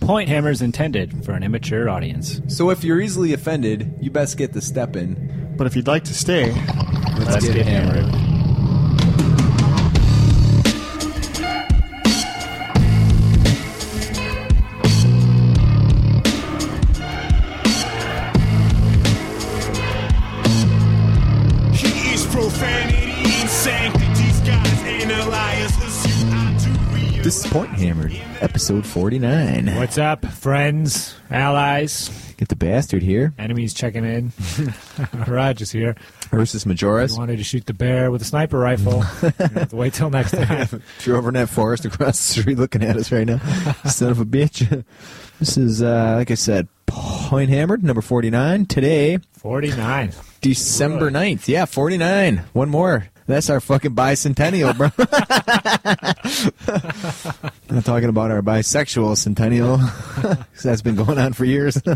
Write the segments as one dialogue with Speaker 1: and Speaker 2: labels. Speaker 1: Point Hammer's intended for an immature audience.
Speaker 2: So if you're easily offended, you best get the step in.
Speaker 3: But if you'd like to stay,
Speaker 1: Let's, get, hammered.
Speaker 4: He is profanity, insanity's guys, and a liar's assume I do realize.
Speaker 2: This is Point Hammered, episode 49.
Speaker 1: What's up, friends, allies,
Speaker 2: Get the bastard here.
Speaker 1: enemies checking in? Raj is here.
Speaker 2: Ursus
Speaker 1: He
Speaker 2: Majoris.
Speaker 1: wanted to shoot the bear with a sniper rifle. You have to wait till next time.
Speaker 2: If you're over in that forest across the street looking at us right now, son of a bitch. This is, uh, like I said, Point Hammered, number 49. Today,
Speaker 1: 49.
Speaker 2: December 9th. Yeah, 49. One more. That's our fucking bicentennial, bro. I'm talking about our bisexual centennial. 'Cause that's been going on for years.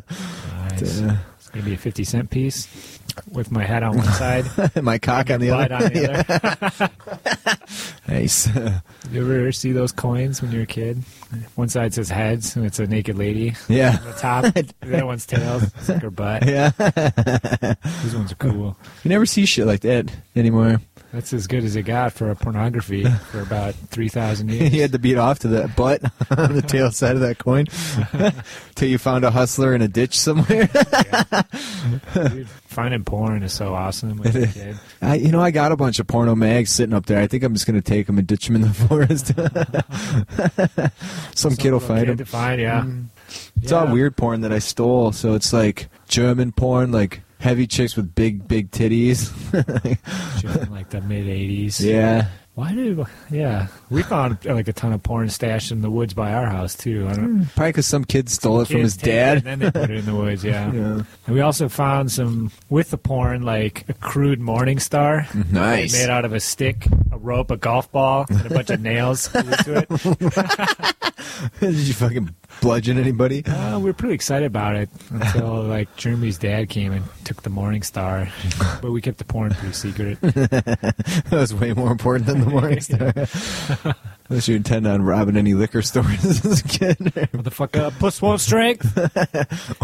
Speaker 1: Nice. It's going to be a 50 cent piece with my head on one side,
Speaker 2: My cock on the
Speaker 1: butt
Speaker 2: other.
Speaker 1: on the other.
Speaker 2: Nice.
Speaker 1: You ever see those coins when you're a kid? One side says heads and it's a naked lady.
Speaker 2: Yeah.
Speaker 1: The top, the other one's tails, it's like her butt.
Speaker 2: Yeah.
Speaker 1: These ones are cool.
Speaker 2: You never see shit like that anymore.
Speaker 1: That's as good as it got for a pornography for about 3,000 years.
Speaker 2: He had to beat off to that butt on the tail side of that coin till you found a hustler in a ditch somewhere.
Speaker 1: Dude, finding porn is so awesome when you're a kid.
Speaker 2: I, you know, I got a bunch of porno mags sitting up there. I think I'm just going to take them and ditch them in the forest. Some kid will
Speaker 1: Little
Speaker 2: find
Speaker 1: kid
Speaker 2: them.
Speaker 1: to find, yeah.
Speaker 2: It's all
Speaker 1: Yeah.
Speaker 2: weird porn that I stole. So it's like German porn, like heavy chicks with big, big titties.
Speaker 1: Shit, Like the mid 80s.
Speaker 2: yeah.
Speaker 1: Why do, yeah. We found like a ton of porn stashed in the woods by our house, too. I don't,
Speaker 2: Probably because some kid stole it Mm. from
Speaker 1: kids
Speaker 2: his
Speaker 1: take it
Speaker 2: dad.
Speaker 1: And then they put it in the woods, yeah.
Speaker 2: Yeah.
Speaker 1: And we also found some, with the porn, like a crude morning star.
Speaker 2: Mm. Nice.
Speaker 1: Made out of a stick, a rope, a golf ball, and a bunch of nails glued to it.
Speaker 2: Did you fucking bludgeon anybody?
Speaker 1: Uh, we were pretty excited about it until like Jeremy's dad came and took the Morning Star, but we kept the porn pretty secret.
Speaker 2: That was way more important than the morning star. Unless you intend on robbing any liquor stores as a kid.
Speaker 1: Motherfucker, puss won't strength.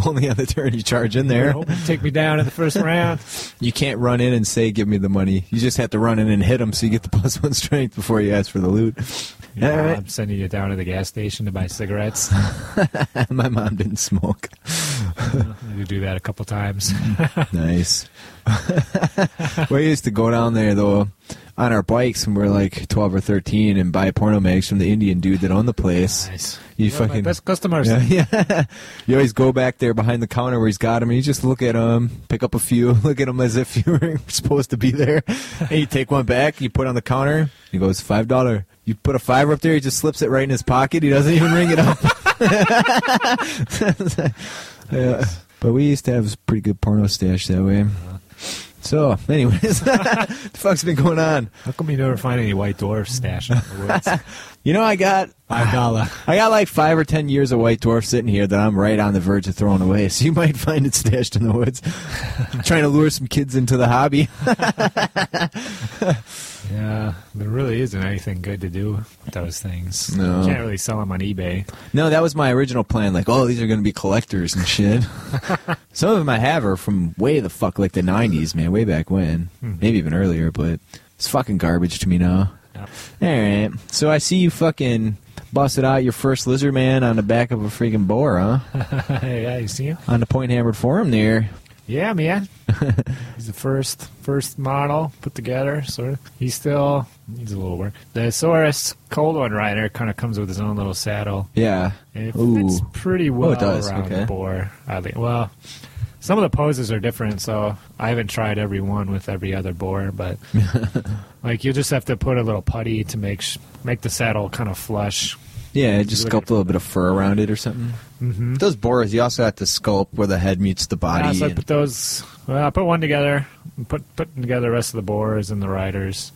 Speaker 2: Only on the turn you charge in there.
Speaker 1: Hope you take me down in the first round.
Speaker 2: You can't run in and say, give me the money. You just have to run in and hit them so you get the plus one strength before you ask for the loot.
Speaker 1: Yeah,
Speaker 2: All
Speaker 1: Uh, I'm
Speaker 2: right.
Speaker 1: sending you down to the gas station to buy cigarettes.
Speaker 2: My mom didn't smoke.
Speaker 1: you do that a couple times.
Speaker 2: Nice. we used to go down there, though, on our bikes when we were like 12 or 13 and buy porno mags from the Indian dude that owned the place.
Speaker 1: Nice.
Speaker 2: You
Speaker 1: One of my
Speaker 2: fucking-
Speaker 1: best customers.
Speaker 2: Yeah, yeah. you always go back there behind the counter where he's got him, and you just look at him, pick up a few, look at him as if you were supposed to be there. And you take one back, you put it on the counter. He goes five dollar. You put a fiver up there, he just slips it right in his pocket. He doesn't even ring it up. yeah. But we used to have a pretty good porno stash that way. So, anyways, the fuck's been going on?
Speaker 1: How come you never find any white dwarf stashed in the woods?
Speaker 2: You know, I got
Speaker 1: Five dollar.
Speaker 2: I got like five or ten years of White Dwarf sitting here that I'm right on the verge of throwing away, so you might find it stashed in the woods. trying to lure some kids into the hobby.
Speaker 1: Yeah, there really isn't anything good to do with those things.
Speaker 2: No.
Speaker 1: You can't really sell them on eBay.
Speaker 2: No, that was my original plan. Like, oh, these are going to be collectors and shit. some of them I have are from way the fuck, like the 90s, man, way back when.
Speaker 1: Hmm.
Speaker 2: Maybe even earlier, but it's fucking garbage to me now.
Speaker 1: No.
Speaker 2: All right. So I see you fucking busted out your first lizard man on the back of a freaking boar, huh?
Speaker 1: yeah, you see 'em?
Speaker 2: on the Point Hammered Forum there.
Speaker 1: Yeah, man. he's the first first model put together, sort of. He's still needs a little work. The Saurus Cold One Rider kind of comes with his own little saddle.
Speaker 2: Yeah.
Speaker 1: And it fits
Speaker 2: Ooh. Oh,
Speaker 1: pretty well
Speaker 2: does,
Speaker 1: around
Speaker 2: okay.
Speaker 1: the boar. Oddly. Well, some of the poses are different, so I haven't tried every one with every other boar, but like you just have to put a little putty to make sh- make the saddle kind of flush.
Speaker 2: Yeah, just
Speaker 1: look at
Speaker 2: sculpt a little bit of fur around it or something. Mm-hmm. Those boars, you also have to sculpt where the head meets the body.
Speaker 1: Yeah, so I
Speaker 2: and-
Speaker 1: put those. Well, I put one together. Put putting together the rest of the boars and the riders,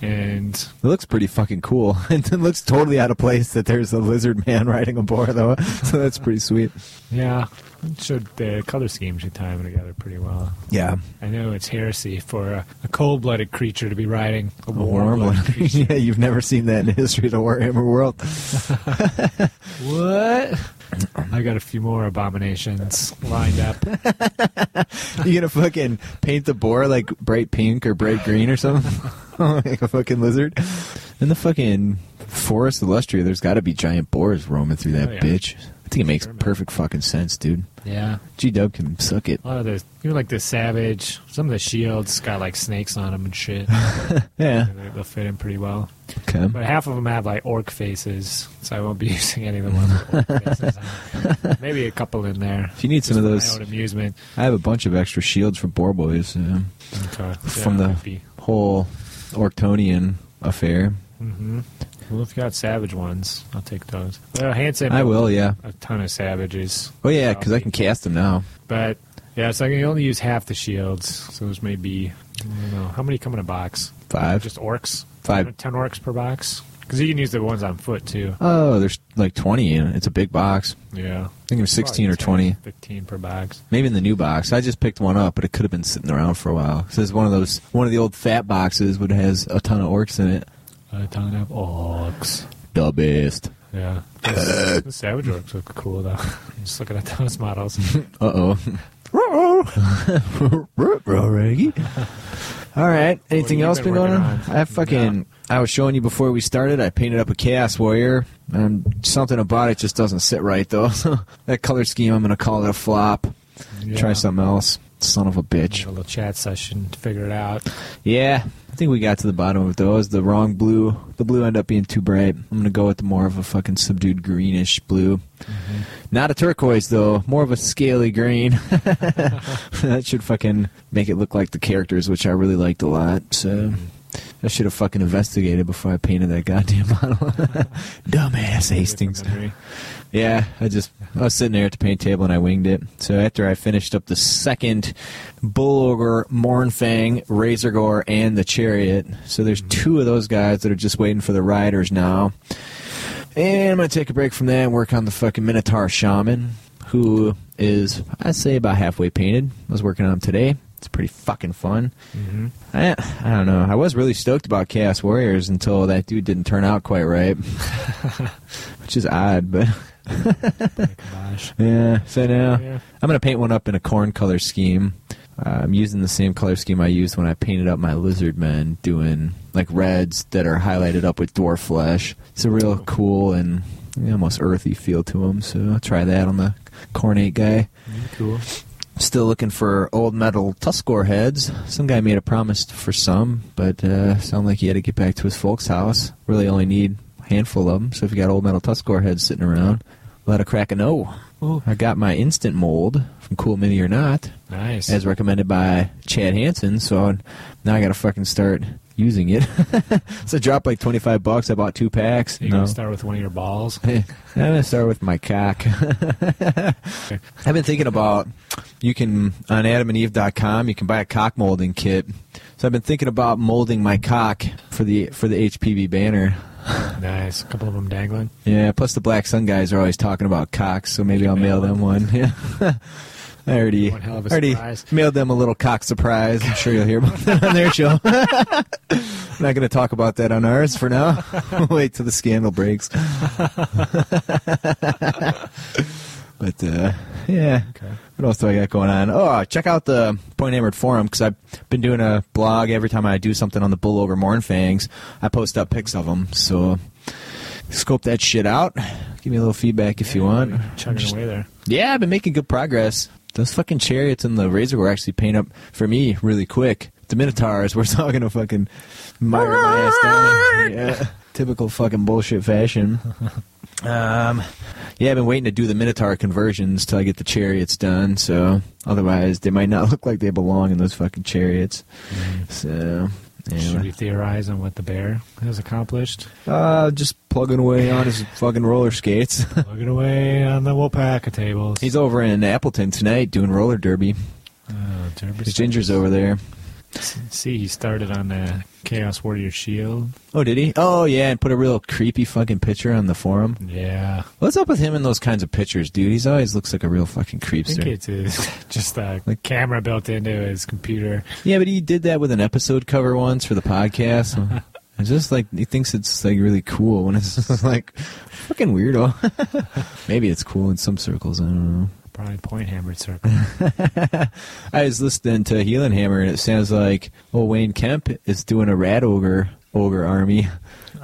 Speaker 1: and
Speaker 2: it looks pretty fucking cool. it looks totally out of place that there's a lizard man riding a boar, though. so that's pretty sweet.
Speaker 1: Yeah, it showed the color scheme should tie them together pretty well.
Speaker 2: Yeah.
Speaker 1: I know it's heresy for a, a cold-blooded creature to be riding a
Speaker 2: A warm one.
Speaker 1: warm-blooded creature.
Speaker 2: yeah, you've never seen that in the history of the Warhammer world.
Speaker 1: What? I got a few more abominations lined up.
Speaker 2: You gonna fucking paint the boar like bright pink or bright green or something? like a fucking lizard? In the fucking forest illustria, there's gotta be giant boars roaming through that
Speaker 1: Oh, yeah.
Speaker 2: bitch. I think it makes
Speaker 1: Sure, man.
Speaker 2: perfect fucking sense, dude.
Speaker 1: yeah.
Speaker 2: G Dub can suck it.
Speaker 1: A lot of the even like the savage, some of the shields got like snakes on them and shit.
Speaker 2: Yeah.
Speaker 1: They- They'll fit in pretty well.
Speaker 2: Okay.
Speaker 1: But half of them have like orc faces, so I won't be using any of the ones with orc faces on. Maybe a couple in there.
Speaker 2: If you need
Speaker 1: Just
Speaker 2: some of
Speaker 1: for
Speaker 2: those-
Speaker 1: my own amusement.
Speaker 2: I have a bunch of extra shields for boar boys yeah.
Speaker 1: Okay.
Speaker 2: Mm. from the whole Orktonian affair.
Speaker 1: hmm Well, if you got savage ones, I'll take those. Well, Hanson,
Speaker 2: I will, yeah.
Speaker 1: a ton of savages.
Speaker 2: Oh yeah, because I can cast them now.
Speaker 1: But yeah, so I can only use half the shields. So there's maybe I don't know how many come in a box.
Speaker 2: Five.
Speaker 1: Just orcs.
Speaker 2: Five.
Speaker 1: Ten orcs per box. Because you can use the ones on foot too.
Speaker 2: Oh, there's like 20 in it. It's a big box.
Speaker 1: Yeah.
Speaker 2: I think it was 16 or 20.
Speaker 1: Fifteen per box.
Speaker 2: Maybe in the new box. I just picked one up, but it could have been sitting around for a while. This is one of those, one of the old fat boxes, which has a ton of orcs in it.
Speaker 1: A ton of orcs.
Speaker 2: The best.
Speaker 1: Yeah.
Speaker 2: Uh.
Speaker 1: Those- the savage orcs look cool though. Just looking at those models.
Speaker 2: Uh oh. Reggie. All right. Anything
Speaker 1: What have
Speaker 2: else
Speaker 1: you been
Speaker 2: been going on?
Speaker 1: working on?
Speaker 2: I fucking. I was showing you before we started. I painted up a Chaos Warrior, and something about it just doesn't sit right though. that color scheme, I'm gonna call it a flop. Try
Speaker 1: Yeah.
Speaker 2: something else. Son of a bitch.
Speaker 1: Have A little chat session to figure it out.
Speaker 2: Yeah, I think we got to the bottom of it though. It was the wrong blue. The blue ended up being too bright. I'm gonna go with more of a fucking subdued greenish blue. Not a turquoise though. More of a scaly green. that should fucking make it look like the characters, which I really liked a lot. So. I should have fucking investigated before I painted that goddamn model. Dumbass Hastings.
Speaker 1: Memory.
Speaker 2: Yeah, I just I was sitting there at the paint table and I winged it. So after I finished up the second Bull Ogre, Mornfang, Razor Gore, and the Chariot, so there's two of those guys that are just waiting for the riders now. And I'm gonna take a break from that and work on the fucking Minotaur Shaman, who is I say about halfway painted. I was working on him today. It's pretty fucking fun.
Speaker 1: Mhm.
Speaker 2: I, I don't know. I was really stoked about Chaos Warriors until that dude didn't turn out quite right, which is odd, but.
Speaker 1: Gosh.
Speaker 2: Yeah, so now
Speaker 1: Yeah.
Speaker 2: I'm going to paint one up in a corn color scheme. Uh, I'm using the same color scheme I used when I painted up my lizard men, doing like reds that are highlighted up with dwarf flesh. It's a real cool and almost earthy feel to them, so I'll try that on the cornate guy.
Speaker 1: Cool.
Speaker 2: Still looking for old metal Tuskor heads. Some guy made a promise for some, but uh, sounded like he had to get back to his folks' house. Really only need a handful of them, so if you got old metal Tuskor heads sitting around, let a crack a no.
Speaker 1: Oh,
Speaker 2: I got my instant mold from Cool Mini or Not,
Speaker 1: nice.
Speaker 2: as recommended by Chad Hansen. So now I got to fucking start using it. so it dropped like twenty five bucks. I bought two packs.
Speaker 1: you
Speaker 2: No.
Speaker 1: gonna start with one of your balls?
Speaker 2: I'm gonna start with my cock. I've been thinking about you can on AdamAndEve.com you can buy a cock molding kit. So I've been thinking about molding my cock for the for the HPV banner.
Speaker 1: nice. A couple of them dangling.
Speaker 2: Yeah, plus the Black Sun guys are always talking about cocks, so maybe I'll mail
Speaker 1: mail
Speaker 2: them one. Yeah. I already,
Speaker 1: One hell of a
Speaker 2: already
Speaker 1: surprise.
Speaker 2: mailed them a little cock surprise. I'm sure you'll hear about that on their show. I'm not going to talk about that on ours for now. Wait till the scandal breaks. but uh, yeah,
Speaker 1: Okay.
Speaker 2: what else do I got going on? Oh, check out the Point Hammered forum because I've been doing a blog every time I do something on the Bull Ogre Mornfangs. I post up pics of them, so scope that shit out. Give me a little feedback if you want.
Speaker 1: Chugging away there.
Speaker 2: Yeah, I've been making good progress. Those fucking chariots and the razor were actually paint up for me really quick. The Minotaurs were all gonna fucking mire my ass down. Yeah. Typical fucking bullshit fashion. Um, yeah, I've been waiting to do the Minotaur conversions till I get the chariots done. So otherwise, they might not look like they belong in those fucking chariots. Mm. So
Speaker 1: Should
Speaker 2: anyway.
Speaker 1: we theorize on what the bear has accomplished?
Speaker 2: uh, just plugging away on his fucking roller skates.
Speaker 1: Plugging away on the Wopaka tables.
Speaker 2: He's over in Appleton tonight doing roller derby.
Speaker 1: Oh, terrible
Speaker 2: His ginger's over there.
Speaker 1: See, he started on the Chaos Warrior Shield.
Speaker 2: Oh, did he? Oh, yeah, and put a real creepy fucking picture on the forum.
Speaker 1: Yeah.
Speaker 2: What's up with him and those kinds of pictures, dude? He's always looks like a real fucking
Speaker 1: I think
Speaker 2: creepster.
Speaker 1: it's his, just a
Speaker 2: Like-
Speaker 1: camera built into his computer.
Speaker 2: Yeah, but he did that with an episode cover once for the podcast. It's just like he thinks it's like really cool when it's just like fucking weirdo. Maybe it's cool in some circles. I don't know.
Speaker 1: Probably point hammered circle.
Speaker 2: I was listening to Healing Hammer and it sounds like oh Wayne Kemp is doing a rat ogre ogre army.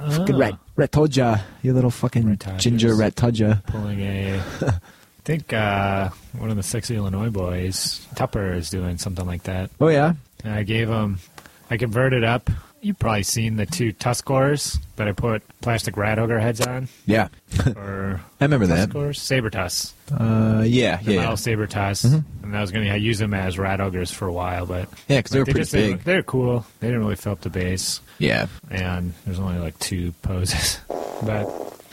Speaker 2: Fucking
Speaker 1: Ah.
Speaker 2: rat ratoja, you little fucking
Speaker 1: Ratojahs.
Speaker 2: ginger ratoja.
Speaker 1: Pulling a. I think uh, one of the sexy Illinois boys, Tupper, is doing something like that.
Speaker 2: Oh yeah,
Speaker 1: And I gave him. I converted up. You've probably seen the two Tuscores that I put plastic rat ogre heads on,
Speaker 2: yeah.
Speaker 1: or
Speaker 2: I remember that.
Speaker 1: Tuscores, saber tusks.
Speaker 2: Uh, yeah,
Speaker 1: the
Speaker 2: yeah, Mm-hmm.
Speaker 1: metal saber tusks, and I was going to use them as rat ogres for a while, but
Speaker 2: yeah. Because they were
Speaker 1: Like,
Speaker 2: pretty
Speaker 1: just didn't-
Speaker 2: big.
Speaker 1: They're cool. They didn't really fill up the base,
Speaker 2: Yeah.
Speaker 1: and there's only like two poses. But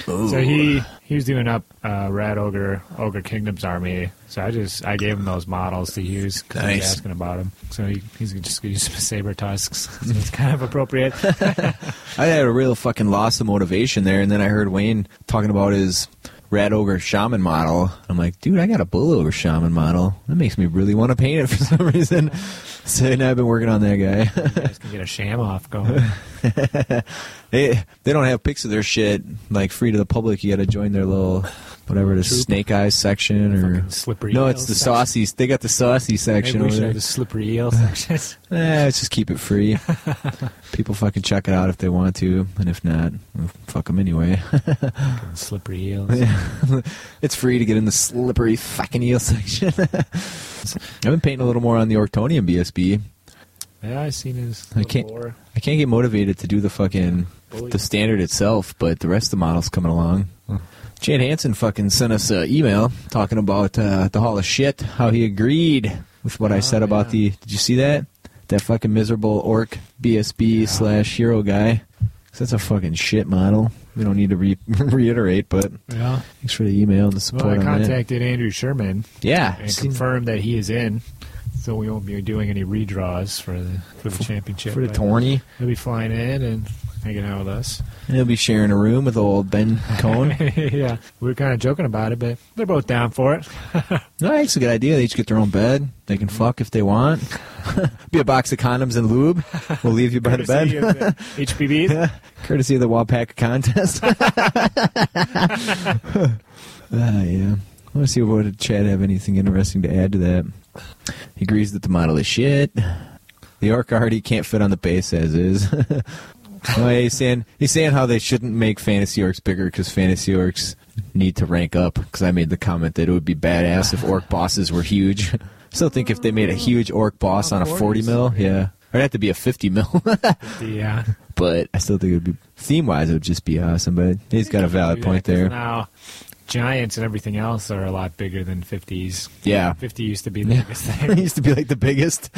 Speaker 1: so he he was doing up uh, Rat Ogre Ogre Kingdom's army. So I just I gave him those models to use because he was
Speaker 2: Nice.
Speaker 1: asking about them. So he, he's just going to use some saber tusks. So it's kind of appropriate.
Speaker 2: I had a real fucking loss of motivation there, and then I heard Wayne talking about his rat ogre shaman model. I'm like, dude, I got a bull ogre shaman model. That makes me really want to paint it for some reason. So now I've been working on that guy.
Speaker 1: you guys can get a sham off going.
Speaker 2: they they don't have pics of their shit like free to the public. You got to join their little whatever the snake eyes section or
Speaker 1: Fucking slippery
Speaker 2: no,
Speaker 1: eel
Speaker 2: it's the
Speaker 1: section.
Speaker 2: saucy. They got the saucy
Speaker 1: Maybe
Speaker 2: section
Speaker 1: we
Speaker 2: over
Speaker 1: should
Speaker 2: there.
Speaker 1: have the slippery eel sections.
Speaker 2: Eh, let's just keep it free. People fucking check it out if they want to, and if not, well, fuck them anyway.
Speaker 1: Fucking slippery eels.
Speaker 2: It's free to get in the slippery fucking eel section. I've been painting a little more on the Orktonian BSB.
Speaker 1: Yeah, I seen his.
Speaker 2: I can't-
Speaker 1: lore.
Speaker 2: I can't get motivated to do the fucking the standard itself, but the rest of the models coming along. Chad Hansen fucking sent us an email talking about uh, the Hall of Shit, how he agreed with what I
Speaker 1: Oh,
Speaker 2: said about
Speaker 1: yeah.
Speaker 2: the. Did you see that? That fucking miserable orc BSB slash hero guy. 'Cause That's a fucking shit model. We don't need to re- reiterate, but
Speaker 1: Yeah.
Speaker 2: thanks for the email and the
Speaker 1: Well,
Speaker 2: support
Speaker 1: I
Speaker 2: on that.
Speaker 1: contacted Andrew Sherman
Speaker 2: Yeah,
Speaker 1: and
Speaker 2: seen-
Speaker 1: confirmed that he is in. So we won't be doing any redraws for the for the championship.
Speaker 2: for the
Speaker 1: but
Speaker 2: tourney.
Speaker 1: He'll be flying in and hanging out with us.
Speaker 2: And he'll be sharing a room with old Ben Cohen.
Speaker 1: yeah, we were kind of joking about it, but they're both down for it.
Speaker 2: no, it's a good idea. They each get their own bed. They can fuck if they want. be a box of condoms and lube. We'll leave you by the
Speaker 1: Courtesy
Speaker 2: bed.
Speaker 1: of the HPV.
Speaker 2: Courtesy of the Wapak contest. Ah, yeah. I want to see what did Chad have anything interesting to add to that. He agrees that the model is shit. The orc already can't fit on the base as is. Oh, yeah, he's saying he's saying how they shouldn't make fantasy orcs bigger because fantasy orcs need to rank up. Because I made the comment that it would be badass if orc bosses were huge. Still think if they made a huge orc boss on a forty mil, yeah, or it'd have to be a fifty mil.
Speaker 1: The, uh,
Speaker 2: but I still think it would be theme wise, it would just be awesome. But he's got a valid
Speaker 1: do
Speaker 2: point
Speaker 1: that 'cause
Speaker 2: there.
Speaker 1: Now, giants and everything else are a lot bigger than 50s.
Speaker 2: Yeah,
Speaker 1: 50 used to be the biggest
Speaker 2: it
Speaker 1: thing.
Speaker 2: used to be like the biggest.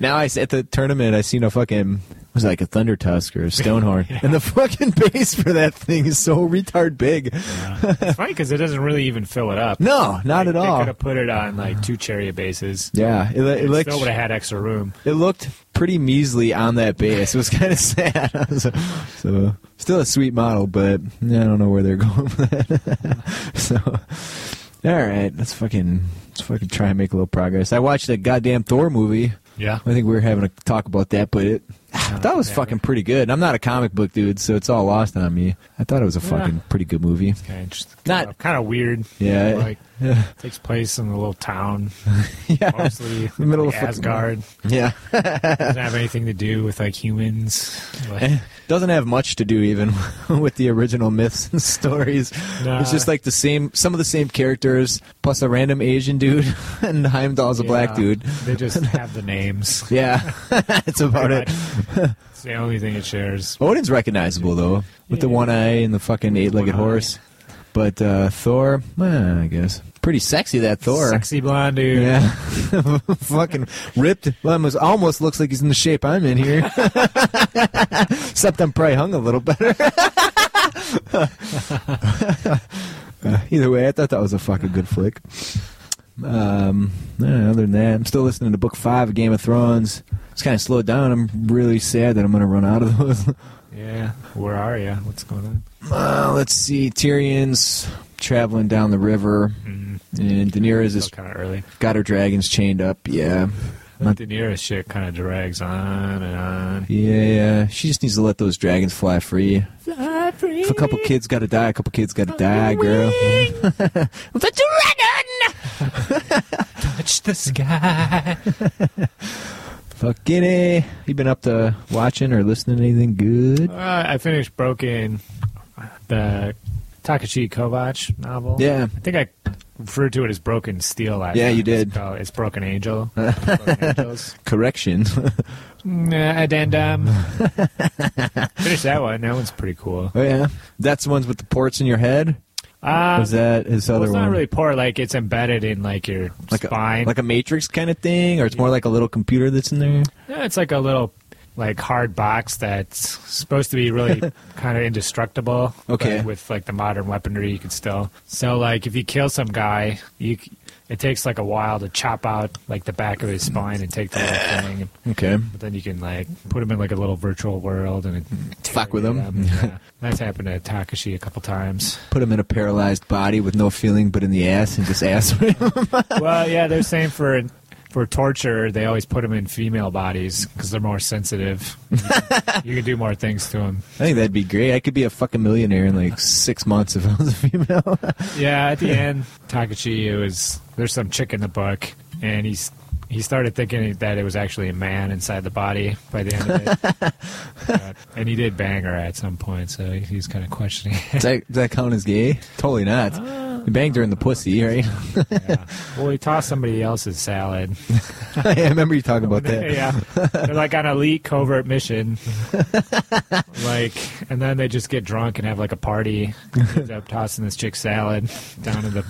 Speaker 2: Now I s- at the tournament, I seen a fucking it was like a thunder tusk or a stonehorn, and the fucking base for that thing is so retard big.
Speaker 1: Yeah. It's funny because it doesn't really even fill it up.
Speaker 2: No, not
Speaker 1: Like,
Speaker 2: at
Speaker 1: They
Speaker 2: all.
Speaker 1: could have put it on like two chariot bases.
Speaker 2: Yeah, it, it
Speaker 1: It
Speaker 2: looked
Speaker 1: still would have had extra room.
Speaker 2: it looked pretty measly on that base. It was kind of sad. I was like- so still a sweet model, but I don't know where they're going with that. so all right, let's fucking let's fucking try and make a little progress. I watched that goddamn Thor movie.
Speaker 1: Yeah.
Speaker 2: I think we were having a talk about that, but it that was
Speaker 1: yeah.
Speaker 2: fucking pretty good. And I'm not a comic book dude, so it's all lost on me. I thought it was a fucking pretty good movie.
Speaker 1: Okay, just
Speaker 2: Not-
Speaker 1: kind of weird.
Speaker 2: Yeah.
Speaker 1: like takes place in a little town,
Speaker 2: Yeah,
Speaker 1: mostly
Speaker 2: the middle
Speaker 1: like
Speaker 2: of fucking-
Speaker 1: Asgard.
Speaker 2: yeah.
Speaker 1: Doesn't have anything to do with like humans. Like,
Speaker 2: Eh, doesn't have much to do even with the original myths and stories.
Speaker 1: Nah.
Speaker 2: It's just like the same, some of the same characters, plus a random Asian dude, and Heimdall's a black
Speaker 1: yeah,
Speaker 2: dude.
Speaker 1: They just have the names.
Speaker 2: Yeah, that's about it.
Speaker 1: It's the only thing it shares.
Speaker 2: Odin's recognizable though, with the
Speaker 1: Yeah.
Speaker 2: one eye and the fucking eight-legged
Speaker 1: One eye.
Speaker 2: horse. But uh, Thor, eh, I guess, pretty sexy that Thor.
Speaker 1: sexy blonde dude.
Speaker 2: Yeah, fucking ripped. Almost, almost looks like he's in the shape I'm in here. Except I'm probably hung a little better. Uh, either way, I thought that was a fucking good flick. Um, yeah, other than that, I'm still listening to Book Five of Game of Thrones. It's kind of slowed down. I'm really sad that I'm going to run out of those.
Speaker 1: Yeah. Where are you? What's going on?
Speaker 2: Uh, let's see, Tyrion's traveling down the river, and Daenerys is
Speaker 1: It's kind of early.
Speaker 2: got her dragons chained up. Yeah,
Speaker 1: That De Niro shit kind of drags on and on.
Speaker 2: Yeah, yeah. She just needs to let those dragons fly free. If a couple kids got to die, a couple kids got to die, girl.
Speaker 1: The dragon! Touch the sky.
Speaker 2: Fucking A. You been up to watching or listening to anything good?
Speaker 1: Uh, I finished Broken, the Takashi Kovacs novel.
Speaker 2: Yeah.
Speaker 1: I think I referred to it as Broken Steel last
Speaker 2: Yeah,
Speaker 1: time.
Speaker 2: you did.
Speaker 1: It's, called- it's Broken Angel. Broken Angels.
Speaker 2: Correction.
Speaker 1: Nah, and um, finish that one. That one's pretty cool.
Speaker 2: oh, yeah. That's the ones with the ports in your head?
Speaker 1: Um,
Speaker 2: Or is that his
Speaker 1: well,
Speaker 2: other
Speaker 1: it's
Speaker 2: one?
Speaker 1: not really poor. Like it's embedded in like your
Speaker 2: like
Speaker 1: spine.
Speaker 2: A, like a matrix kind of thing? Or it's more like a little computer that's in there?
Speaker 1: Yeah, it's like a little like hard box that's supposed to be really kind of indestructible.
Speaker 2: Okay.
Speaker 1: but with like the modern weaponry, you can still. So like if you kill some guy, you c- it takes like a while to chop out like the back of his spine and take the whole thing.
Speaker 2: Okay.
Speaker 1: But then you can like put him in like a little virtual world and it
Speaker 2: Fuck with him.
Speaker 1: Yeah. That's happened to Takashi a couple times.
Speaker 2: Put him in a paralyzed body with no feeling but in the ass and just ass him.
Speaker 1: well, yeah, they're saying for for torture, they always put them in female bodies because they're more sensitive. You can, you can do more things to them.
Speaker 2: I think that'd be great. I could be a fucking millionaire in like six months if I was a female.
Speaker 1: Yeah, at the end, Takachi, it was there's some chick in the book, and he's he started thinking that it was actually a man inside the body by the end of it. Uh, and he did bang her at some point, so he- he's kind of questioning. it.
Speaker 2: does, that, does that count as gay? Totally not. You banged her in the pussy, right?
Speaker 1: Yeah. Well, he tossed somebody else's salad.
Speaker 2: yeah, I remember you talking about that.
Speaker 1: yeah, they're like on elite covert mission, like, and then they just get drunk and have like a party. Ends up tossing this chick salad down in the,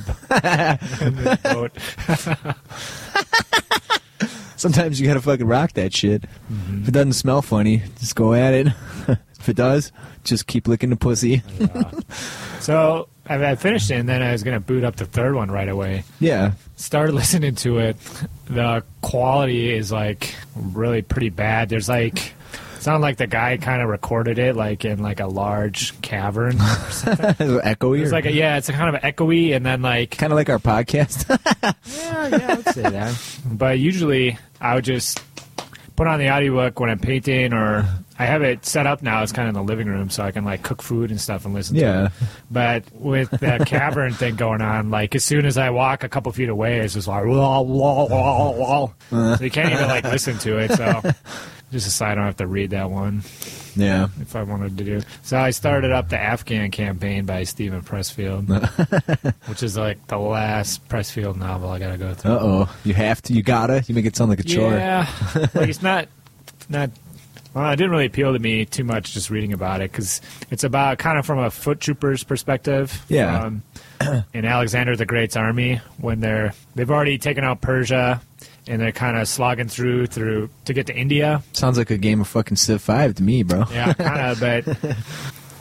Speaker 1: in the boat.
Speaker 2: Sometimes you gotta fucking rock that shit.
Speaker 1: Mm-hmm.
Speaker 2: If it doesn't smell funny, just go at it. if it does, just keep licking the pussy.
Speaker 1: So I, I finished it, and then I was gonna boot up the third one right away.
Speaker 2: Yeah.
Speaker 1: Started listening to it. The quality is like really pretty bad. There's like. Sound like the guy kind of recorded it like in like a large cavern.
Speaker 2: Echoey.
Speaker 1: It's like a, yeah, it's a kind of echoey, and then like
Speaker 2: kind of like our podcast.
Speaker 1: Yeah, yeah, I would say that. but usually, I would just put on the audiobook when I'm painting, or I have it set up now. It's kind of in the living room, so I can like cook food and stuff and listen. to
Speaker 2: yeah.
Speaker 1: it. But with the cavern thing going on, like as soon as I walk a couple feet away, it's just like wah, wah, wah, wah. So you can't even like listen to it. So just decide I don't have to read that one
Speaker 2: Yeah.
Speaker 1: if I wanted to do. So I started up the Afghan campaign by Stephen Pressfield, which is like the last Pressfield novel I got to go through.
Speaker 2: Uh oh. You have to. You gotta. You make it sound like a chore.
Speaker 1: Yeah, like it's not not. Well, it didn't really appeal to me too much just reading about it because it's about kind of from a foot trooper's perspective.
Speaker 2: Yeah.
Speaker 1: Um, in Alexander the Great's army, when they're they've already taken out Persia, and they're kind of slogging through through to get to India.
Speaker 2: Sounds like a game of fucking Civ 5 to me, bro.
Speaker 1: Yeah, kind of. But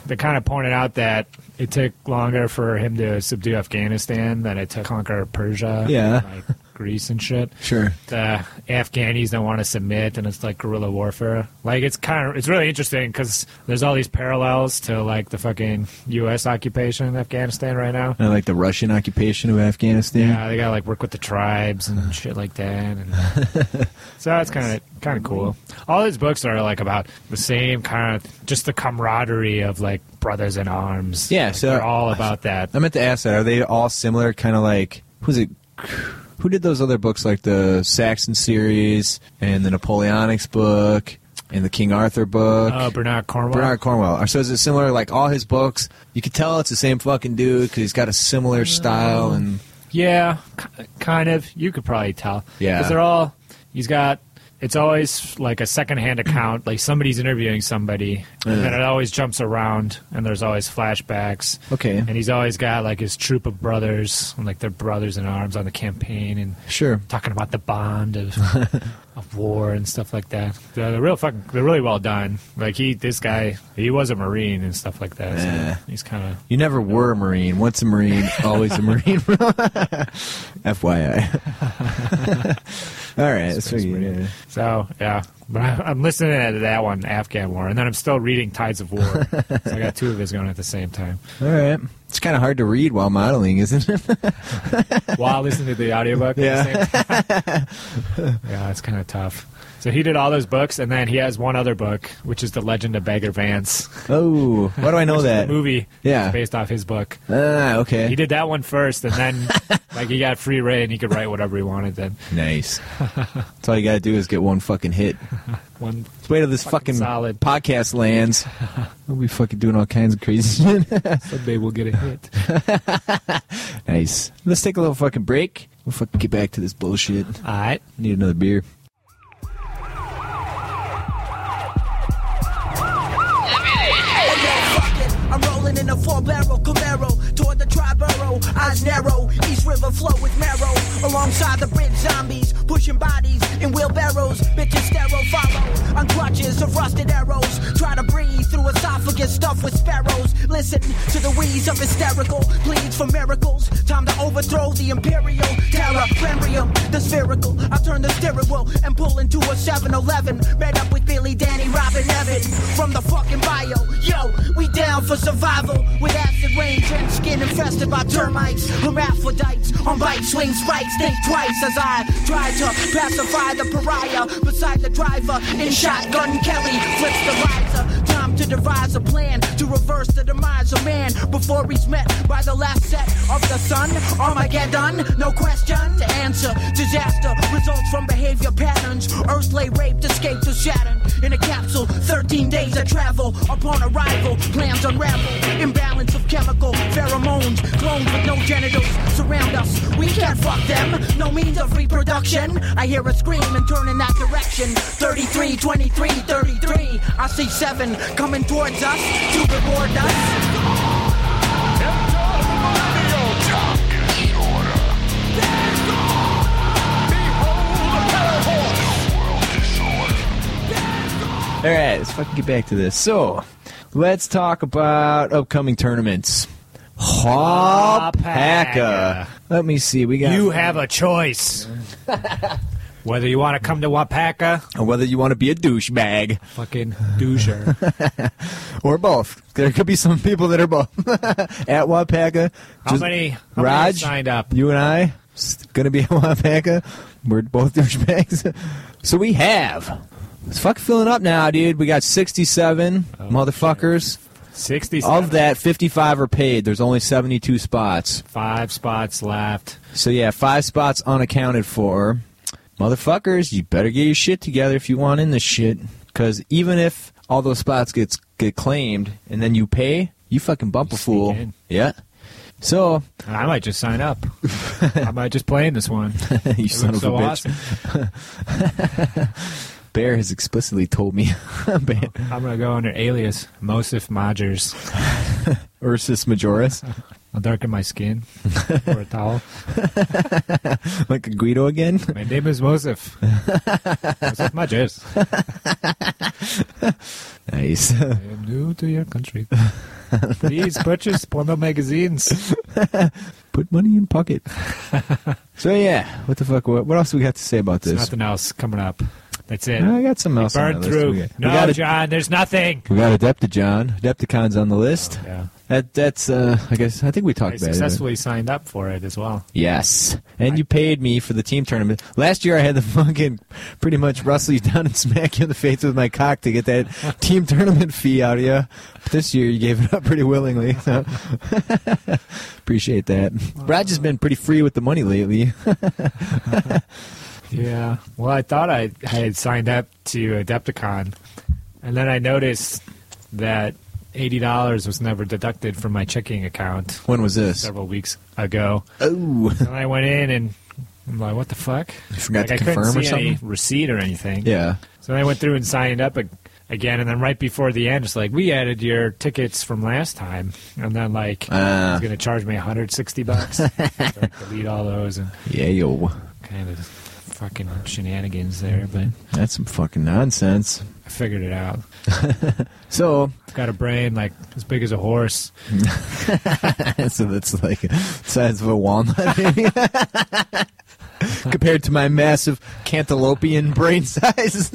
Speaker 1: they kind of pointed out that it took longer for him to subdue Afghanistan than it took to conquer Persia.
Speaker 2: Yeah.
Speaker 1: and, like Greece and shit
Speaker 2: Sure.
Speaker 1: the uh, Afghanis don't want to submit, and it's like guerrilla warfare. Like it's kind of it's really interesting because there's all these parallels to like the fucking U.S. occupation in Afghanistan right now.
Speaker 2: I like the Russian occupation of Afghanistan.
Speaker 1: Yeah, they gotta like work with the tribes and shit like that, and so that's kind of kind of cool. All his books are like about the same kind of just the camaraderie of like brothers in arms.
Speaker 2: Yeah,
Speaker 1: Like,
Speaker 2: so-
Speaker 1: they're all about that.
Speaker 2: I meant to ask that. Are they all similar? Kind of like who's it? Who did those other books like the Saxon series and the Napoleonics book and the King Arthur book?
Speaker 1: Uh, Bernard Cornwell.
Speaker 2: Bernard Cornwell. Or So is it similar? Like all his books, you could tell it's the same fucking dude because he's got a similar
Speaker 1: Uh,
Speaker 2: style and
Speaker 1: Yeah, ki- kind of. You could probably tell.
Speaker 2: Yeah.
Speaker 1: because they're all. He's got. It's always like a secondhand account. Like somebody's interviewing somebody, and then
Speaker 2: Yeah.
Speaker 1: it always jumps around, and there's always flashbacks.
Speaker 2: Okay.
Speaker 1: And he's always got like his troop of brothers, and like their brothers in arms on the campaign, and
Speaker 2: sure.
Speaker 1: talking about the bond of of war and stuff like that. They're, they're real fucking. They're really well done. Like he, this guy, he was a marine and stuff like that. so
Speaker 2: Yeah.
Speaker 1: he's kind of.
Speaker 2: You never were a Marine. Once a Marine, always a Marine. FYI. all right. That's
Speaker 1: Space
Speaker 2: pretty-
Speaker 1: Marine.
Speaker 2: yeah.
Speaker 1: So yeah, but I, I'm listening to that one, Afghan War, and then I'm still reading Tides of War. so I got two of his going at the same time.
Speaker 2: All right. It's kind of hard to read while modeling, isn't it?
Speaker 1: while listening to the audiobook.
Speaker 2: Yeah.
Speaker 1: At the same time. yeah, it's kind of tough. So he did all those books, and then he has one other book, which is The Legend of Beggar Vance.
Speaker 2: oh, why do I know
Speaker 1: which is
Speaker 2: that?
Speaker 1: The movie.
Speaker 2: Yeah.
Speaker 1: It's based off his book.
Speaker 2: Ah, okay.
Speaker 1: He did that one first, and then like he got free reign. He could write whatever he wanted. Then
Speaker 2: Nice. That's all you gotta do is get one fucking hit.
Speaker 1: one
Speaker 2: Let's wait till this
Speaker 1: Fucking
Speaker 2: fucking,
Speaker 1: solid.
Speaker 2: podcast lands. We'll be fucking doing all kinds of crazy shit.
Speaker 1: someday we'll get a hit.
Speaker 2: nice. Let's take a little fucking break. We'll fucking get back to this bullshit.
Speaker 1: All right.
Speaker 2: Need another beer.
Speaker 3: I'm rolling in a four barrel Camaro toward the Triborough. Eyes narrow, East River flow with marrow. Alongside the bridge zombies, pushing bodies in wheelbarrows. Bitches sterile follow on crutches of rusted arrows. Try to breathe through esophagus stuffed with sparrows. Listen to the wheeze of hysterical pleads for miracles. Time to overthrow the imperial terror. Premium, the spherical. I turn the steering wheel and pull into a 7 Eleven. Met up with Billy, Danny, Robin, Evan from the fucking bio. Yo, we down for survival with acid rain, drenched skin infested by termites, hermaphrodites on bike swing spikes. Think twice as I try to pacify the pariah beside the driver in shotgun. Kelly flips the riser. Time to devise a plan to reverse the demise of man before he's met by the last set of the sun. Armageddon, no question to answer. Disaster results from behavior patterns. Earth lay raped, escaped to Saturn in a capsule. 13 days of travel upon arrival. Plans unravel. Imbalance of chemical pheromones. Clones with no genitals surround us. We can't fuck them. No means of reproduction. I hear a scream and turn in that direction. 33, 23, 33. I see seven coming towards us to reward us.
Speaker 2: All right, let's fucking get back to this. So, let's talk about upcoming tournaments. Hopaka. Let me see. We got
Speaker 1: You have a choice. Whether you want to come to Wapaka,
Speaker 2: whether you want to be a douchebag
Speaker 1: fucking doucher.
Speaker 2: or both. There could be some people that are both at Wapaka.
Speaker 1: How
Speaker 2: just-
Speaker 1: many? How many
Speaker 2: Raj,
Speaker 1: signed up?
Speaker 2: You and I s- gonna be at Wapaka. We're both douchebags. so we have. It's fucking filling up now, dude. We got 67
Speaker 1: Oh,
Speaker 2: motherfuckers.
Speaker 1: Sixty
Speaker 2: Of that, 55 are paid. There's only 72 spots.
Speaker 1: five spots left.
Speaker 2: So yeah, five spots unaccounted for. Motherfuckers, you better get your shit together if you want in this shit. Cause even if all those spots gets get claimed and then you pay, you fucking bump a fool.
Speaker 1: in.
Speaker 2: Yeah. So
Speaker 1: I might just sign up. I might just play in this one.
Speaker 2: you
Speaker 1: It
Speaker 2: son of
Speaker 1: looks so
Speaker 2: a bitch.
Speaker 1: awesome.
Speaker 2: Bear has explicitly told me Ban-
Speaker 1: I'm gonna go under alias Mosif Modgers.
Speaker 2: Ursus Majoris.
Speaker 1: I'll darken my skin or a towel.
Speaker 2: like a Guido again.
Speaker 1: My name is Mosif. Mosif Modgers.
Speaker 2: Nice.
Speaker 1: I am new to your country. Please purchase porno magazines.
Speaker 2: Put money in pocket. so yeah, what the fuck what, what else we got to say about this?
Speaker 1: Nothing else coming up. That's it.
Speaker 2: I got some else.
Speaker 1: Burn
Speaker 2: on my list.
Speaker 1: through.
Speaker 2: We got- we
Speaker 1: no,
Speaker 2: got a-
Speaker 1: John, there's nothing.
Speaker 2: We got Adepticon. Adepticon's on the list.
Speaker 1: Oh, Yeah.
Speaker 2: That that's uh I guess I think we talked
Speaker 1: I
Speaker 2: about it.
Speaker 1: successfully signed up for it as well.
Speaker 2: Yes. And you paid me for the team tournament. Last year I had the fucking pretty much rustle you down and smack you in the face with my cock to get that team tournament fee out of you. But this year you gave it up pretty willingly. So. Appreciate that. Raj has been pretty free with the money lately.
Speaker 1: Yeah. Well, I thought I, I had signed up to Adepticon, and then I noticed that eighty dollars was never deducted from my checking account
Speaker 2: when was this?
Speaker 1: several weeks ago.
Speaker 2: Oh.
Speaker 1: And I went in and I'm like, "What the fuck?"
Speaker 2: You
Speaker 1: Like,
Speaker 2: forgot to
Speaker 1: I couldn't
Speaker 2: confirm or
Speaker 1: see any
Speaker 2: something?
Speaker 1: receipt or anything.
Speaker 2: Yeah.
Speaker 1: So then I went through and signed up ag- again, and then right before the end, it's like we added your tickets from last time, and then like
Speaker 2: Ah.
Speaker 1: he's gonna charge me 160 bucks. so I delete all those and
Speaker 2: Yeah, yo.
Speaker 1: kind of fucking shenanigans there, but
Speaker 2: That's some fucking nonsense.
Speaker 1: I figured it out.
Speaker 2: So,
Speaker 1: I've got a brain like as big as a horse.
Speaker 2: so that's like the size of a walnut. compared to my massive cantaloupean brain size.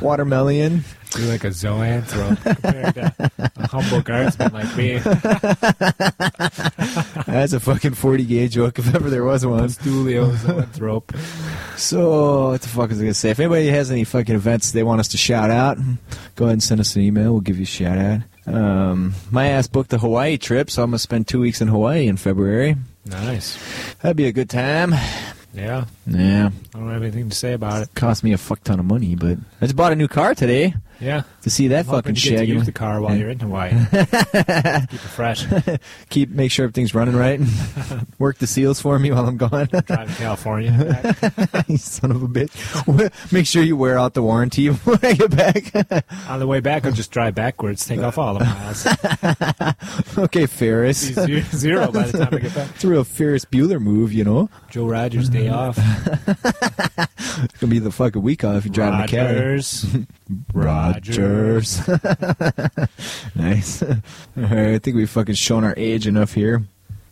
Speaker 2: Watermelon.
Speaker 1: You're like a zoanthrope compared to a humble guardsman like me.
Speaker 2: That's a fucking 40 gauge joke if ever there was one.
Speaker 1: Pustulio zoanthrope.
Speaker 2: So, what the fuck is I going to say? If anybody has any fucking events they want us to shout out, go ahead and send us an email. We'll give you a shout out. Um, my ass booked a Hawaii trip, so I'm going to spend two weeks in Hawaii in February.
Speaker 1: Nice.
Speaker 2: That'd be a good time.
Speaker 1: Yeah.
Speaker 2: Yeah.
Speaker 1: I don't have anything to say about it.
Speaker 2: Cost me a fuck ton of money, but I just bought a new car today
Speaker 1: Yeah.
Speaker 2: to see that
Speaker 1: I'm hoping
Speaker 2: fucking
Speaker 1: you get to
Speaker 2: shaggy.
Speaker 1: use the car while
Speaker 2: Yeah.
Speaker 1: you're in Hawaii. Keep it fresh.
Speaker 2: Keep make sure everything's running right. Work the seals for me while I'm gone.
Speaker 1: Drive to California.
Speaker 2: you son of a bitch. Make sure you wear out the warranty when I get back.
Speaker 1: On the way back, I'll just drive backwards, take off all the miles.
Speaker 2: okay, Ferris.
Speaker 1: Be ze- Zero by the time I get back.
Speaker 2: It's a real Ferris Bueller move, you know.
Speaker 1: Joe Rogers day off.
Speaker 2: It's gonna be the fucking week off if you drive a cab.
Speaker 1: Rogers.
Speaker 2: Rogers. nice. All right, I think we've fucking shown our age enough here.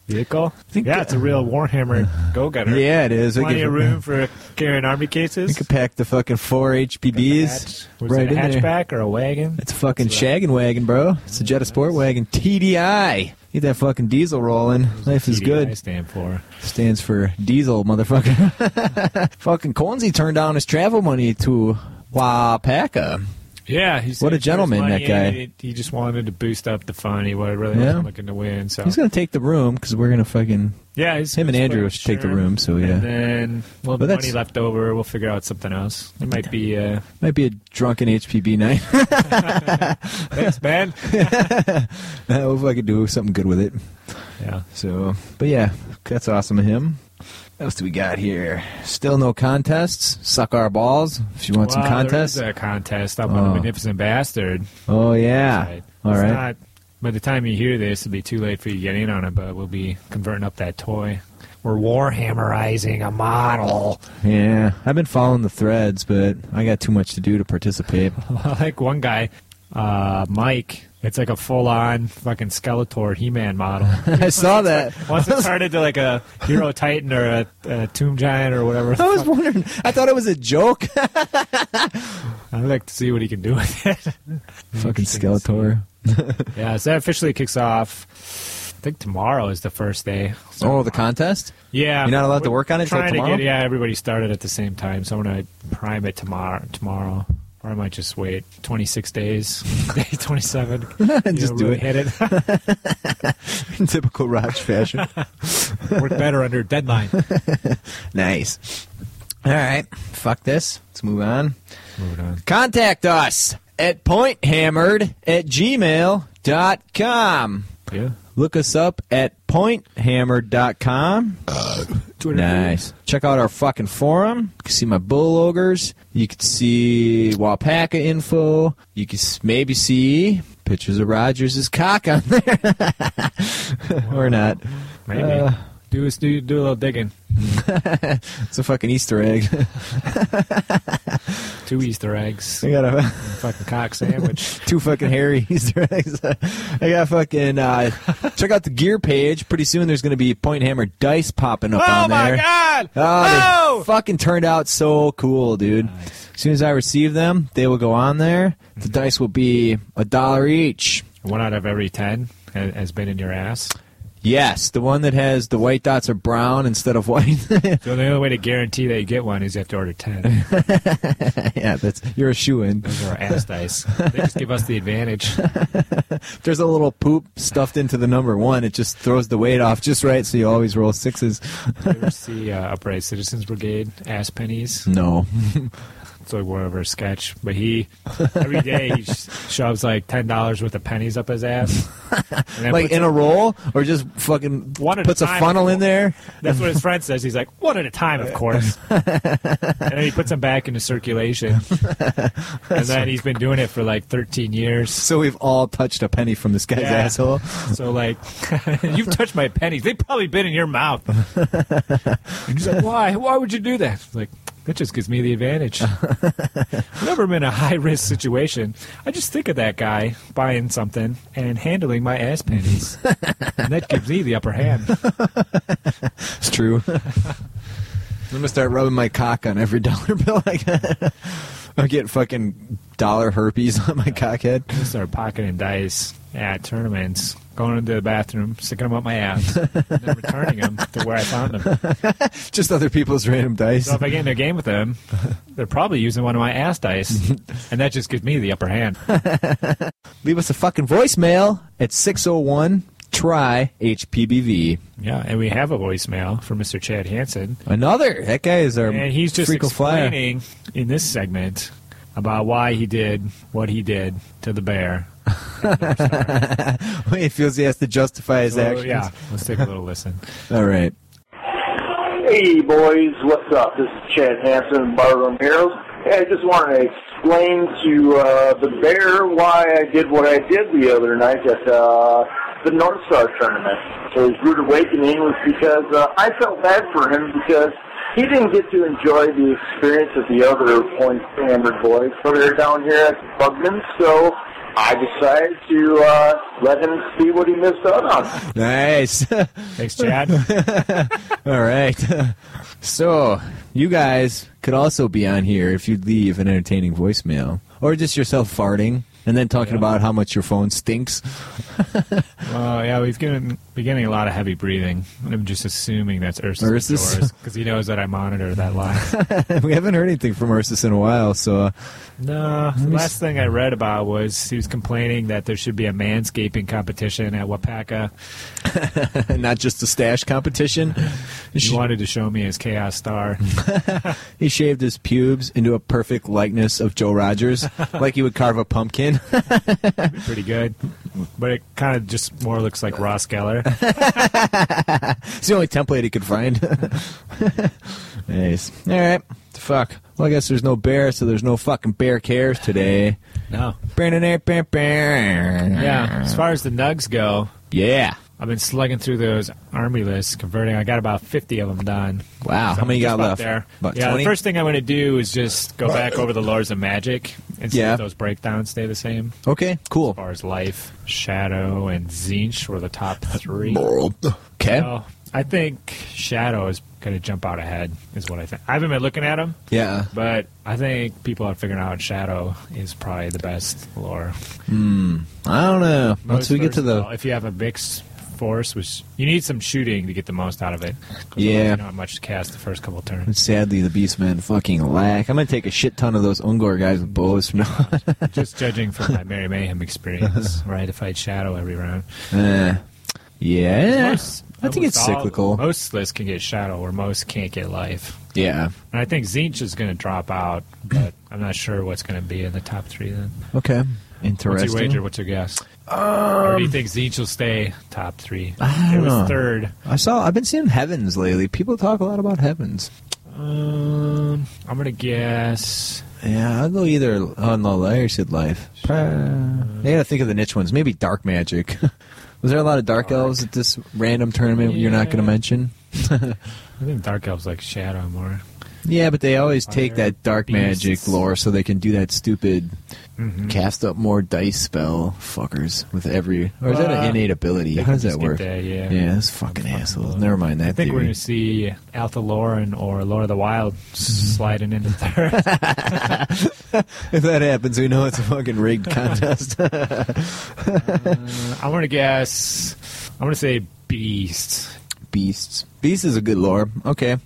Speaker 1: Vehicle.
Speaker 2: Think- uh,
Speaker 1: yeah, it's a real Warhammer go getter.
Speaker 2: Yeah, it is. We
Speaker 1: Plenty
Speaker 2: could-
Speaker 1: of room for carrying army
Speaker 2: We
Speaker 1: cases.
Speaker 2: could pack the fucking four HPBs
Speaker 1: Hatch- Was
Speaker 2: right
Speaker 1: it a
Speaker 2: in there.
Speaker 1: hatchback or a wagon?
Speaker 2: It's a fucking
Speaker 1: That's
Speaker 2: shaggin' wagon, bro. It's a Jetta Sport wagon. TDI. Get that fucking diesel rolling. Life is
Speaker 1: TDI
Speaker 2: good.
Speaker 1: stand for.
Speaker 2: Stands for diesel, motherfucker. fucking Conzi turned down his travel money to Wapaka.
Speaker 1: Yeah, he's
Speaker 2: What a gentleman, that guy.
Speaker 1: He, he just wanted to boost up the fun. He wa- really
Speaker 2: Yeah.
Speaker 1: wasn't looking to win. So
Speaker 2: He's gonna take the room because we're gonna fucking.
Speaker 1: yeah, he's,
Speaker 2: him and
Speaker 1: he's
Speaker 2: Andrew
Speaker 1: playing
Speaker 2: should take the
Speaker 1: sure.
Speaker 2: room, so yeah.
Speaker 1: and then well, the
Speaker 2: But that's-
Speaker 1: money left over, we'll figure out something else. It might be uh,
Speaker 2: Might be a drunken HPB night.
Speaker 1: uh, thanks, man.
Speaker 2: we'll fucking do something good with it.
Speaker 1: yeah,
Speaker 2: So, but yeah, that's awesome of him. What else do we got here? Still no contests. Suck our balls if you want some
Speaker 1: Well, there
Speaker 2: contests.
Speaker 1: is a contest up
Speaker 2: Oh.
Speaker 1: on the Magnificent Bastard.
Speaker 2: oh yeah.
Speaker 1: Right.
Speaker 2: All
Speaker 1: It's
Speaker 2: right.
Speaker 1: not- by the time you hear this, it'll be too late for you to get in on it. But we'll be converting up that toy. We're Warhammerizing a model.
Speaker 2: Yeah, I've been following the threads, but I got too much to do to participate.
Speaker 1: like one guy, uh, Mike. It's like a full-on fucking Skeletor He-Man model.
Speaker 2: I saw that.
Speaker 1: Once it started to like a Hero Titan or a, a Tomb Giant or whatever,
Speaker 2: I was wondering. I thought it was a joke.
Speaker 1: I'd like to see what he can do with it.
Speaker 2: Fucking Skeletor.
Speaker 1: yeah, so that officially kicks off. I think tomorrow is the first day. So,
Speaker 2: Oh, the contest.
Speaker 1: yeah,
Speaker 2: You're not allowed to
Speaker 1: we're
Speaker 2: work on it till
Speaker 1: trying to
Speaker 2: tomorrow?
Speaker 1: get- yeah, everybody started at the same time, so I'm gonna prime it tomorrow. Tomorrow. Or I might just wait 26 days, day 27. you
Speaker 2: Just
Speaker 1: know,
Speaker 2: do
Speaker 1: really
Speaker 2: it.
Speaker 1: Hit it.
Speaker 2: In typical Raj fashion.
Speaker 1: Work better under deadline.
Speaker 2: nice. All right. Fuck this. Let's move on.
Speaker 1: Moving on.
Speaker 2: Contact us at pointhammered at gmail.com.
Speaker 1: Yeah.
Speaker 2: Look us up at pointhammered.com. Nice. Check out our fucking forum. You can see my bullogers. You can see Wapaka info. You can s- maybe see pictures of Rogers' cock on there. or not.
Speaker 1: Maybe.
Speaker 2: Uh,
Speaker 1: do, us- do do a little digging.
Speaker 2: It's a fucking Easter egg.
Speaker 1: Two Easter eggs.
Speaker 2: I got a
Speaker 1: fucking cock sandwich.
Speaker 2: two fucking hairy Easter eggs. I got fucking uh, check out the gear page. Pretty soon there's gonna be point hammer dice popping up
Speaker 1: Oh
Speaker 2: on there.
Speaker 1: god!
Speaker 2: Oh, they fucking turned out so cool, dude. As soon as I receive them, they will go on there. The
Speaker 1: Mm-hmm.
Speaker 2: dice will be a dollar each.
Speaker 1: One out of every ten ha- has been in your ass.
Speaker 2: Yes, the one that has the white dots are brown instead of white.
Speaker 1: So the only way to guarantee that you get one is you have to order ten.
Speaker 2: yeah, that's you're a shoe in.
Speaker 1: Those are ass dice. They just give us the advantage.
Speaker 2: There's a little poop stuffed into the number one. It just throws the weight off just right, so you always roll sixes.
Speaker 1: You ever see uh, Upright Citizens Brigade ass pennies?
Speaker 2: No,
Speaker 1: It's like one of our sketch. But he every day he sh- shoves like ten dollars worth of pennies up his ass. And then
Speaker 2: like
Speaker 1: puts-
Speaker 2: in a roll or just fucking
Speaker 1: One at a
Speaker 2: puts a
Speaker 1: time.
Speaker 2: funnel in there.
Speaker 1: that's what his friend says. He's like one at a time, of course. and then he puts them back into circulation. and then he's been doing it for like 13 years.
Speaker 2: So we've all touched a penny from this guy's
Speaker 1: Yeah.
Speaker 2: asshole.
Speaker 1: So like, you've touched my pennies. They've probably been in your mouth. And he's like, why? Why would you do that? It's like, that just gives me the advantage. Whenever I'm in a high risk situation, I just think of that guy buying something and handling my ass pennies, and that gives me the upper hand.
Speaker 2: true. I'm gonna start rubbing my cock on every dollar bill I get. I get fucking dollar herpes on my cock head.
Speaker 1: Just start pocketing dice at tournaments, going into the bathroom, sticking them up my ass, and then returning them to where I found them.
Speaker 2: Just other people's random dice.
Speaker 1: So if I get in a game with them, they're probably using one of my ass dice, and that just gives me the upper hand.
Speaker 2: Leave us a fucking voicemail at 601 try HPBV.
Speaker 1: Yeah, and we have a voicemail from Mr. Chad Hansen,
Speaker 2: Another. That guy is our
Speaker 1: and he's just
Speaker 2: frequent flyer.
Speaker 1: explaining in this segment about why he did what he did to the bear.
Speaker 2: he feels he has to justify his
Speaker 1: So,
Speaker 2: actions.
Speaker 1: yeah, let's take a little listen.
Speaker 2: All right.
Speaker 5: Hey boys, what's up? This is Chad Hansen, Barroom Heroes. Hey, I just wanted to explain to uh, the bear why I did what I did the other night at uh, the North Star tournament. So his rude awakening was because uh, I felt bad for him because he didn't get to enjoy the experience of the other Point Hammered boys that are down here at Bugman. So I decided to uh, let him see what he missed out on.
Speaker 2: Nice. All
Speaker 1: Thanks, Chad.
Speaker 2: right. So, you guys could also be on here if you'd leave an entertaining voicemail or just yourself farting and then talking about how much your phone stinks.
Speaker 1: Well, yeah, we've been been getting a lot of heavy breathing. I'm just assuming that's Ursus
Speaker 2: Ursus?
Speaker 1: because he knows that I monitor that line.
Speaker 2: we haven't heard anything from Ursus in a while, so uh,
Speaker 1: no, the
Speaker 2: me
Speaker 1: last
Speaker 2: s-
Speaker 1: thing I read about was he was complaining that there should be a manscaping competition at Wapaka.
Speaker 2: uh, not just a stash competition.
Speaker 1: He wanted to show me his Chaos Star.
Speaker 2: He shaved his pubes into a perfect likeness of Joe Rogers, like he would carve a pumpkin.
Speaker 1: Pretty good, but it kind of just more looks like Ross Geller.
Speaker 2: it's the only template he could find. nice. All right. Fuck. Well, I guess there's no bear, so there's no fucking bear cares today.
Speaker 1: No, yeah.
Speaker 2: Yeah.
Speaker 1: As far as the nugs go,
Speaker 2: Yeah.
Speaker 1: I've been slugging through those army lists, converting. I got about 50 of them done.
Speaker 2: Wow.
Speaker 1: So
Speaker 2: How many you
Speaker 1: just
Speaker 2: got
Speaker 1: about
Speaker 2: left?
Speaker 1: There.
Speaker 2: About
Speaker 1: yeah,
Speaker 2: 20?
Speaker 1: the first thing I'm going to do is just go back over the lords of magic and see
Speaker 2: Yeah.
Speaker 1: if those breakdowns stay the same.
Speaker 2: Okay, cool.
Speaker 1: As far as life, shadow, and Zinch were the top three.
Speaker 2: Okay.
Speaker 1: Well, I think shadow is going to jump out ahead, is what I think. I haven't been looking at him,
Speaker 2: Yeah.
Speaker 1: but I think people are figuring out shadow is probably the best lore.
Speaker 2: I don't know. Once
Speaker 1: Most
Speaker 2: we get to
Speaker 1: versatile.
Speaker 2: the.
Speaker 1: if you have a mixed force, which you need some shooting to get the most out of it. 'Cause otherwise
Speaker 2: Yeah.
Speaker 1: you're not much to cast the first couple turns.
Speaker 2: Sadly, the Beastmen fucking lack. I'm going to take a shit ton of those Ungor guys with bows from now on.
Speaker 1: Just judging from my Mary Mayhem experience, where I had to fight Shadow every round.
Speaker 2: Uh, yeah.
Speaker 1: Most-
Speaker 2: I think it's
Speaker 1: almost all-
Speaker 2: cyclical.
Speaker 1: Most lists can get Shadow, where most can't get life.
Speaker 2: yeah.
Speaker 1: And I think Zinch is going to drop out, but I'm not sure what's going to be in the top three then.
Speaker 2: Okay.
Speaker 1: What's your wager?
Speaker 2: Interesting.
Speaker 1: What's your guess? or do you think Zinch will stay top three?
Speaker 2: Um, I
Speaker 1: it
Speaker 2: don't
Speaker 1: was
Speaker 2: know.
Speaker 1: third.
Speaker 2: I saw. I've been seeing heavens lately. People talk a lot about heavens.
Speaker 1: Um, I'm going to guess
Speaker 2: Yeah, I'll go either on the liar said life. I gotta think of the niche ones. Maybe dark magic. Was there a lot of dark, elves at this random tournament you're not gonna
Speaker 1: Yeah.
Speaker 2: mention?
Speaker 1: I think Dark Elves like Shadow more.
Speaker 2: Yeah, but they always take
Speaker 1: Fire
Speaker 2: that dark
Speaker 1: beasts. Mm-hmm.
Speaker 2: magic lore so they can do that stupid cast up more dice spell fuckers with every. Or is that an
Speaker 1: Uh,
Speaker 2: innate ability?
Speaker 1: they can
Speaker 2: How does that
Speaker 1: just get
Speaker 2: work?
Speaker 1: that, yeah.
Speaker 2: yeah, that's fucking assholes. Never mind that.
Speaker 1: I think we're
Speaker 2: theory.
Speaker 1: going to see Alta Lauren or Lord of the Wild
Speaker 2: Mm-hmm.
Speaker 1: sliding into third.
Speaker 2: If that happens, we know it's a fucking rigged contest.
Speaker 1: I'm going to guess. I'm going to say Beast.
Speaker 2: Beasts. Beast is a good lore. Okay.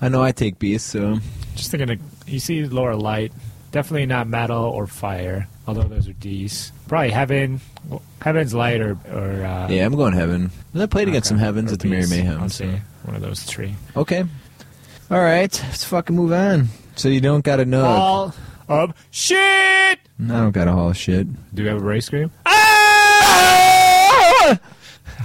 Speaker 2: I know I take beasts, so.
Speaker 1: Just thinking, of, you see Laura Light. Definitely not metal or fire, although those are D's. Probably Heaven, well, Heaven's Light or, or uh,
Speaker 2: Yeah, I'm going heaven. I played against some heavens
Speaker 1: or
Speaker 2: at the Merry
Speaker 1: Beast.
Speaker 2: Mayhem.
Speaker 1: I'll
Speaker 2: so-
Speaker 1: say one of those three.
Speaker 2: Okay. All right. Let's fucking move on. So you don't got to know.
Speaker 1: All of shit.
Speaker 2: I don't got to haul shit.
Speaker 1: Do we have a race scream?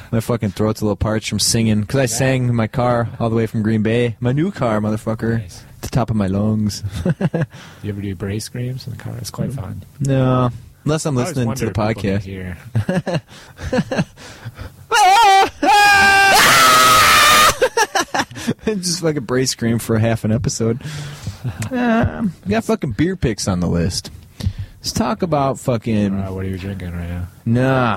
Speaker 2: My fucking throat's a little parched from singing because I sang in my car all the way from Green Bay. My new car, motherfucker.
Speaker 1: Nice.
Speaker 2: At the top of my lungs.
Speaker 1: Do you ever do brace screams in the car? It's quite fun.
Speaker 2: no. Unless I'm
Speaker 1: I always
Speaker 2: Mm. listening
Speaker 1: wonder
Speaker 2: to the
Speaker 1: if people can
Speaker 2: podcast.
Speaker 1: hear.
Speaker 2: Just like a brace scream for half an episode. Um, we got fucking beer picks on the list. Let's talk about
Speaker 1: All right,
Speaker 2: fucking
Speaker 1: uh, what are you drinking right now?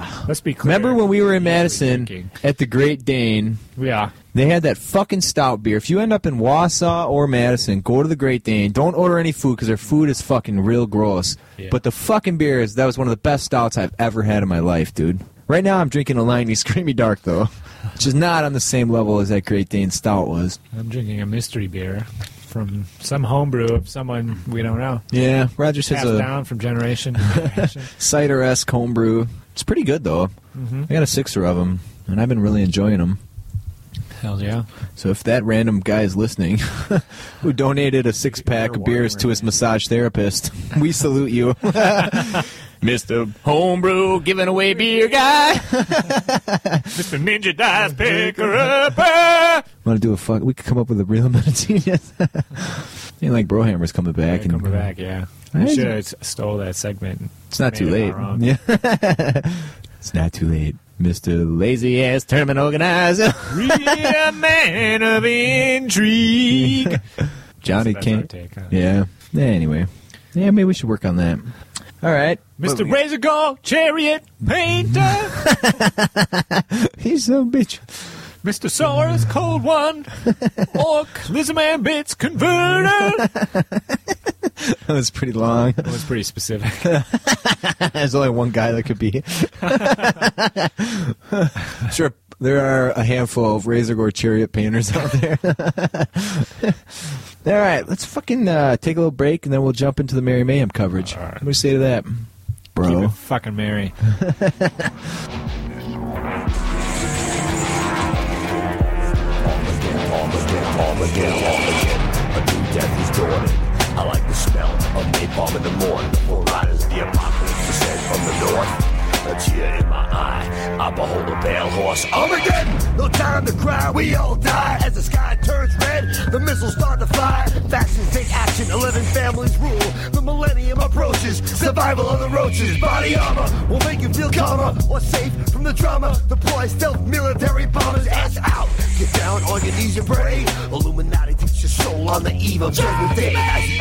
Speaker 2: nah.
Speaker 1: Let's be clear.
Speaker 2: Remember when we were in Madison
Speaker 1: drinking.
Speaker 2: at the Great Dane?
Speaker 1: Yeah.
Speaker 2: They had that fucking stout beer. If you end up in Wausau or Madison, go to the Great Dane. Don't order any food because their food is fucking real gross.
Speaker 1: Yeah.
Speaker 2: But the fucking beer is that was one of the best stouts I've ever had in my life, dude. Right now I'm drinking a Liney Screamy Dark though, which is not on the same level as that Great Dane stout was.
Speaker 1: I'm drinking a mystery beer from some homebrew of someone we don't know.
Speaker 2: Yeah, Rogers has
Speaker 1: Passed
Speaker 2: a
Speaker 1: down from generation to generation.
Speaker 2: cider esque homebrew. It's pretty good though. I got a sixer of them, and I've been really enjoying them.
Speaker 1: Hell yeah.
Speaker 2: So if that random guy is listening, who donated a six pack of beers to his massage therapist, we salute you, Mister Homebrew, giving away beer guy.
Speaker 1: Mr. Ninja Dice Picker Up.
Speaker 2: Want to do a fuck? We could come up with a real Meditinas. and like Brohammer's coming back, and
Speaker 1: Coming back, yeah.
Speaker 2: I-
Speaker 1: I should have stole that segment.
Speaker 2: it's not too
Speaker 1: Made
Speaker 2: late.
Speaker 1: it all wrong.
Speaker 2: Yeah, it's not too late, Mister Lazy Ass Tournament Organizer.
Speaker 1: a man of intrigue.
Speaker 2: Johnny
Speaker 1: That's our
Speaker 2: King.
Speaker 1: take on it.
Speaker 2: Yeah. Yeah, Anyway. Yeah, maybe we should work on that. All right.
Speaker 1: Mr. Razor Gold Chariot Painter.
Speaker 2: He's so bitch.
Speaker 1: Mr. Soros Cold One. Orc Lizaman Bits Converter.
Speaker 2: That was pretty long.
Speaker 1: That was pretty specific.
Speaker 2: There's only one guy that could be. sure. There are a handful of Razor Gore Chariot painters out there. All right, let's fucking uh, take a little break and then we'll jump into the Merry Mayhem coverage.
Speaker 1: All right.
Speaker 2: What do you say to that,
Speaker 1: Keep
Speaker 2: bro?
Speaker 1: it fucking merry.
Speaker 3: I like the smell of napalm in the morning. Four riders, the apocalypse descend from the north. A tear in my eye, I behold a pale horse. Armageddon, no time to cry. We all die as the sky turns red. The missiles start to fly. Factions take action. Eleven families rule. The millennium approaches. Survival of the roaches. Body armor will make you feel calmer or safe from the drama. Deploy stealth military bombers. Ass out. Get down on your knees and pray. Illuminati takes your soul on the eve of judgment day. As you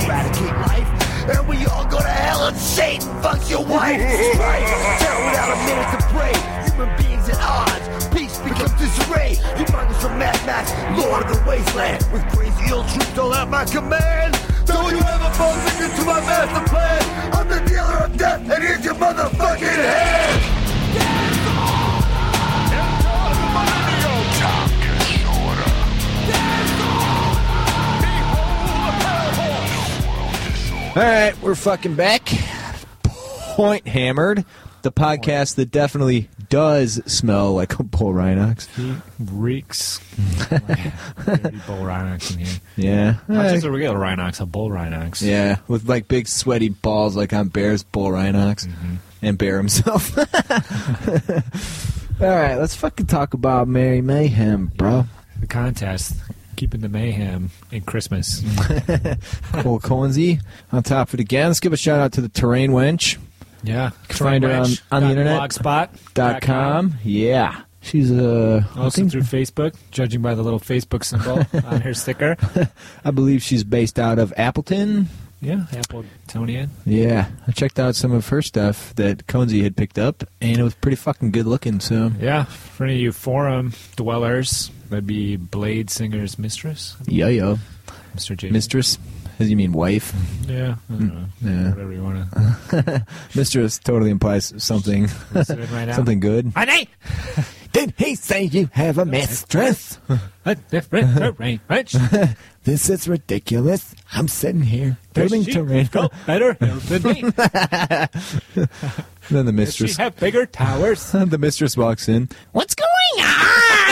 Speaker 3: to eradicate life. And we all go to hell and Satan fucks your wife. Right? Terror without a minute to pray. Human beings at odds. Peace becomes disarray. You minus from Mad Max, Lord of the Wasteland. With crazy old troops all at my command. Don't you ever fall victim to my master plan. I'm the dealer of death, and here's your motherfucking head.
Speaker 2: All right, we're fucking back. Point hammered. The podcast that definitely does smell like a bull rhinox.
Speaker 1: He reeks like dirty bull rhinox in here.
Speaker 2: Yeah.
Speaker 1: Not just a regular rhinox, a bull rhinox.
Speaker 2: Yeah, with like big sweaty balls like on Bear's bull rhinox and Bear himself. All right, let's fucking talk about Mary Mayhem, bro.
Speaker 1: The contest, keeping the mayhem in Christmas.
Speaker 2: Mm. Cole Coensy on top of it again. Let's give a shout out to the Terrain Wench.
Speaker 1: Yeah.
Speaker 2: Find her on- on the internet. Dot com. Yeah. She's uh, I,
Speaker 1: Also
Speaker 2: think,
Speaker 1: through Facebook, judging by the little Facebook symbol on her sticker.
Speaker 2: I believe she's based out of Appleton.
Speaker 1: Yeah, Appletonia.
Speaker 2: Yeah, I checked out some of her stuff that Conesy had picked up, and it was pretty fucking good looking. So,
Speaker 1: Yeah, for any of you forum dwellers, that'd be Blade Singer's mistress,
Speaker 2: yo yo,
Speaker 1: Mr. J.
Speaker 2: mistress, as you mean wife?
Speaker 1: Yeah, I don't know.
Speaker 2: Hmm. Yeah.
Speaker 1: whatever you want to
Speaker 2: Mistress totally implies something,
Speaker 1: listen right now.
Speaker 2: something good.
Speaker 1: Honey,
Speaker 2: Did he say you have a mistress?
Speaker 1: a different arrangement.
Speaker 2: This is ridiculous. I'm sitting here building
Speaker 1: Does she
Speaker 2: terrain.
Speaker 1: go better than me?
Speaker 2: Then the
Speaker 1: Does she
Speaker 2: mistress,
Speaker 1: have bigger towers?
Speaker 2: the mistress walks in. What's going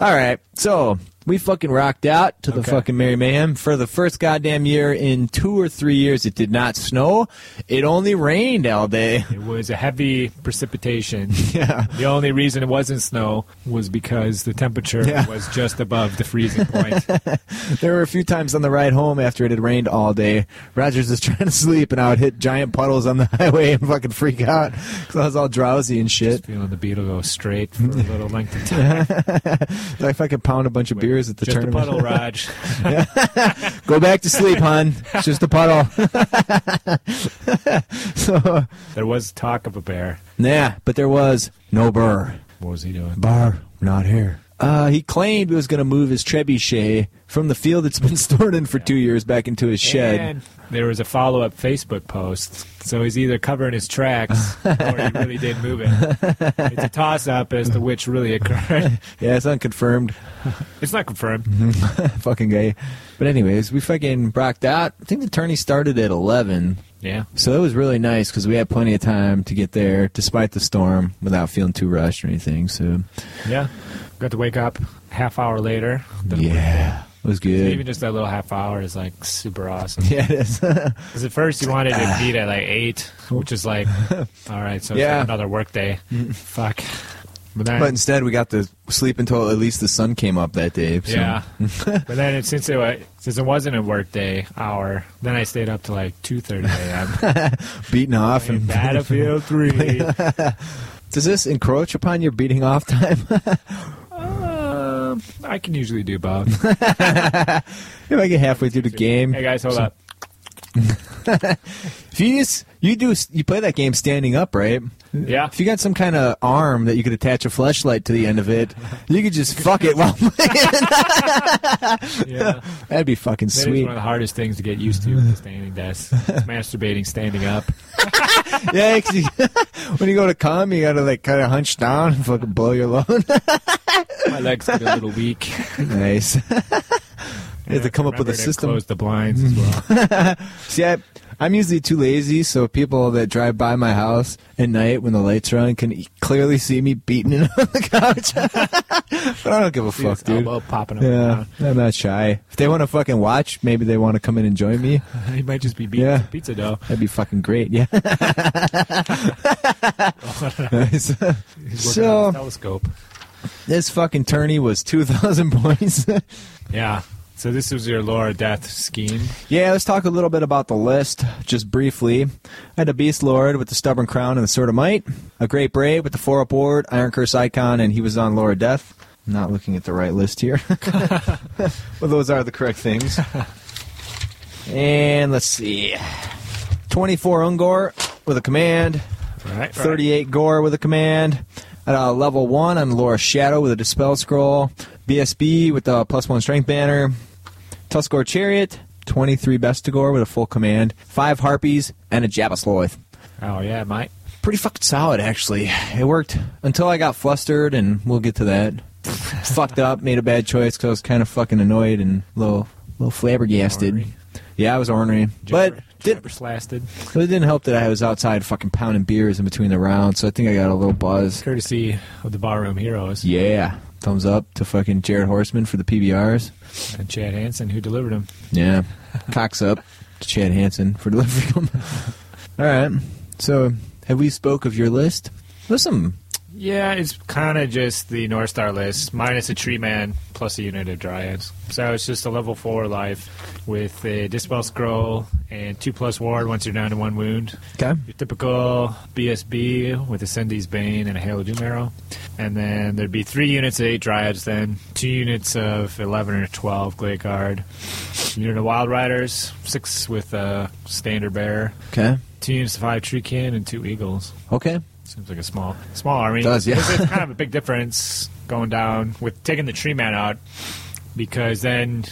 Speaker 2: All right, so we fucking rocked out to the
Speaker 1: Okay.
Speaker 2: fucking Merry Mayhem for the first goddamn year in two or three years. It did not snow. It only rained all day.
Speaker 1: It was a heavy precipitation.
Speaker 2: Yeah.
Speaker 1: The only reason it wasn't snow was because the temperature
Speaker 2: Yeah.
Speaker 1: was just above the freezing point.
Speaker 2: There were a few times on the ride home after it had rained all day. Rogers is trying to sleep, and I would hit giant puddles on the highway and fucking freak out because I was all drowsy and shit.
Speaker 1: Feeling the beetle go straight for a little length of time.
Speaker 2: Like if I could pound a bunch of
Speaker 1: Wake
Speaker 2: computers at the
Speaker 1: Just a
Speaker 2: tournament.
Speaker 1: puddle, Raj.
Speaker 2: Go back to sleep, hon. It's just a puddle. so,
Speaker 1: there was talk of a bear.
Speaker 2: nah, but there was no burr.
Speaker 1: What was he doing?
Speaker 2: Bar, not here. Uh, he claimed he was going to move his trebuchet from the field it's been stored in for two years back into his shed.
Speaker 1: And there was a follow-up Facebook post, so he's either covering his tracks or he really did move it. It's a toss-up as to which really occurred.
Speaker 2: yeah, it's unconfirmed.
Speaker 1: It's not confirmed.
Speaker 2: fucking guy. But anyways, we fucking rocked out. I think the tourney started at 11.
Speaker 1: Yeah.
Speaker 2: So it was really nice because we had plenty of time to get there despite the storm without feeling too rushed or anything. So,
Speaker 1: Yeah. Got to wake up half hour later.
Speaker 2: yeah, it was
Speaker 1: Even
Speaker 2: good.
Speaker 1: just that little half hour is like super awesome.
Speaker 2: Yeah, it is.
Speaker 1: Because at first you wanted to beat at like eight, which is like, all right, so it's
Speaker 2: Yeah.
Speaker 1: like another work day. Fuck. But then,
Speaker 2: but instead, we got to sleep until at least the sun came up that day. So.
Speaker 1: yeah. but then it, since it wa- since it wasn't a work day hour, then I stayed up to like two thirty a.m.
Speaker 2: Beating off.
Speaker 1: in
Speaker 2: And
Speaker 1: Battlefield Three.
Speaker 2: Does this encroach upon your beating off time?
Speaker 1: Um, I can usually do both.
Speaker 2: if I get halfway through the game,
Speaker 1: Hey guys, hold up.
Speaker 2: if you just you do you play that game standing up, right?
Speaker 1: Yeah.
Speaker 2: If you got some kind of arm that you could attach a flashlight to the end of it, you could just fuck it while playing.
Speaker 1: yeah.
Speaker 2: That'd be fucking
Speaker 1: That is
Speaker 2: sweet.
Speaker 1: one of the hardest things to get used to with the standing desk. It's masturbating standing up.
Speaker 2: Yeah, 'cause you- when you go to come, you gotta like kind of hunch down and fucking blow your load.
Speaker 1: My legs get a little weak.
Speaker 2: nice. you have to come up with a
Speaker 1: Remember to
Speaker 2: system.
Speaker 1: Close the blinds as well.
Speaker 2: See, I, I'm usually too lazy, so people that drive by my house at night when the lights are on can e- clearly see me beating it on the couch. but I don't give a
Speaker 1: See
Speaker 2: fuck,
Speaker 1: his
Speaker 2: dude.
Speaker 1: elbow popping up.
Speaker 2: Yeah, I'm not shy. If they want to fucking watch, maybe they want to come in and join me.
Speaker 1: and down. He might just be beating
Speaker 2: Yeah.
Speaker 1: some pizza dough.
Speaker 2: That'd be fucking great. Yeah. Nice.
Speaker 1: He's working
Speaker 2: So-
Speaker 1: on his telescope.
Speaker 2: this fucking tourney was 2,000 points.
Speaker 1: Yeah. So this was your Laura Death scheme.
Speaker 2: Yeah, let's talk a little bit about the list, just briefly. I had a Beast Lord with the Stubborn Crown and the Sword of Might, a Great Brave with the Four Up Ward, Iron Curse Icon, and he was on Lord of Death. I'm not looking at the right list here. well, those are the correct things. and let's see 24 Ungor with a command,
Speaker 1: All right.
Speaker 2: 38 Gore with a command. At uh, level 1 on Laura Shadow with a Dispel Scroll. BSB with a plus 1 Strength Banner. Tuskor Chariot. 23 Bestigor with a full command. 5 Harpies and a Jabasloith.
Speaker 1: Oh yeah, Mike.
Speaker 2: Pretty fucking solid, actually. It worked until I got flustered, and we'll get to that. Fucked up, made a bad choice because I was kind of fucking annoyed and a little, little flabbergasted.
Speaker 1: Ornery.
Speaker 2: Yeah, I was ornery.
Speaker 1: Jabber-
Speaker 2: but did,
Speaker 1: jabber slasted.
Speaker 2: it didn't help that I was outside fucking pounding beers in between the rounds, so I think I got a little buzz.
Speaker 1: Courtesy of the Barroom Heroes
Speaker 2: Yeah. Thumbs up to fucking Jared Horseman for the PBRs.
Speaker 1: and Chad Hansen, who delivered him.
Speaker 2: Yeah. Cocks up to Chad Hansen for delivering them. All right. So, have we spoke of your list? Listen.
Speaker 1: Yeah, it's kind of just the North Star list minus a tree man plus a unit of dryads. So it's just a level four life with a dispel scroll and two plus ward once you're down to one wound.
Speaker 2: Okay.
Speaker 1: Your typical BSB with a Cindy's Bane and a Halo Doom arrow. And then there'd be three units of eight Dryads, then two units of 11 or 12 Glade Guard, a unit of Wild Riders, six with a Standard Bear,
Speaker 2: Okay.
Speaker 1: two units of five Treekin, and two Eagles.
Speaker 2: Okay.
Speaker 1: Seems like a small, small army.
Speaker 2: Does, yeah.
Speaker 1: There's kind of a big difference going down with taking the tree man out because then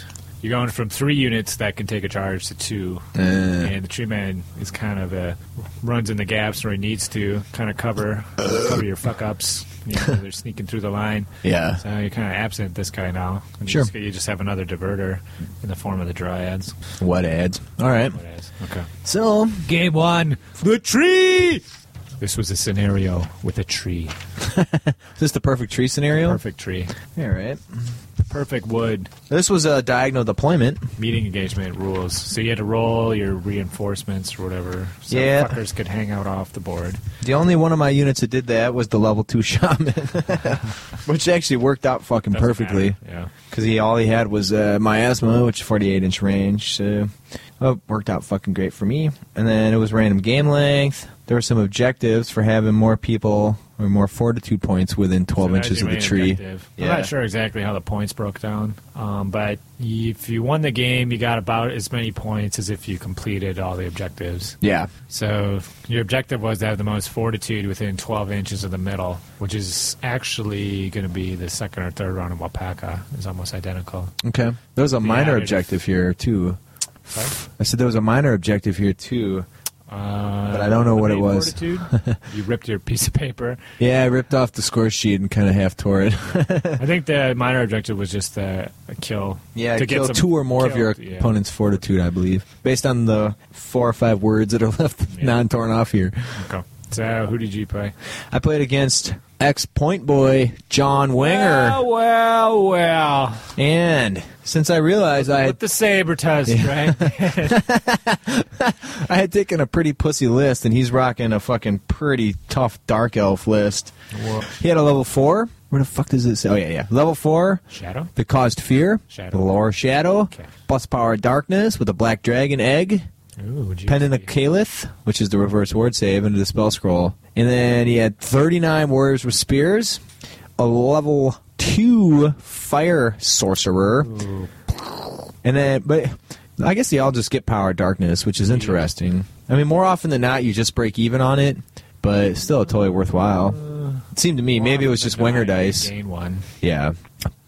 Speaker 1: you're going from three units that can take a charge to two,
Speaker 2: Uh,
Speaker 1: and the tree man is kind of a runs in the gaps where he needs to kind of cover cover your fuck ups. You know, they're sneaking through the line.
Speaker 2: Yeah.
Speaker 1: So you're kind of absent this guy now. And
Speaker 2: Sure.
Speaker 1: You just, you just have another diverter in the form of the dryads.
Speaker 2: What ads? All right.
Speaker 1: What is- Okay.
Speaker 2: So,
Speaker 1: Game one. The tree. This was a scenario with a tree.
Speaker 2: is this the perfect tree scenario?
Speaker 1: Perfect tree.
Speaker 2: All right.
Speaker 1: Perfect wood
Speaker 2: This was a diagonal deployment.
Speaker 1: meeting engagement rules. So you had to roll your reinforcements or whatever. So
Speaker 2: Yeah.
Speaker 1: fuckers could hang out off the board.
Speaker 2: The only one of my units that did that was the level 2 shaman, which actually worked out fucking
Speaker 1: Doesn't
Speaker 2: perfectly.
Speaker 1: matter. Yeah.
Speaker 2: Because he all he had was uh, miasma, which is 48 inch range. So oh, worked out fucking great for me. And then it was random game length. there were some objectives for having more people or more fortitude points within 12
Speaker 1: So that's
Speaker 2: inches of
Speaker 1: your
Speaker 2: the
Speaker 1: main
Speaker 2: tree.
Speaker 1: objective. I'm not sure exactly how the points broke down, um, but y- if you won the game, you got about as many points as if you completed all the objectives.
Speaker 2: Yeah.
Speaker 1: So your objective was to have the most fortitude within 12 inches of the middle, which is actually going to be the second or third round of Wapaka. is almost identical.
Speaker 2: Okay. There was a minor
Speaker 1: additive.
Speaker 2: objective here too.
Speaker 1: Sorry?
Speaker 2: I said there was a minor objective here too.
Speaker 1: Uh,
Speaker 2: But I don't know what it
Speaker 1: main
Speaker 2: was.
Speaker 1: Fortitude, you ripped your piece of paper.
Speaker 2: Yeah, I ripped off the score sheet and kind of half tore it.
Speaker 1: I think the minor objective was just to kill.
Speaker 2: yeah,
Speaker 1: to get
Speaker 2: kill
Speaker 1: some-
Speaker 2: two or more of
Speaker 1: kill-
Speaker 2: your
Speaker 1: yeah.
Speaker 2: opponent's fortitude, I believe, based on the four or five words that are left
Speaker 1: Yeah.
Speaker 2: non-torn off here.
Speaker 1: Okay. So who did you play?
Speaker 2: I played against ex-point boy John Winger,
Speaker 1: Well, Ah, well, well.
Speaker 2: and since I realized I had
Speaker 1: With the saber test, right?
Speaker 2: I had taken a pretty pussy list, and he's rocking a fucking pretty tough dark elf list.
Speaker 1: Whoa.
Speaker 2: He had a level four. Where the fuck does it say? Oh yeah, yeah. Level four.
Speaker 1: Shadow?
Speaker 2: That caused fear.
Speaker 1: Shadow.
Speaker 2: The lore shadow.
Speaker 1: Okay.
Speaker 2: Plus power darkness with a black dragon egg.
Speaker 1: Ooh, geez.
Speaker 2: Pendant of Caliph, which is the reverse word save into the spell scroll. And then he had 39 warriors with spears, a level 2 fire sorcerer. And then, but I guess they all just get power darkness, which
Speaker 1: Mm-hmm.
Speaker 2: is interesting. I mean, more often than not, you just break even on it, but still totally worthwhile.
Speaker 1: Uh,
Speaker 2: It seemed to me, maybe it was just winger dice.
Speaker 1: Gain one.
Speaker 2: Yeah.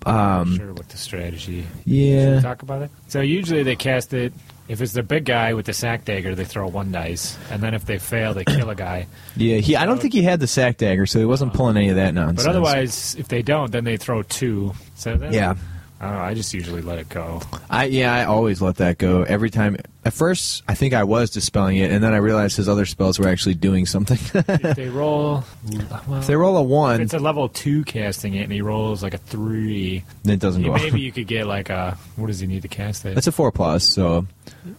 Speaker 1: sure, with the strategy. Should we
Speaker 2: Yeah.
Speaker 1: talk about it? So usually they cast it. If it's the big guy with the sack dagger, they throw one dice, and then if they fail, they kill a guy.
Speaker 2: Yeah, he, I don't think he had the sack dagger, so he wasn't pulling any of that nonsense.
Speaker 1: Uh, But otherwise, if they don't, then they throw two. So then,
Speaker 2: Yeah.
Speaker 1: I don't know. I just usually let it go.
Speaker 2: I yeah, I always let that go every time. At first, I think I was dispelling it, and then I realized his other spells were actually doing something.
Speaker 1: If they roll, well,
Speaker 2: if they roll a
Speaker 1: if
Speaker 2: one,
Speaker 1: it's a level two casting it, and he rolls like a three.
Speaker 2: then it doesn't
Speaker 1: you-
Speaker 2: go.
Speaker 1: Maybe
Speaker 2: off.
Speaker 1: you could get like a what does he need to cast it?
Speaker 2: That's a four plus, so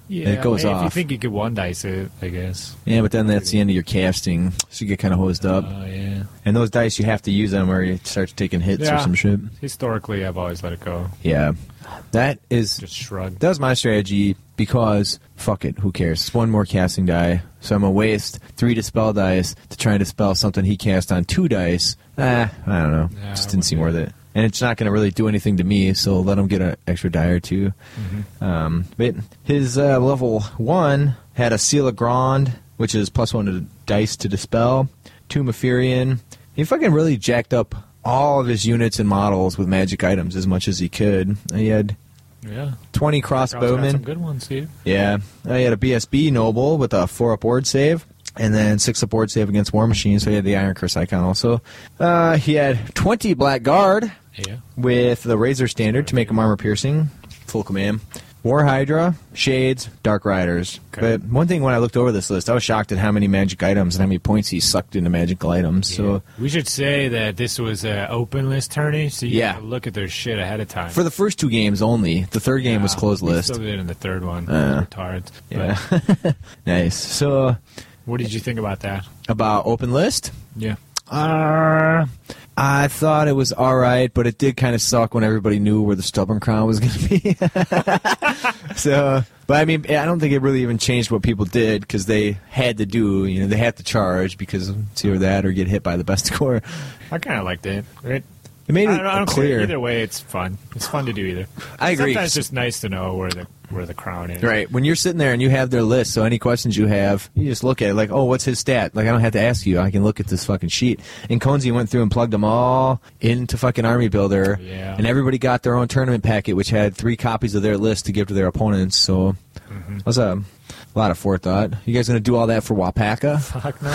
Speaker 1: yeah,
Speaker 2: it goes
Speaker 1: if you
Speaker 2: off.
Speaker 1: think you could one dice it, I guess.
Speaker 2: yeah. But then that's the end of your casting, so you get kind of hosed
Speaker 1: Oh
Speaker 2: up.
Speaker 1: yeah.
Speaker 2: And those dice, you have to use them, or it starts taking hits or
Speaker 1: Yeah.
Speaker 2: some shit.
Speaker 1: Historically, I've always let it go.
Speaker 2: Yeah, that is
Speaker 1: Just shrug.
Speaker 2: That was my strategy because fuck it, who cares? It's one more casting die, so I'm gonna waste three dispel dice to try and dispel something he cast on two dice. Ah, I don't know.
Speaker 1: Yeah,
Speaker 2: Just
Speaker 1: I
Speaker 2: didn't seem worth
Speaker 1: wouldn't.
Speaker 2: it. And it's not gonna really do anything to me, so let him get an extra die or 2
Speaker 1: Mm-hmm.
Speaker 2: Um, but his uh, level one had a seal of grand, which is plus one to dice to dispel. Tomb of Furion. He fucking really jacked up all of his units and models with magic items as much as he could. He had
Speaker 1: Yeah.
Speaker 2: 20
Speaker 1: Crowd's got some
Speaker 2: crossbowmen.
Speaker 1: good ones, dude.
Speaker 2: Yeah. Uh, he had a BSB Noble with a 4 up ward save, and then 6 up ward save against War Machine, so he had the Iron Curse icon also. Uh, he had 20 Black Guard
Speaker 1: Yeah.
Speaker 2: with the Razor Standard to make him armor piercing, full command. War Hydra, Shades, Dark Riders.
Speaker 1: Okay.
Speaker 2: But one thing when I looked over this list, I was shocked at how many magic items and how many points he sucked into magical items. So
Speaker 1: we should say that this was an open list tourney, so you
Speaker 2: Yeah.
Speaker 1: yeah. look at their shit ahead of time.
Speaker 2: for the first two games only, the third game was
Speaker 1: Yeah,
Speaker 2: closed
Speaker 1: we
Speaker 2: list. Uh,
Speaker 1: Still did in the third one. Retards. But
Speaker 2: yeah. nice. So
Speaker 1: what did you think about that?
Speaker 2: about open list,
Speaker 1: Yeah.
Speaker 2: Uh, I thought it was all right, but it did kind of suck when everybody knew where the stubborn crown was going to be. so, but I mean, I don't think it really even changed what people did because they had to do, you know, they had to charge because it's either that or get hit by the best score.
Speaker 1: I kind of liked it. It,
Speaker 2: It made
Speaker 1: I
Speaker 2: it
Speaker 1: don't, I don't
Speaker 2: clear.
Speaker 1: Care. Either way, it's fun. It's fun to do either.
Speaker 2: I agree.
Speaker 1: Sometimes it's just nice to know where the where the crown is.
Speaker 2: Right. When you're sitting there and you have their list, so any questions you have, you just look at it like, oh, what's his stat? Like, I don't have to ask you. I can look at this fucking sheet. And Conzi went through and plugged them all into fucking Army Builder.
Speaker 1: Yeah.
Speaker 2: And everybody got their own tournament packet, which had three copies of their list to give to their opponents. So
Speaker 1: Mm-hmm.
Speaker 2: that was a lot of forethought. You guys going to do all that for Wapaka?
Speaker 1: Fuck no.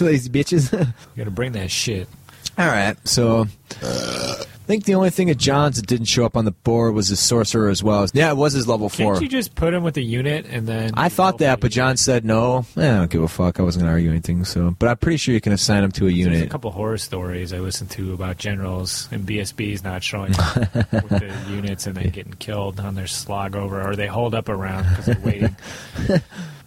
Speaker 1: you
Speaker 2: Lazy bitches.
Speaker 1: gotta bring that shit.
Speaker 2: All right, so I think the only thing of John's that didn't show up on the board was his sorcerer as well. Yeah, it was his level
Speaker 1: Can't
Speaker 2: four.
Speaker 1: you just put him with a unit and then?
Speaker 2: I thought that, but John said no. Eh, I don't give a fuck. I wasn't gonna argue anything. So, but I'm pretty sure you can assign him to a
Speaker 1: There's a
Speaker 2: unit.
Speaker 1: couple horror stories I listened to about generals and BSBs not showing up with the units and then getting killed on their slog over, or they hold up around because they're waiting.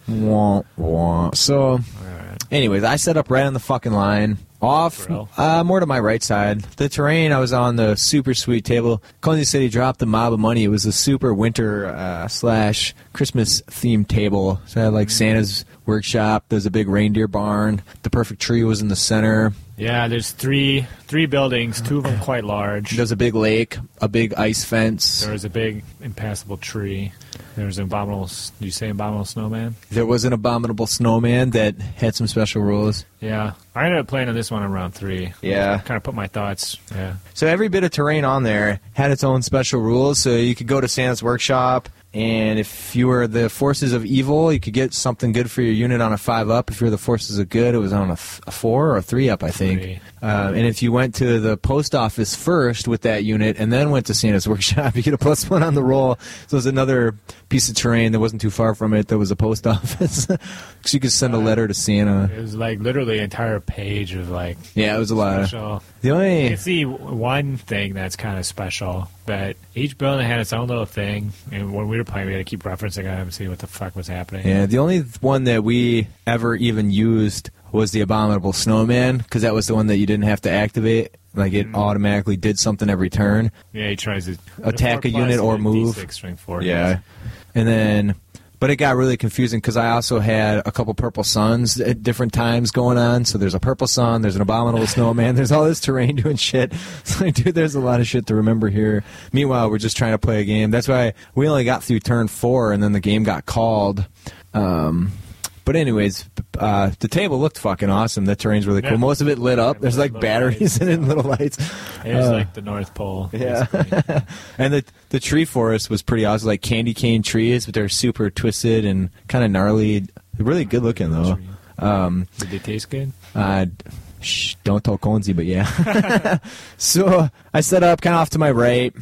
Speaker 2: Wah, wah. So,
Speaker 1: All right.
Speaker 2: anyways, I set up right on the fucking line. Off,
Speaker 1: Bro.
Speaker 2: uh, more to my right side. The terrain, I was on the super sweet table. Clinton City dropped the mob of money. It was a super winter uh, slash Christmas themed table. So I had like Santa's workshop. There's a big reindeer barn. The perfect tree was in the center.
Speaker 1: Yeah, there's three three buildings, two of them quite large.
Speaker 2: There's a big lake, a big ice fence.
Speaker 1: There was a big impassable tree. There was an abominable. s- Did you say abominable snowman?
Speaker 2: There was an abominable snowman that had some special rules.
Speaker 1: Yeah, I ended up playing on this one in round three.
Speaker 2: Yeah.
Speaker 1: kind of put my thoughts. Yeah,
Speaker 2: So every bit of terrain on there had its own special rules. So you could go to Santa's workshop, and if you were the forces of evil, you could get something good for your unit on a five up. If you were the forces of good, it was on a, f- a four or a three up, I
Speaker 1: Three.
Speaker 2: think. Uh, and if you went to the post office first with that unit, and then went to Santa's workshop, you get a plus one on the roll. So it's another piece of terrain that wasn't too far from it. That was a post office, because you could send a letter to Santa.
Speaker 1: it was like literally an entire page of like
Speaker 2: Yeah, it was a lot. Of,
Speaker 1: special.
Speaker 2: the
Speaker 1: You
Speaker 2: only
Speaker 1: can see w- one thing that's kind of special that each building had its own little thing, and when we were playing, we had to keep referencing it and see what the fuck was happening.
Speaker 2: Yeah, the only one that we ever even used was the Abominable Snowman because that was the one that you didn't have to activate. Like it automatically did something every turn.
Speaker 1: Yeah, he tries to
Speaker 2: Attack
Speaker 1: Four
Speaker 2: a
Speaker 1: plus
Speaker 2: unit or
Speaker 1: and a
Speaker 2: move.
Speaker 1: D6 string four.
Speaker 2: and then, but it got really confusing because I also had a couple Purple Suns at different times going on. So there's a Purple Sun, there's an Abominable Snowman, there's all this terrain doing shit. It's like, dude, there's a lot of shit to remember here. Meanwhile, we're just trying to play a game. That's why we only got through turn four, and then the game got called. Um, but anyways, uh, the table looked fucking awesome. The terrain's really cool.
Speaker 1: Yeah.
Speaker 2: Most of it lit up.
Speaker 1: Yeah,
Speaker 2: There's
Speaker 1: little-
Speaker 2: like
Speaker 1: little
Speaker 2: batteries
Speaker 1: lights,
Speaker 2: in it, and little lights.
Speaker 1: It was
Speaker 2: Uh,
Speaker 1: like the North Pole.
Speaker 2: yeah.
Speaker 1: basically.
Speaker 2: and the the tree forest was pretty awesome, like candy cane trees, but they're super twisted and kind of gnarly. Really good looking though. Um,
Speaker 1: Did they taste good?
Speaker 2: uh, shh, don't tell Conzi, but yeah. so I set up kind of off to my right,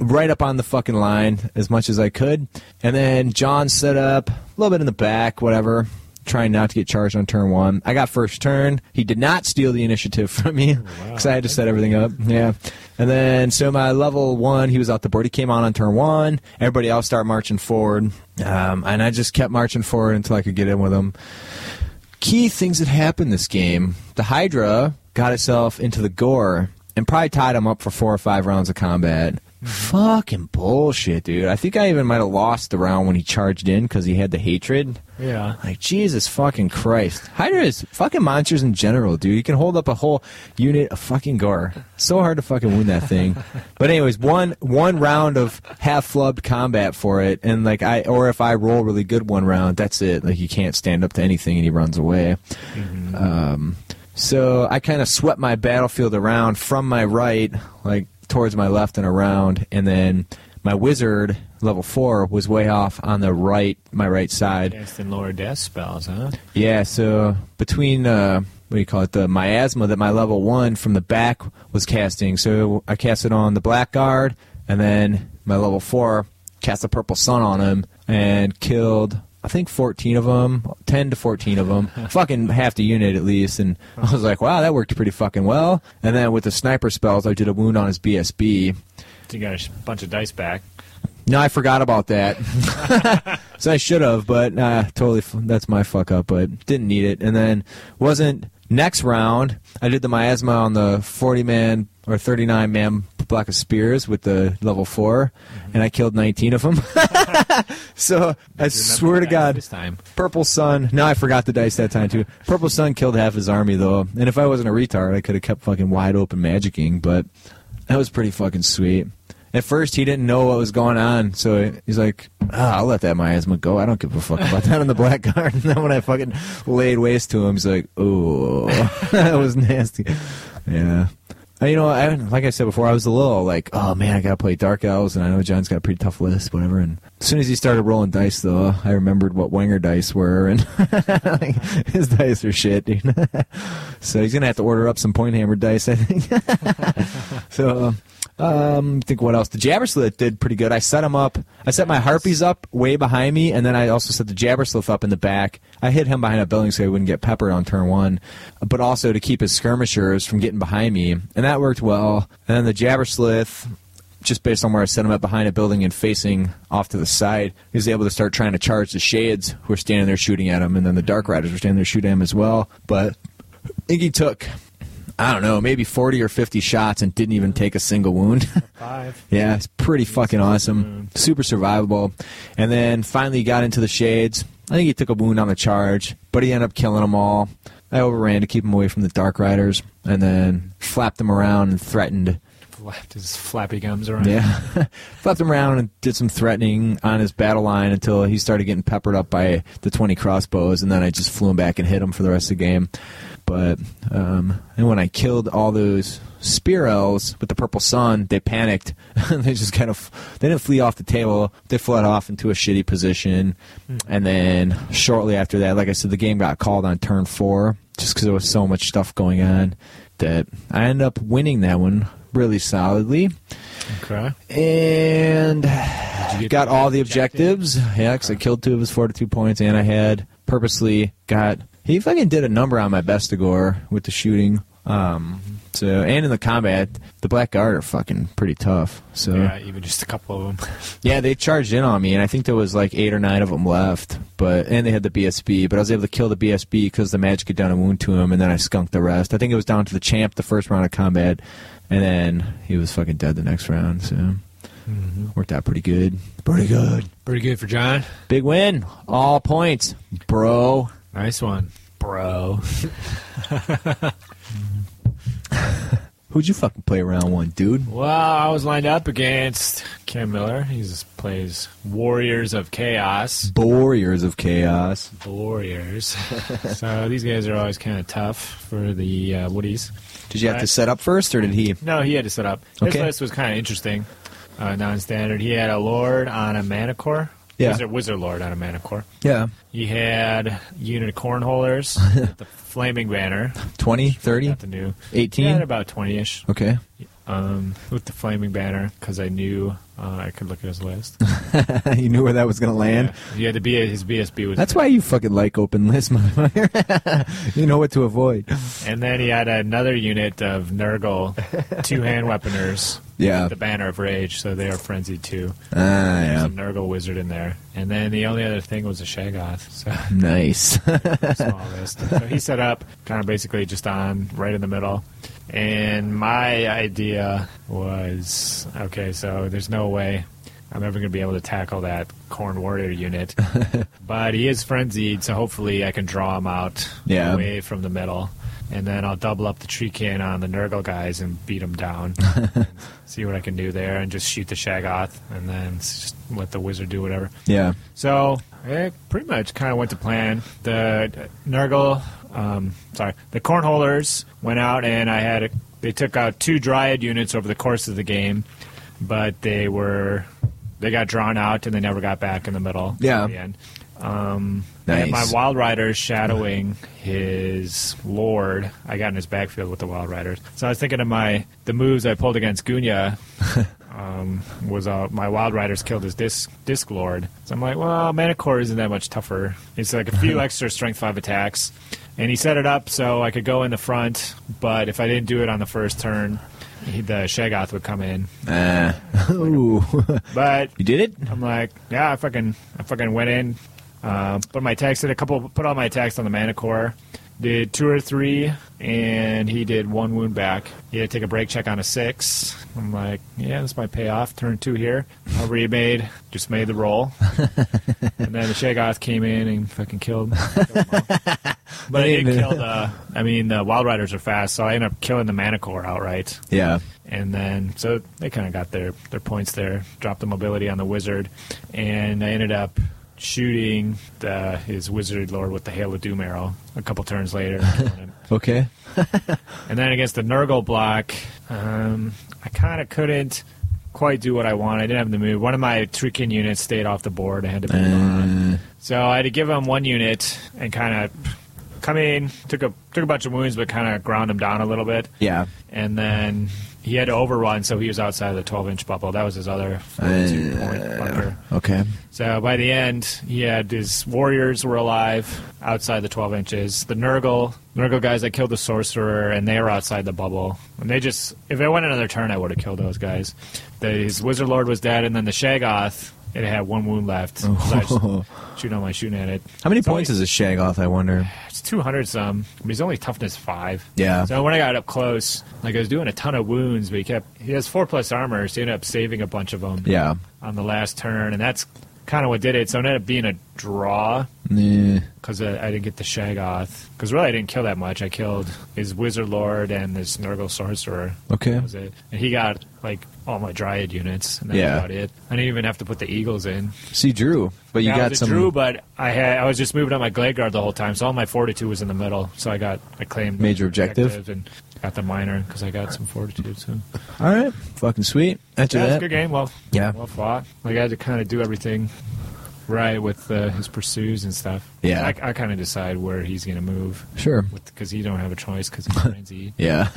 Speaker 2: right up on the fucking line as much as I could, and then John set up a little bit in the back, whatever. Trying not to get charged on turn one. I got first turn. He did not steal the initiative from me because I had to set everything up. Yeah, and then so my level one, he was out the board. He came on on turn one. Everybody else started marching forward, um, and I just kept marching forward until I could get in with him key things that happened this game. The Hydra got itself into the gore and probably tied him up for four or five rounds of combat. Fucking bullshit, dude. I think I even might have lost the round when he charged in because he had the hatred.
Speaker 1: Yeah.
Speaker 2: Like, Jesus fucking Christ. Hydra is fucking monsters in general, dude. You can hold up a whole unit of fucking gore. So hard to fucking win that thing. but anyways, one one round of half flubbed combat for it, and like I or if I roll really good one round, that's it. Like you can't stand up to anything and he runs away. Um, so I kind of swept my battlefield around from my right, like towards my left and around, and then my wizard level four was way off on the right, my right side.
Speaker 1: Casting lower death spells, huh?
Speaker 2: Yeah, so between uh, what do you call it, the miasma that my level one from the back was casting. So I cast it on the blackguard, and then my level four cast a purple sun on him and killed. I think 14 of them, 10 to 14 of them, fucking half the unit at least. And I was like, wow, that worked pretty fucking well. And then with the sniper spells, I did a wound on his BSB.
Speaker 1: So you got a sh- bunch of dice back.
Speaker 2: No, I forgot about that. so I should have, but uh, totally, f- that's my fuck up, but didn't need it. And then wasn't next round, I did the miasma on the 40 man or 39 man block of spears with the level 4, and I killed 19 of them. so I swear to
Speaker 1: Remember
Speaker 2: God.
Speaker 1: this time.
Speaker 2: Purple Sun. No, I forgot the dice that time too. Purple Sun killed half his army though, and if I wasn't a retard, I could have kept fucking wide open magicking. But that was pretty fucking sweet. At first, he didn't know what was going on, so he's like, ah, "I'll let that miasma go. I don't give a fuck about that on the black guard." And then when I fucking laid waste to him, he's like, "Oh, that was nasty." Yeah. Uh, You know, I, like I said before, I was a little like, oh man, I gotta play Dark Elves, and I know John's got a pretty tough list, whatever. And as soon as he started rolling dice, though, I remembered what Wenger dice were, and like, his dice are shit, dude. so he's gonna have to order up some point hammer dice, I think. so, um, think what else? The Jabberslit did pretty good. I set him up. I set my harpies up way behind me, and then I also set the Jabberslit up in the back. I hid him behind a building so he wouldn't get peppered on turn one, but also to keep his skirmishers from getting behind me, and that worked well. And then the Jabberslith, just based on where I set him up behind a building and facing off to the side, he was able to start trying to charge the Shades, who were standing there shooting at him, and then the Dark Riders were standing there shooting at him as well. But Iggy took I don't know, maybe 40 or 50 shots and didn't even take a single wound.
Speaker 1: Five.
Speaker 2: yeah, it's pretty fucking awesome. Super survivable. And then finally he got into the shades. I think he took a wound on the charge, but he ended up killing them all. I overran to keep him away from the Dark Riders and then flapped them around and threatened.
Speaker 1: Flapped his flappy gums around.
Speaker 2: Yeah. Flapped him around and did some threatening on his battle line until he started getting peppered up by the 20 crossbows, and then I just flew him back and hit him for the rest of the game. But, um, and when I killed all those spear elves with the purple sun, they panicked. they just kind of, they didn't flee off the table. They fled off into a shitty position. And then shortly after that, like I said, the game got called on turn four just because there was so much stuff going on that I ended up winning that one really solidly
Speaker 1: Okay.
Speaker 2: and
Speaker 1: you get
Speaker 2: got
Speaker 1: the Uh-huh.
Speaker 2: all the
Speaker 1: objectives?
Speaker 2: objectives. Yeah, 'cause I killed two of his forty-two points, and I had purposely got he fucking did a number on my Bestigor with the shooting. Um, so and in the combat, the Black Guard are fucking pretty tough. So
Speaker 1: Yeah, even just a couple of them.
Speaker 2: yeah, they charged in on me, and I think there was like eight or nine of them left. But and they had the BSB, but I was able to kill the BSB because the magic had done a wound to him, and then I skunked the rest. I think it was down to the champ the first round of combat, and then he was fucking dead the next round. So worked out pretty good. Pretty good.
Speaker 1: Pretty good for John.
Speaker 2: Big win, all points, bro.
Speaker 1: Nice one, bro.
Speaker 2: Who'd you fucking play round one, dude?
Speaker 1: Well, I was lined up against Cam Miller. He plays Warriors of Chaos.
Speaker 2: Warriors of Chaos.
Speaker 1: Warriors. so these guys are always kind of tough for the uh, Woodies.
Speaker 2: Did you have to set up first, or did he?
Speaker 1: No, he had to set up. His
Speaker 2: Okay.
Speaker 1: list was kind of interesting, uh, non-standard. He had a Lord on a Manticore.
Speaker 2: Yeah.
Speaker 1: Wizard, Wizard Lord on a Manticore.
Speaker 2: Yeah,
Speaker 1: He had unit of Cornholers, with the Flaming Banner.
Speaker 2: 20, 30,
Speaker 1: Not the new.
Speaker 2: 18?
Speaker 1: Yeah, about 20-ish.
Speaker 2: Okay.
Speaker 1: Um, with the Flaming Banner, because I knew uh, I could look at his list.
Speaker 2: you knew where that was gonna land.
Speaker 1: Yeah. He had to be his BSB was.
Speaker 2: That's why you fucking like open list, motherfucker. you know what to avoid.
Speaker 1: And then he had another unit of Nurgle, two hand weaponers.
Speaker 2: Yeah.
Speaker 1: The Banner of Rage, so they are frenzied too.
Speaker 2: Ah, yeah.
Speaker 1: Some Nurgle wizard in there. And then the only other thing was a Shagoth. So
Speaker 2: Nice.
Speaker 1: small list. So he set up kind of basically just on right in the middle. And my idea was okay, so there's no way I'm ever going to be able to tackle that Corn Warrior unit. but he is frenzied, so hopefully I can draw him out
Speaker 2: Yeah.
Speaker 1: away from the middle. And then I'll double up the tree can on the Nurgle guys and beat them down. see what I can do there and just shoot the Shagoth and then s- just let the wizard do whatever.
Speaker 2: yeah.
Speaker 1: So it pretty much kind of went to plan. The Nurgle, um, sorry, the Cornholers went out and I had a, they took out two Dryad units over the course of the game, but they were they got drawn out and they never got back in the middle.
Speaker 2: Yeah.
Speaker 1: at the end. Um,
Speaker 2: Nice.
Speaker 1: and my Wild Rider shadowing his Lord. I got in his backfield with the Wild Riders. So I was thinking of my the moves I pulled against Gunya um, was uh, my Wild Riders killed his disc, disc Lord. So I'm like, well, Manicore isn't that much tougher. It's like a few extra Strength 5 attacks. And he set it up so I could go in the front, but if I didn't do it on the first turn, he, the Shagoth would come in.
Speaker 2: Ah. Ooh.
Speaker 1: But
Speaker 2: you did it?
Speaker 1: I'm like, yeah, I fucking, I fucking went in, uh, put my attacks did a couple, put all my attacks on the Manicore, did two or three, and he did one wound back. He had to take a break check on a six. I'm like, yeah, this might pay off. Turn two here. I remade, just made the roll, and then the Shagoth came in and fucking killed. killed them all. But I did kill the. I mean, the Wild Riders are fast, so I ended up killing the Manicore outright
Speaker 2: Yeah.
Speaker 1: and then so they kind of got their their points there. Dropped the mobility on the wizard, and I ended up shooting the, his wizard lord with the hail of doom arrow a couple turns later.
Speaker 2: Okay.
Speaker 1: and then against the Nurgle block, um, I kind of couldn't quite do what I wanted. I didn't have the move. One of my Trikin units stayed off the board. I had to move on. So I had to give him one unit and kind of come in. Took a took a bunch of wounds, but kind of ground him down a little bit
Speaker 2: Yeah.
Speaker 1: and then he had to overrun, so he was outside of the 12 inch bubble. That was his other 42 point bunker.
Speaker 2: Okay.
Speaker 1: So by the end, he had his warriors were alive outside the 12 inches. The Nurgle, Nurgle guys that killed the sorcerer, and they were outside the bubble. And they just, if it went another turn, I would have killed those guys. The, his wizard lord was dead, and then the Shagoth and it had one wound left. So I just shooting on my shooting at it.
Speaker 2: How many
Speaker 1: It's only-
Speaker 2: points is a Shagoth, I wonder?
Speaker 1: It's 200 some. I mean, he's only toughness five.
Speaker 2: Yeah.
Speaker 1: So when I got up close, like I was doing a ton of wounds, but he kept, he has four plus armor, so he ended up saving a bunch of them
Speaker 2: Yeah.
Speaker 1: on the last turn, and that's kind of what did it. So it ended up being a draw
Speaker 2: Nah.
Speaker 1: because I, I didn't get the Shagoth. Because really, I didn't kill that much. I killed his Wizard Lord and this Nurgle Sorcerer.
Speaker 2: Okay.
Speaker 1: That was it. And he got, like, all my Dryad units, and that
Speaker 2: Yeah.
Speaker 1: was about it. I didn't even have to put the Eagles in.
Speaker 2: See, Drew. But you
Speaker 1: Yeah, I
Speaker 2: got
Speaker 1: was a
Speaker 2: some.
Speaker 1: Drew, but I had I was just moving on my glade guard the whole time, so all my fortitude was in the middle. So I got I claimed the
Speaker 2: Major objective?
Speaker 1: and got the minor because I got some fortitude. So
Speaker 2: All right. Fucking sweet. After
Speaker 1: yeah, it was a
Speaker 2: that.
Speaker 1: good game. Well,
Speaker 2: Yeah.
Speaker 1: well fought. Like I had to kind of do everything right with uh, his pursues and stuff.
Speaker 2: Yeah.
Speaker 1: I, I kind of decide where he's gonna move
Speaker 2: Sure.
Speaker 1: because he don't have a choice because he's frenzy.
Speaker 2: Yeah.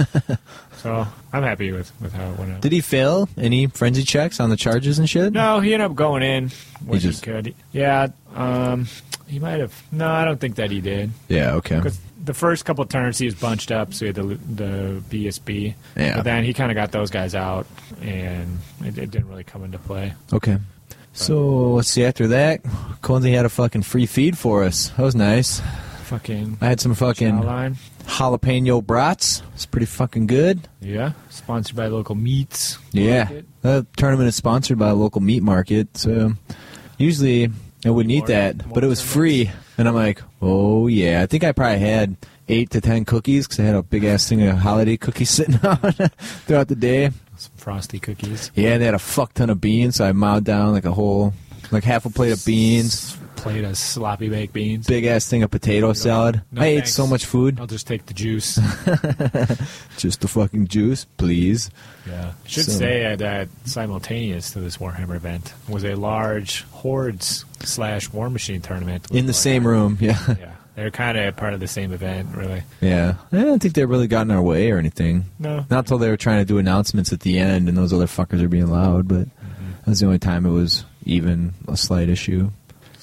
Speaker 1: So I'm happy with with how it went out.
Speaker 2: Did he fail any frenzy checks on the charges and shit?
Speaker 1: No, he ended up going in when he,
Speaker 2: just-
Speaker 1: could. Yeah, um, he might have. No, I don't think that he did.
Speaker 2: Yeah, okay.
Speaker 1: Because the first couple turns he was bunched up, so he had the the BSB.
Speaker 2: Yeah.
Speaker 1: But then he kind of got those guys out, and it, it didn't really come into play.
Speaker 2: Okay. So let's see. After that, Conzi had a fucking free feed for us. That was nice.
Speaker 1: Fucking
Speaker 2: I had some fucking
Speaker 1: line.
Speaker 2: jalapeno brats. It's pretty fucking good.
Speaker 1: Yeah. Sponsored by local meats.
Speaker 2: Yeah.
Speaker 1: Market.
Speaker 2: The tournament is sponsored by a local meat market, so usually I wouldn't eat
Speaker 1: More-
Speaker 2: that,
Speaker 1: more
Speaker 2: but it was
Speaker 1: tournaments.
Speaker 2: free, and I'm like, oh yeah. I think I probably had eight to ten cookies because I had a big ass thing of holiday cookies sitting on throughout the day.
Speaker 1: Some frosty cookies.
Speaker 2: Yeah, and they had a fuck ton of beans, so I mowed down like a whole, like half a plate of beans.
Speaker 1: Plate of sloppy baked beans.
Speaker 2: big ass thing of potato salad.
Speaker 1: no
Speaker 2: I ate
Speaker 1: thanks.
Speaker 2: so much food.
Speaker 1: I'll just take the juice.
Speaker 2: Just the fucking juice, please.
Speaker 1: yeah. Should
Speaker 2: So-
Speaker 1: say that simultaneous to this Warhammer event was a large hordes slash war machine tournament
Speaker 2: In the same room, yeah.
Speaker 1: Yeah. They're kind of part of the same event, really.
Speaker 2: Yeah. I don't think they really got in our way or anything.
Speaker 1: No.
Speaker 2: Not till they were trying to do announcements at the end and those other fuckers are being loud, but
Speaker 1: Mm-hmm.
Speaker 2: that was the only time it was even a slight issue.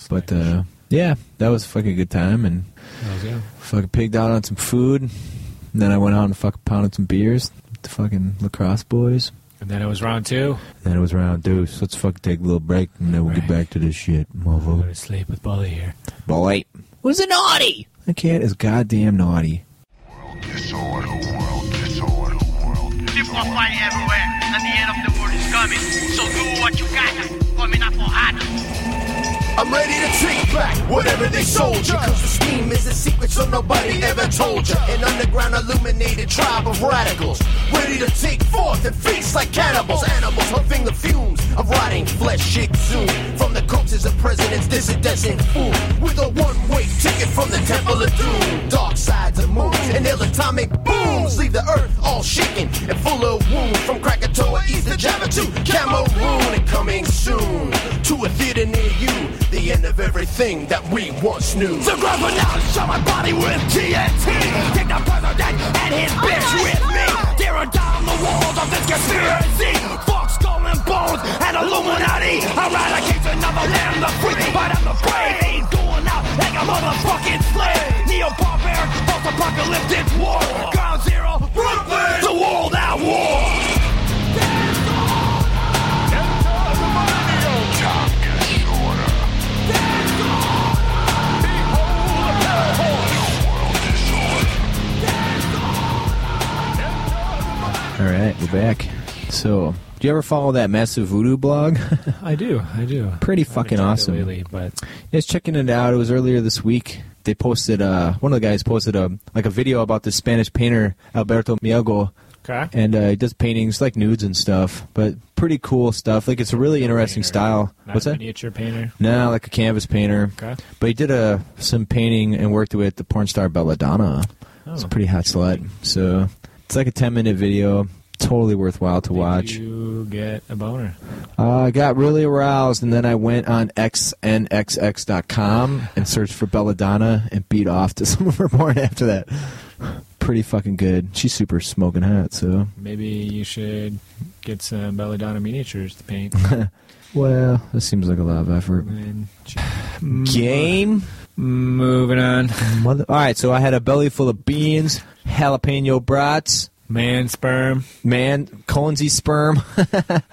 Speaker 2: But uh, yeah, that was a fucking good time and
Speaker 1: That was it.
Speaker 2: fucking pigged out on some food. And then I went out and fucking pounded some beers with the fucking lacrosse boys.
Speaker 1: And then it was round two.
Speaker 2: Then it was round two, so let's fucking take a little break and then we'll get back to this shit, mofo.
Speaker 1: Go to sleep with Bully here.
Speaker 2: Boy. Who's a naughty? That cat is goddamn naughty.
Speaker 6: People are fighting everywhere, and the end of the world is coming. So do what you got. Coming up for harder.
Speaker 7: I'm ready to take back whatever they sold ya. Cause the scheme is a secret so nobody ever told ya. An underground illuminated tribe of radicals. Ready to take forth and feast like cannibals. Animals huffing the fumes of rotting flesh exhumed. From the corpses of presidents, dissidents and fools. With a one-way ticket from the temple of doom. Dark sides of moons and their atomic booms. Leave the earth all shaken and full of wounds. From Krakatoa, east to Java to Cameroon. And coming soon to a theater near you. The end of everything that we once knew. So grab an out, shot my body with TNT. Take the president and his bitch with me. Tearing down the walls of this conspiracy. Fox, skull, and bones, and Illuminati. Eradicate another land, the free, but I'm the brave. Ain't going out like a motherfucking slave. Neo-barbaric, post-apocalyptic war. Ground zero, Brooklyn, the world at war.
Speaker 2: All right, we're back. So, do you ever follow that massive voodoo blog?
Speaker 1: I do. I do.
Speaker 2: Pretty fucking awesome.
Speaker 1: Lately, but
Speaker 2: Just checking it out. It was earlier this week. They posted uh, one of the guys posted a like a video about this Spanish painter Alberto Miago,
Speaker 1: okay.
Speaker 2: and uh, he does paintings like nudes and stuff, but pretty cool stuff. Like it's a really interesting
Speaker 1: Painter.
Speaker 2: style.
Speaker 1: Not
Speaker 2: What's
Speaker 1: a
Speaker 2: that?
Speaker 1: miniature painter.
Speaker 2: No, like a canvas painter.
Speaker 1: Okay.
Speaker 2: But he did uh, some painting and worked with the porn star Belladonna. It's a pretty hot slut. So it's like a 10 minute video. Totally worthwhile to watch.
Speaker 1: Did you get a boner?
Speaker 2: Uh, I got really aroused, and then I went on xnxx.com and searched for Belladonna and beat off to some of her porn after that. Pretty fucking good. She's super smoking hot, so.
Speaker 1: Maybe you should get some Belladonna miniatures to paint.
Speaker 2: Well, this seems like a lot of effort.
Speaker 1: and
Speaker 2: Game?
Speaker 1: moving on.
Speaker 2: Mother- Alright, so I had a belly full of beans, jalapeno brats,
Speaker 1: Man sperm.
Speaker 2: man, Conzi sperm,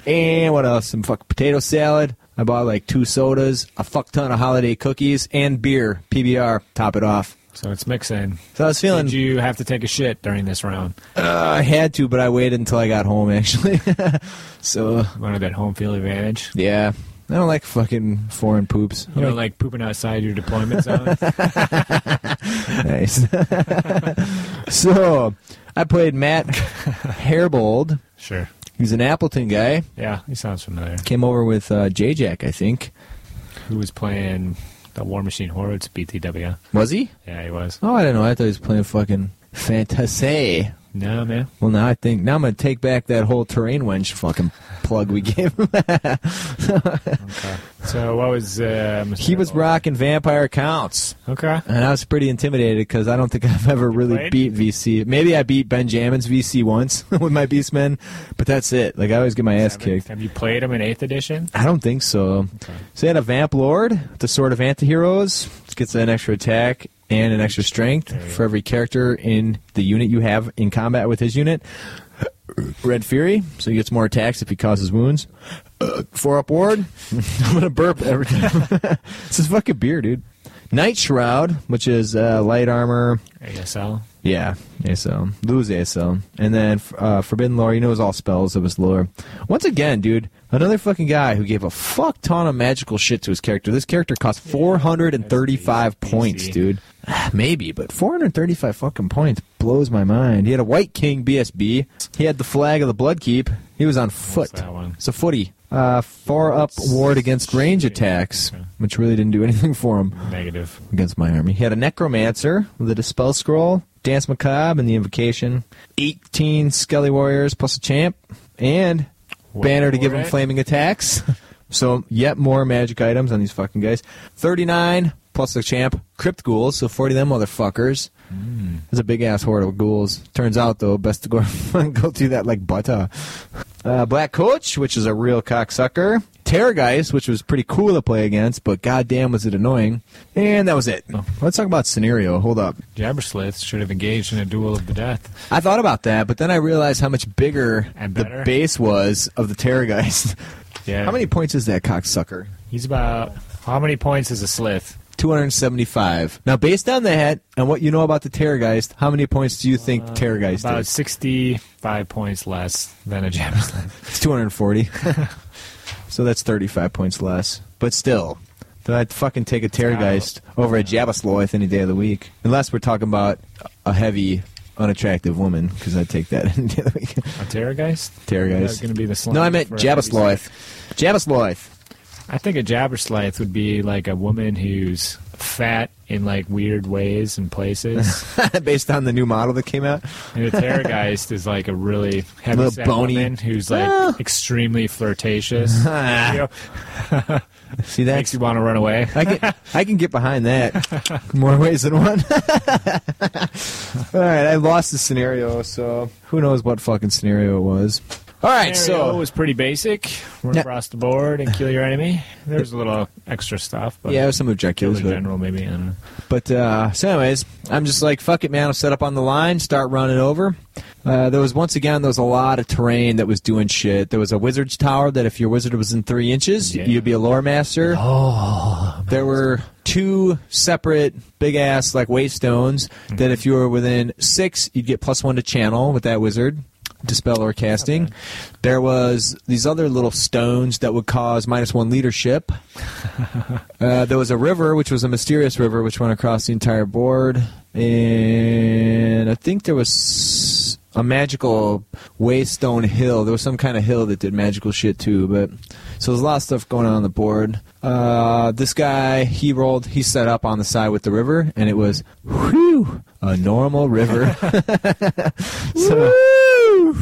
Speaker 2: and what else? Some fucking potato salad. I bought like two sodas, a fuck ton of holiday cookies, and beer, PBR, top it off.
Speaker 1: So it's mixing.
Speaker 2: So I was feeling
Speaker 1: Did you have to take a shit during this round?
Speaker 2: I had to, but I waited until I got home actually. so
Speaker 1: Wanted that home field advantage.
Speaker 2: yeah, I don't like fucking foreign poops.
Speaker 1: You know, like pooping outside your deployment zone.
Speaker 2: nice. so I played Matt Herbold.
Speaker 1: sure.
Speaker 2: He's an Appleton guy.
Speaker 1: Yeah, he sounds familiar.
Speaker 2: Came over with uh, J Jack, I think.
Speaker 1: Who was playing the War Machine Hordes BTW?
Speaker 2: Was he?
Speaker 1: Yeah, he was.
Speaker 2: Oh, I don't know. I thought he was playing fucking Fantasy.
Speaker 1: No, man.
Speaker 2: Well, now I think now I'm gonna take back that whole terrain wench fucking plug we gave him.
Speaker 1: Okay. So what was uh, Mr.
Speaker 2: he was
Speaker 1: Bowler?
Speaker 2: rocking vampire counts,
Speaker 1: Okay.
Speaker 2: and I was pretty intimidated because I don't think I've ever really
Speaker 1: played?
Speaker 2: beat VC. Maybe I beat Benjamin's VC once with my Beastmen, but that's it. Like I always get my ass kicked.
Speaker 1: Have you played him in Eighth Edition?
Speaker 2: I don't think so. So they had a Vamp Lord, the Sword of Antiheroes. Gets an extra attack and an extra strength for every character in the unit you have in combat with his unit. Red Fury, so he gets more attacks if he causes wounds. Uh, four up ward. I'm gonna burp every time. this is fucking beer, dude. Night Shroud, which is uh, light armor,
Speaker 1: ASL.
Speaker 2: yeah, ASL. Lose ASL. And then uh, Forbidden Lore, he knows all spells of his lore. Once again, dude, another fucking guy who gave a fuck ton of magical shit to his character. This character cost 435 points,
Speaker 1: easy.
Speaker 2: dude. Maybe, but 435 fucking points blows my mind. He had a White King BSB. He had the flag of the Bloodkeep. He was on foot.
Speaker 1: that one?
Speaker 2: It's a footy. Uh, four up ward against range attacks, which really didn't do anything for him
Speaker 1: Negative.
Speaker 2: against my army. He had a Necromancer with a Dispel Scroll, Dance Macabre, and the Invocation. 18 Skelly Warriors plus a Champ, and Banner to give him
Speaker 1: Alright.
Speaker 2: Flaming Attacks. so, yet more magic items on these fucking guys. 39 plus a Champ, Crypt Ghouls, so 40 of them motherfuckers. There's a big ass horde of ghouls. Turns out, though, best to go, go through that like butter. Uh, Black Coach, which is a real cocksucker. Terrorgeist, which was pretty cool to play against, but goddamn was it annoying. And that was it.
Speaker 1: Oh.
Speaker 2: Let's talk about scenario. Hold up.
Speaker 1: Jabberslith should have engaged in a duel of the death.
Speaker 2: I thought about that, but then I realized how much bigger
Speaker 1: And
Speaker 2: the
Speaker 1: better.
Speaker 2: base was of the Terrorgeist.
Speaker 1: Yeah.
Speaker 2: how many points is that cocksucker?
Speaker 1: He's about. How many points is a slith?
Speaker 2: 275. Now, based on that and what you know about the Terrorgeist, how many points do you think the Terrorgeist
Speaker 1: Uh, About
Speaker 2: is?
Speaker 1: 65 points less than a Jabberslith.
Speaker 2: It's 240. so that's 35 points less. But still, then I'd fucking take a Terrorgeist over a Jabasloith any day of the week. Unless we're talking about a heavy, unattractive woman, because I'd take that any day of the week.
Speaker 1: A Terrorgeist? That's
Speaker 2: Terrorgeist.
Speaker 1: going to be the slime.
Speaker 2: No, I meant
Speaker 1: for-
Speaker 2: Jabasloith. Jabasloith.
Speaker 1: I think a Jabberslith would be like a woman who's fat in like weird ways and places.
Speaker 2: Based on the new model that came out.
Speaker 1: And a terrorgeist is like a really heavy
Speaker 2: Little bony. Ah.
Speaker 1: woman who's like
Speaker 2: Well.
Speaker 1: extremely flirtatious. you know, makes
Speaker 2: See, that's.
Speaker 1: you want to run away.
Speaker 2: I can, I can get behind that. More ways than one. All right, I lost the scenario, so who knows what fucking scenario it was. All right,
Speaker 1: Scenario
Speaker 2: so
Speaker 1: was pretty basic. Run
Speaker 2: Yeah.
Speaker 1: across the board and kill your enemy. There's a little extra stuff, but
Speaker 2: Yeah, there's some
Speaker 1: kill
Speaker 2: objectives,
Speaker 1: the
Speaker 2: but,
Speaker 1: general maybe. I don't know.
Speaker 2: but uh, so anyways, I'm just like fuck it, man. I'll set up on the line, start running over. Uh, there was once again there was a lot of terrain that was doing shit. There was a wizard's tower that if your wizard was in three inches,
Speaker 1: Yeah.
Speaker 2: you'd be a lore master. Oh, there were two separate big ass like waystones that if you were within six, you'd get plus one to channel with that wizard. Dispel or casting. There was these other little stones that would cause minus one leadership. Uh, there was a river, which was a mysterious river, which went across the entire board, and I think there was a magical waystone hill. There was some kind of hill that did magical shit too. But so there's a lot of stuff going on on the board. Uh, this guy, he rolled, he set up on the side with the river, and it was whew, a normal river. so,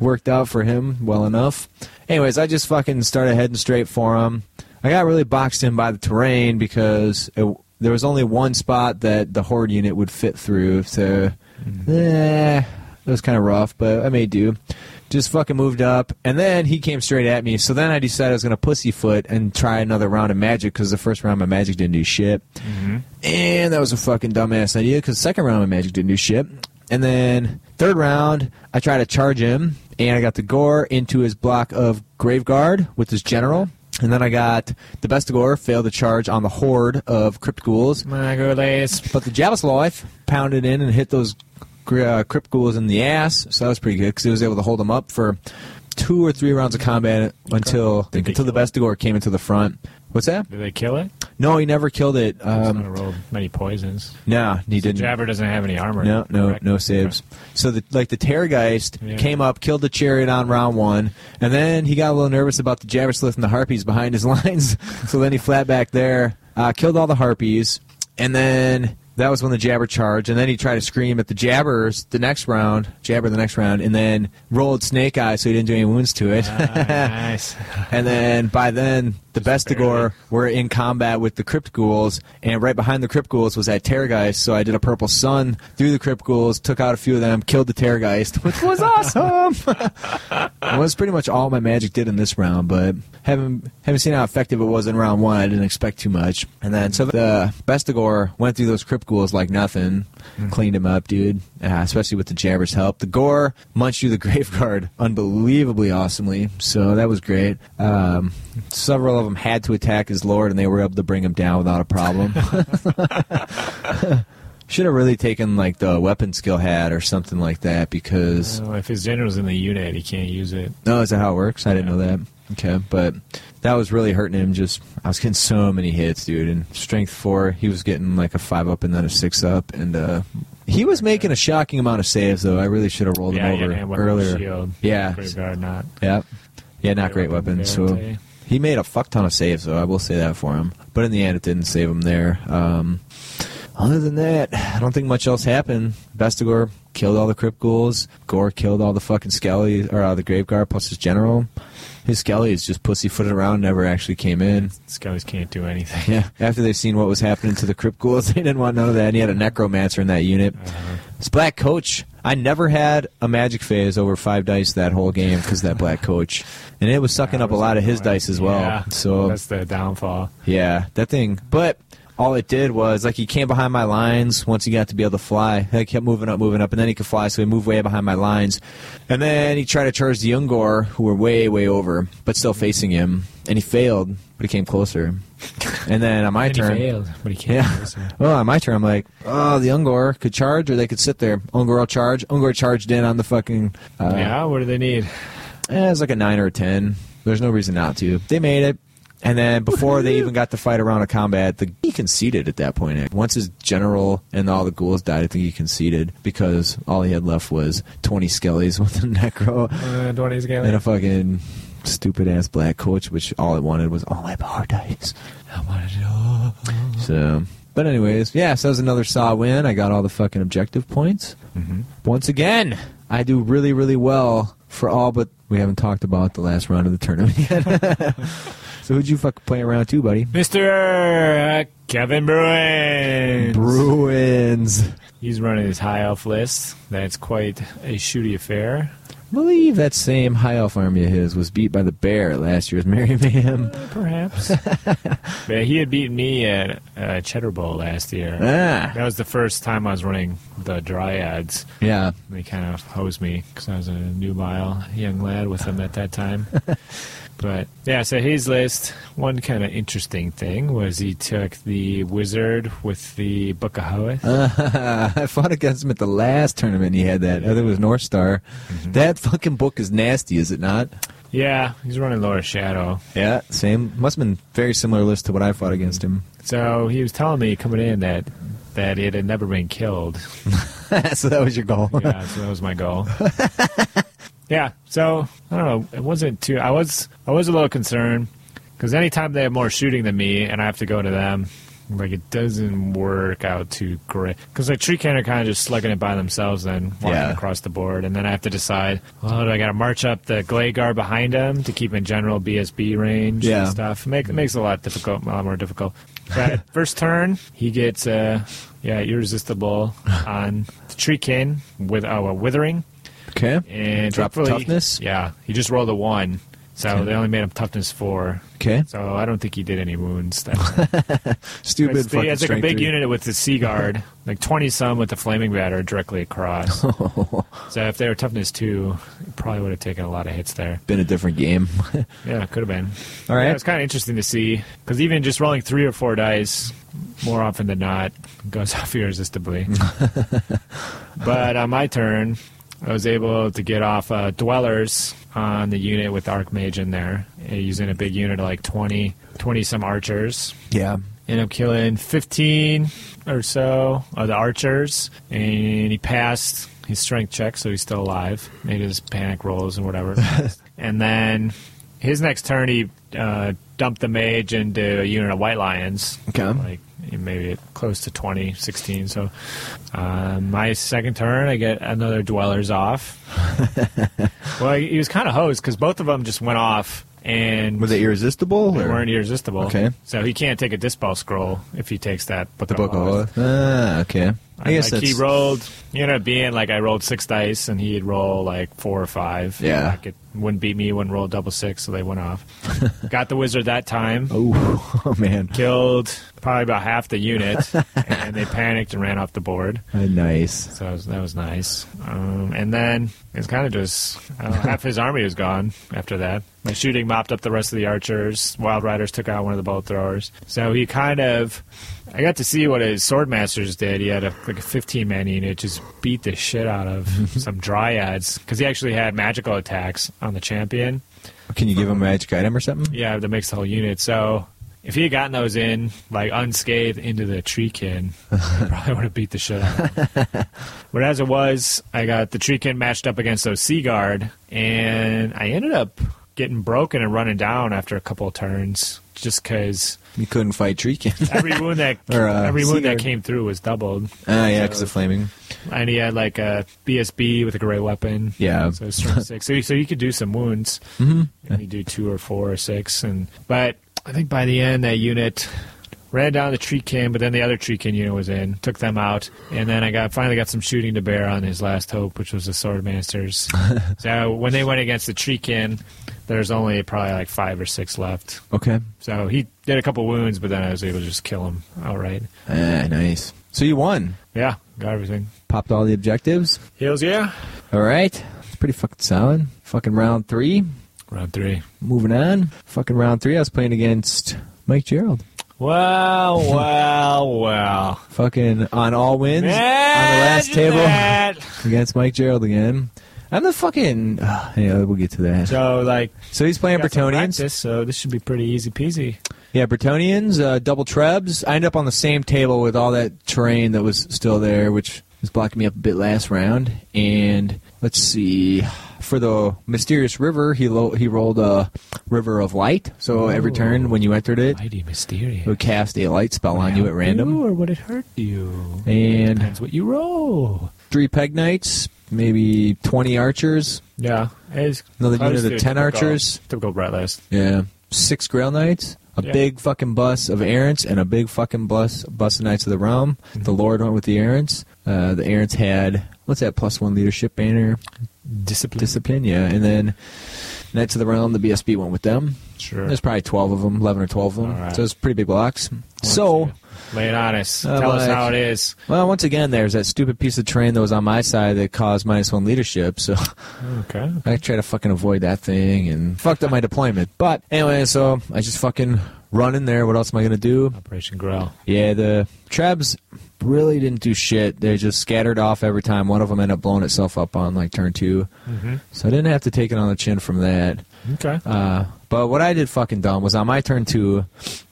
Speaker 2: worked out for him well enough. Anyways, I just fucking started heading straight for him. I got really boxed in by the terrain because it, there was only one spot that the horde unit would fit through. So, eh, it was kind of rough, but I may do. Just fucking moved up, and then he came straight at me. So then I decided I was gonna pussyfoot and try another round of magic because the first round my magic didn't do shit. And that was a fucking dumbass idea because second round of magic didn't do shit. And then third round, I tried to charge him, and I got the gore into his block of Graveguard with his general. And then I got the best gore failed to charge on the horde of crypt ghouls.
Speaker 1: My good lace.
Speaker 2: But the Javis Life pounded in and hit those gr- uh, Crypt Ghouls in the ass, so that was pretty good because he was able to hold them up for two or three rounds of combat until
Speaker 1: Did they
Speaker 2: until the
Speaker 1: kill
Speaker 2: Bestigor came into the front. What's that?
Speaker 1: Did they kill it?
Speaker 2: No, he never killed it.
Speaker 1: It's not
Speaker 2: Um,
Speaker 1: a roll many poisons.
Speaker 2: no, he didn't.
Speaker 1: Jabber doesn't have any armor.
Speaker 2: No, no,
Speaker 1: correct?
Speaker 2: no saves. So the like the terrorgeist
Speaker 1: Yeah.
Speaker 2: came up, killed the chariot on round one, and then he got a little nervous about the Jabberslith and the harpies behind his lines. so then he flat back there, uh, killed all the harpies, and then that was when the jabber charged. And then he tried to scream at the jabbers the next round, jabber the next round, and then rolled snake eye so he didn't do any wounds to it.
Speaker 1: Ah, nice.
Speaker 2: And then by then, the Bestigor
Speaker 1: barely.
Speaker 2: were in combat with the Crypt Ghouls, and right behind the Crypt Ghouls was that Terrorgeist. So I did a Purple Sun through the Crypt Ghouls, took out a few of them, killed the Terrorgeist, which was awesome. it was pretty much all my magic did in this round, but having having seen how effective it was in round one, I didn't expect too much. And then so the Bestigor went through those Crypt Ghouls like nothing, cleaned him up, dude. Uh, especially with the Jabber's help, the Gore munched through the Graveguard unbelievably awesomely. So that was great. Um, several of them had to attack his lord, and they were able to bring him down without a problem. Should have really taken like the weapon skill hat or something like that because
Speaker 1: So if his general's in the unit, he can't use it.
Speaker 2: no, is that how it works? I didn't know that. Okay, but that was really hurting him. Just I was getting so many hits, dude. And strength four, he was getting like a five up and then a six up, and uh, he was making a shocking amount of saves. Though I really should have rolled
Speaker 1: yeah,
Speaker 2: him over
Speaker 1: yeah, and weapon
Speaker 2: earlier.
Speaker 1: Shield.
Speaker 2: Yeah,
Speaker 1: Graveyard, not.
Speaker 2: yeah, yeah, not
Speaker 1: Great
Speaker 2: great
Speaker 1: weapon,
Speaker 2: weapon. So
Speaker 1: Verite.
Speaker 2: he made a fuck ton of saves, though. I will say that for him. But in the end, it didn't save him there. Um, other than that, I don't think much else happened. Bestigor killed all the Crypt Ghouls. Gore killed all the fucking Skelly, or uh, the Graveguard, plus his general. His Skelly is just pussyfooted around, never actually came in.
Speaker 1: Skellies can't do anything.
Speaker 2: Yeah. After they've seen what was happening to the Crypt Ghouls, they didn't want none of that. And he had a Necromancer in that unit. This Black Coach, I never had a magic phase over five dice that whole game because that Black Coach. And it was sucking up a lot of his dice as well.
Speaker 1: Yeah,
Speaker 2: So
Speaker 1: that's the downfall.
Speaker 2: yeah, that thing. But all it did was like he came behind my lines once he got to be able to fly. He kept moving up, moving up, and then he could fly, so he moved way behind my lines. And then he tried to charge the Ungor, who were way, way over, but still facing him. And he failed, but he came closer. And then on my
Speaker 1: And he
Speaker 2: turn.
Speaker 1: failed, but he can't.
Speaker 2: Yeah.
Speaker 1: use it.
Speaker 2: Well, on my turn, I'm like, oh, the Ungor could charge, or they could sit there. Ungor will charge. Ungor charged in on the fucking. Uh,
Speaker 1: yeah. What do they need?
Speaker 2: Eh, it's like a nine or a ten. There's no reason not to. They made it. And then before they even got to fight a round of combat, the, he conceded at that point. Once his general and all the ghouls died, I think he conceded because all he had left was 20 skellies with a necro
Speaker 1: Uh, Twenties
Speaker 2: and
Speaker 1: Skelly.
Speaker 2: a fucking stupid ass black coach, which all it wanted was all my power dice. I wanted it all. So, but anyways, yeah, so that was another saw win. I got all the fucking objective points. Once again, I do really, really well for all, but we haven't talked about the last round of the tournament yet. so who'd you fucking play around to, buddy?
Speaker 1: Mr. uh, Kevin Bruins.
Speaker 2: Bruins.
Speaker 1: He's running his high elf list. That's quite a shooty affair.
Speaker 2: believe that same high elf army of his was beat by the bear at last year's Merry Mayhem.
Speaker 1: Perhaps. but he had beaten me at uh, Cheddar Bowl last year.
Speaker 2: Ah,
Speaker 1: That was the first time I was running the Dryads.
Speaker 2: yeah.
Speaker 1: They kind of hosed me because I was a nubile young lad with them at that time. but yeah, so his list. One kind of interesting thing was he took the wizard with the book of Hoeth.
Speaker 2: Uh, I fought against him at the last tournament. He had that. I think it was North Star.
Speaker 1: Mm-hmm.
Speaker 2: That fucking book is nasty, is it not?
Speaker 1: yeah, he's running Laura Shadow.
Speaker 2: Yeah, same. Must have been very similar list to what I fought against him.
Speaker 1: So he was telling me coming in that that it had never been killed.
Speaker 2: so that was your goal.
Speaker 1: yeah, so that was my goal. yeah, so I don't know. It wasn't too. I was I was a little concerned because anytime they have more shooting than me and I have to go to them, like it doesn't work out too great. Because like tree can are kind of just slugging it by themselves, then walking
Speaker 2: Yeah.
Speaker 1: across the board, and then I have to decide. Well, do I got to march up the Glagar behind them to keep in general BSB range
Speaker 2: Yeah.
Speaker 1: and stuff? Make, it makes it a lot difficult, a lot more difficult. But first turn, he gets uh, yeah irresistible on the tree can with uh, a withering
Speaker 2: Okay.
Speaker 1: and
Speaker 2: Drop
Speaker 1: hopefully-
Speaker 2: toughness?
Speaker 1: Yeah, he just rolled a one, So they only made him toughness four.
Speaker 2: Okay.
Speaker 1: So I don't think he did any wounds. That
Speaker 2: Stupid
Speaker 1: it's, the-
Speaker 2: fucking
Speaker 1: it's like a
Speaker 2: strength
Speaker 1: big
Speaker 2: three.
Speaker 1: unit with the sea guard, like twenty some with the flaming batter directly across. so if they were toughness two, it probably would have taken a lot of hits there.
Speaker 2: Been a different game.
Speaker 1: Yeah, could have been.
Speaker 2: All
Speaker 1: Yeah,
Speaker 2: right.
Speaker 1: it's kind of interesting to see because even just rolling three or four dice, more often than not, goes off irresistibly. but on my turn, I was able to get off uh, dwellers on the unit with Archmage in there, uh, using a big unit of like 20, 20 some archers.
Speaker 2: yeah.
Speaker 1: End up killing 15 or so of the archers, and he passed his strength check, so he's still alive. Made his panic rolls and whatever. and then his next turn, he uh, dumped the mage into a unit of white lions.
Speaker 2: Okay.
Speaker 1: Like maybe close to 20, 16. So uh, my second turn, I get another dwellers off. well, he was kind of hosed because both of them just went off. And
Speaker 2: Was it irresistible?
Speaker 1: they
Speaker 2: or-
Speaker 1: weren't irresistible.
Speaker 2: Okay.
Speaker 1: So he can't take a dispel scroll if he takes that book
Speaker 2: The book
Speaker 1: of
Speaker 2: of
Speaker 1: Oath.
Speaker 2: Oath. Ah, okay. I
Speaker 1: And,
Speaker 2: guess
Speaker 1: like,
Speaker 2: that's
Speaker 1: he rolled, you know, being like I rolled six dice and he'd roll like four or five.
Speaker 2: Yeah.
Speaker 1: Like, it wouldn't beat me, wouldn't roll double six, so they went off. Got the wizard that time.
Speaker 2: Oh, oh man.
Speaker 1: Killed probably about half the unit, and they panicked and ran off the board.
Speaker 2: Uh, Nice.
Speaker 1: So that was, that was nice. Um, and then it's kind of just I don't know, half his army was gone after that. My shooting mopped up the rest of the archers. Wild Riders took out one of the bow throwers. So he kind of. I got to see what his sword masters did. He had a, like a 15 man unit, just beat the shit out of some dryads because he actually had magical attacks on the champion.
Speaker 2: Can you give him a magic item or something?
Speaker 1: Yeah, that makes the whole unit. So if he had gotten those in, like unscathed into the tree kin, I probably would have beat the shit out of him. but as it was, I got the tree kin matched up against those sea guard, and I ended up getting broken and running down after a couple of turns just because
Speaker 2: You couldn't fight Treekin.
Speaker 1: every wound that
Speaker 2: Or, uh,
Speaker 1: every
Speaker 2: sea
Speaker 1: wound that
Speaker 2: guard.
Speaker 1: came through was doubled
Speaker 2: ah, yeah, because of flaming.
Speaker 1: and he had like a BSB with a great weapon.
Speaker 2: Yeah.
Speaker 1: so it's strength six. So, so you could do some wounds. Mm-hmm. And you do two or four or six, and but I think by the end that unit ran down the tree kin, but then the other tree kin unit was in, took them out, and then I got finally got some shooting to bear on his last hope, which was the swordmasters. so when they went against the tree kin, there's only probably like five or six left.
Speaker 2: Okay.
Speaker 1: So he did a couple wounds, but then I was able to just kill him outright.
Speaker 2: Ah, nice. So you won.
Speaker 1: Yeah, got everything.
Speaker 2: Popped all the objectives.
Speaker 1: Heals, yeah.
Speaker 2: All right. It's pretty fucking solid. Fucking round three.
Speaker 1: Round three.
Speaker 2: Moving on. Fucking round three. I was playing against Mike Gerald.
Speaker 1: Well, well, well.
Speaker 2: Fucking on all wins on the last
Speaker 1: Imagine
Speaker 2: table
Speaker 1: that.
Speaker 2: against Mike Gerald again. I'm the fucking. Uh, yeah, we'll get to that.
Speaker 1: So, like,
Speaker 2: So he's playing
Speaker 1: got some
Speaker 2: Bretonians.
Speaker 1: practice, so this should be pretty easy peasy.
Speaker 2: Yeah, Bretonians, uh, double trebs. I end up on the same table with all that terrain that was still there, which was blocking me up a bit last round. And let's see, for the mysterious river, he lo- he rolled a river of light. So every turn when you entered it, it
Speaker 1: Mighty mysterious.
Speaker 2: would cast a light spell on you at random.
Speaker 1: or would it hurt you?
Speaker 2: And
Speaker 1: Depends what you roll.
Speaker 2: three peg knights, maybe twenty archers.
Speaker 1: Yeah. It's
Speaker 2: Another
Speaker 1: close
Speaker 2: unit
Speaker 1: to
Speaker 2: of 10
Speaker 1: typical-
Speaker 2: archers.
Speaker 1: Typical Brett list.
Speaker 2: Yeah, six grail knights. A
Speaker 1: Yeah.
Speaker 2: big fucking bus of errants and a big fucking bus bus of knights of the realm.
Speaker 1: Mm-hmm.
Speaker 2: The Lord went with the errants. Uh, the errants had what's that plus one leadership banner
Speaker 1: Discipline.
Speaker 2: discipline, yeah, and then knights of the realm. The BSB went with them.
Speaker 1: Sure.
Speaker 2: There's probably twelve of them, eleven or twelve of them.
Speaker 1: All right.
Speaker 2: So it's pretty big blocks. so
Speaker 1: Lay it on us.
Speaker 2: Uh,
Speaker 1: Tell us
Speaker 2: like-
Speaker 1: how it is.
Speaker 2: well, once again, there's that stupid piece of terrain that was on my side that caused minus one leadership. So.
Speaker 1: Okay.
Speaker 2: I try to fucking avoid that thing and fucked up my deployment. But anyway, so I just fucking run in there. What else am I gonna do?
Speaker 1: Operation Growl.
Speaker 2: Yeah, the trebs really didn't do shit. They just scattered off every time. One of them ended up blowing itself up on like turn 2 so I didn't have to take it on the chin from that.
Speaker 1: Okay.
Speaker 2: Uh, but what I did fucking dumb was on my turn two,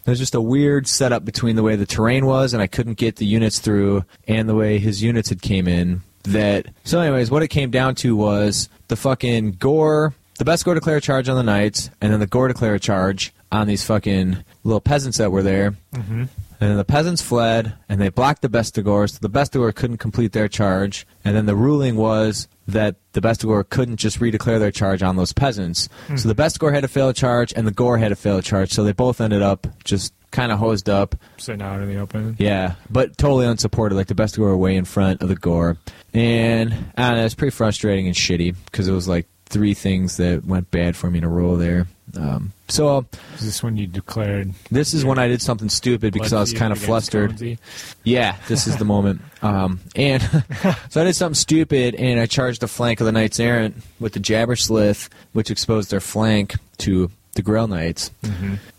Speaker 2: there's just a weird setup between the way the terrain was and I couldn't get the units through and the way his units had came in. That so, anyways, what it came down to was the fucking gore, the best gore declare charge on the knights, and then the gore declare charge on these fucking little peasants that were there. Mm-hmm. And then the peasants fled, and they blocked the Bestigor, so the Bestigor couldn't complete their charge. And then the ruling was that the Bestigor couldn't just redeclare their charge on those peasants.
Speaker 1: Hmm.
Speaker 2: So the Bestigor had to fail a charge, and the Gore had to fail a charge. So they both ended up just kind of hosed up.
Speaker 1: Sitting out in the open.
Speaker 2: Yeah, but totally unsupported. Like the Bestigor were way in front of the Gore, and I don't know, it's pretty frustrating and shitty because it was like three things that went bad for me in a row there. Um, so
Speaker 1: Is this when you declared?
Speaker 2: this is when I did something stupid because I was
Speaker 1: blood
Speaker 2: kind of
Speaker 1: feud against
Speaker 2: flustered.
Speaker 1: Conesy?
Speaker 2: Yeah, this is the moment. Um, and so I did something stupid, and I charged the flank of the Knights Errant with the Jabber Slith, which exposed their flank to the Grail Knights,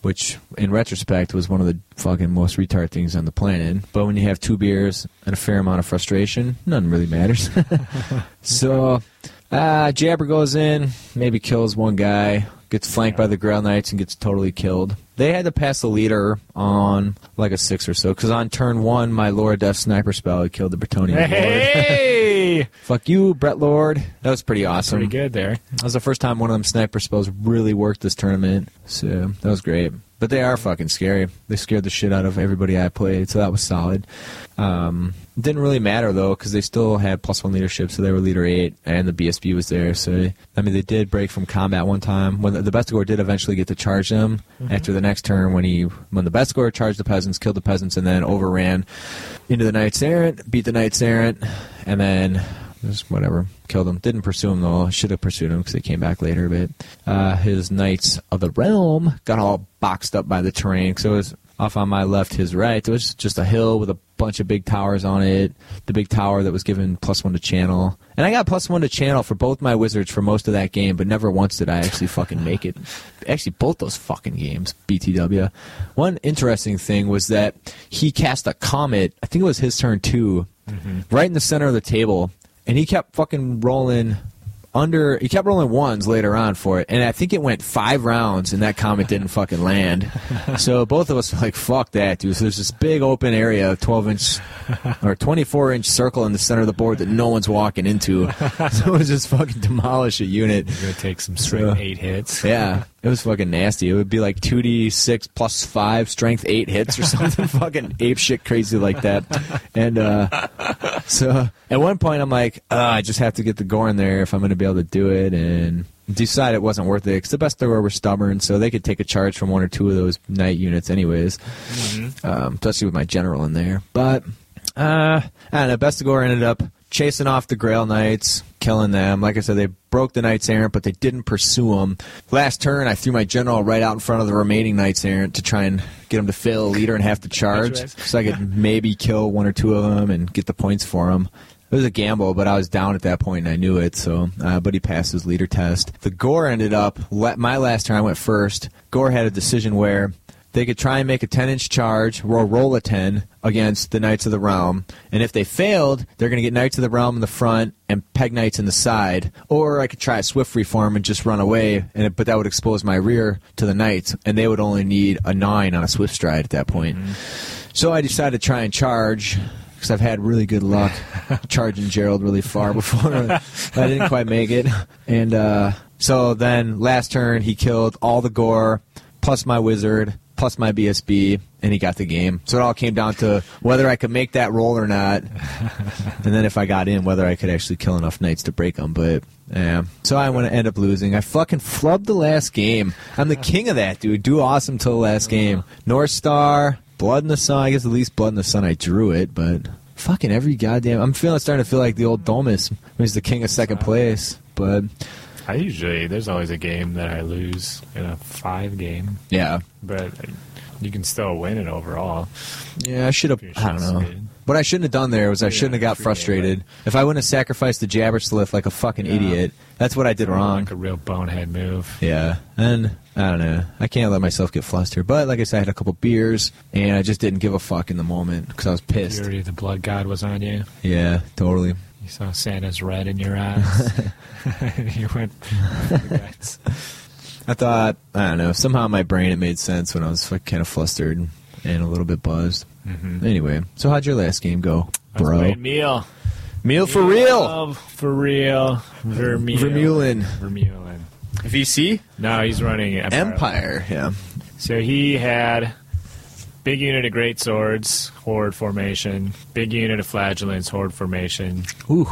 Speaker 2: which in retrospect was one of the fucking most retard things on the planet. But when you have two beers and a fair amount of frustration, none really matters. so uh, Jabber goes in, maybe kills one guy, gets flanked by the Grail Knights, and gets totally killed. They had to pass the leader on like a six or so, because on turn one, my Laura Death Sniper spell had killed the Bretonian Lord.
Speaker 1: Hey,
Speaker 2: Fuck you, Brett Lord. That was pretty awesome.
Speaker 1: pretty good there.
Speaker 2: That was the first time one of them sniper spells really worked this tournament, so that was great. But they are fucking scary. They scared the shit out of everybody I played, so that was solid. Um, didn't really matter though, because they still had plus one leadership, so they were leader eight, and the BSB was there. So I mean, they did break from combat one time when the, the Bestigor did eventually get to charge them after the next turn when he when the Bestigor charged the peasants, killed the peasants, and then overran into the Knights Errant, beat the Knights Errant, and then just whatever. Killed him. Didn't pursue him though. Should have pursued him because they came back later. But uh, his knights of the realm got all boxed up by the terrain. So it was off on my left, his right. It was just a hill with a bunch of big towers on it. The big tower that was given plus one to channel, and I got plus one to channel for both my wizards for most of that game. But never once did I actually fucking make it. Actually, both those fucking games, BTW. One interesting thing was that he cast a comet. I think it was his turn too, right in the center of the table and he kept fucking rolling under he kept rolling ones later on for it and i think it went five rounds and that comet didn't fucking land so both of us were like fuck that dude so there's this big open area 12 inch or 24 inch circle in the center of the board that no one's walking into so it was just fucking demolish a unit
Speaker 1: You're gonna take some straight
Speaker 2: Yeah.
Speaker 1: eight hits.
Speaker 2: yeah, it was fucking nasty. It would be like 2d6 plus 5 strength 8 hits or something fucking ape shit crazy like that. And uh, so at one point I'm like, "Ah, I just have to get the gore in there if I'm going to be able to do it and decide it wasn't worth it because the best thrower were stubborn so they could take a charge from one or two of those night units anyways um, especially with my general in there. But uh, I don't know. Bestigor ended up chasing off the Grail Knights, killing them. Like I said, they broke the Knights Errant, but they didn't pursue them. Last turn, I threw my general right out in front of the remaining Knights Errant to try and get them to fail a leader and have to charge,
Speaker 1: Interesting.
Speaker 2: so I could maybe kill one or two of them and get the points for them. It was a gamble, but I was down at that point and I knew it. So, uh, but he passed his leader test. The Gore ended up. Let my last turn, I went first. Gore had a decision where they could try and make a 10 inch charge or roll a 10 against the Knights of the Realm. And if they failed, they're going to get Knights of the Realm in the front and Peg Knights in the side. Or I could try a swift reform and just run away, and it, but that would expose my rear to the Knights, and they would only need a 9 on a swift stride at that point. So I decided to try and charge. Because I've had really good luck charging Gerald really far before. I didn't quite make it. And uh, so then last turn, he killed all the gore plus my wizard, plus my BSB, and he got the game. So it all came down to whether I could make that roll or not, and then if I got in, whether I could actually kill enough knights to break them. But yeah, so I want to end up losing. I fucking flubbed the last game. I'm the king of that, dude. Do awesome till the last game. North Star, Blood in the Sun. I guess the least Blood in the Sun I drew it, but fucking every goddamn. I'm feeling starting to feel like the old Domus, who's the king of second place. But
Speaker 1: I usually there's always a game that I lose in a five game,
Speaker 2: yeah,
Speaker 1: but you can still win it overall.
Speaker 2: Yeah, I should have.
Speaker 1: Pretty sure
Speaker 2: I don't know.
Speaker 1: it's good.
Speaker 2: What I shouldn't have done there was I shouldn't have got
Speaker 1: free
Speaker 2: frustrated. If I wouldn't have sacrificed the jabber slith like a fucking idiot, that's what I did wrong.
Speaker 1: Like a real bonehead move.
Speaker 2: Yeah, and I don't know. I can't let myself get flustered. But like I said, I had a couple beers, and I just didn't give a fuck in the moment because I was pissed.
Speaker 1: Fury, the blood god was on you.
Speaker 2: Yeah, totally.
Speaker 1: You saw Santa's red in your eyes. you went. "That's-
Speaker 2: I thought I don't know. Somehow in my brain it made sense when I was like, kind of flustered and a little bit buzzed. Anyway, so how'd your last game go,
Speaker 1: Mm-hmm. that's a
Speaker 2: bro?
Speaker 1: great meal.
Speaker 2: Meal for real.
Speaker 1: Love for real. Vermeil.
Speaker 2: Vermeulen.
Speaker 1: Vermeulen.
Speaker 2: VC
Speaker 1: No, he's running
Speaker 2: Empire. Yeah.
Speaker 1: So he had big unit of great swords, horde formation. Big unit of flagellants, horde formation.
Speaker 2: Ooh,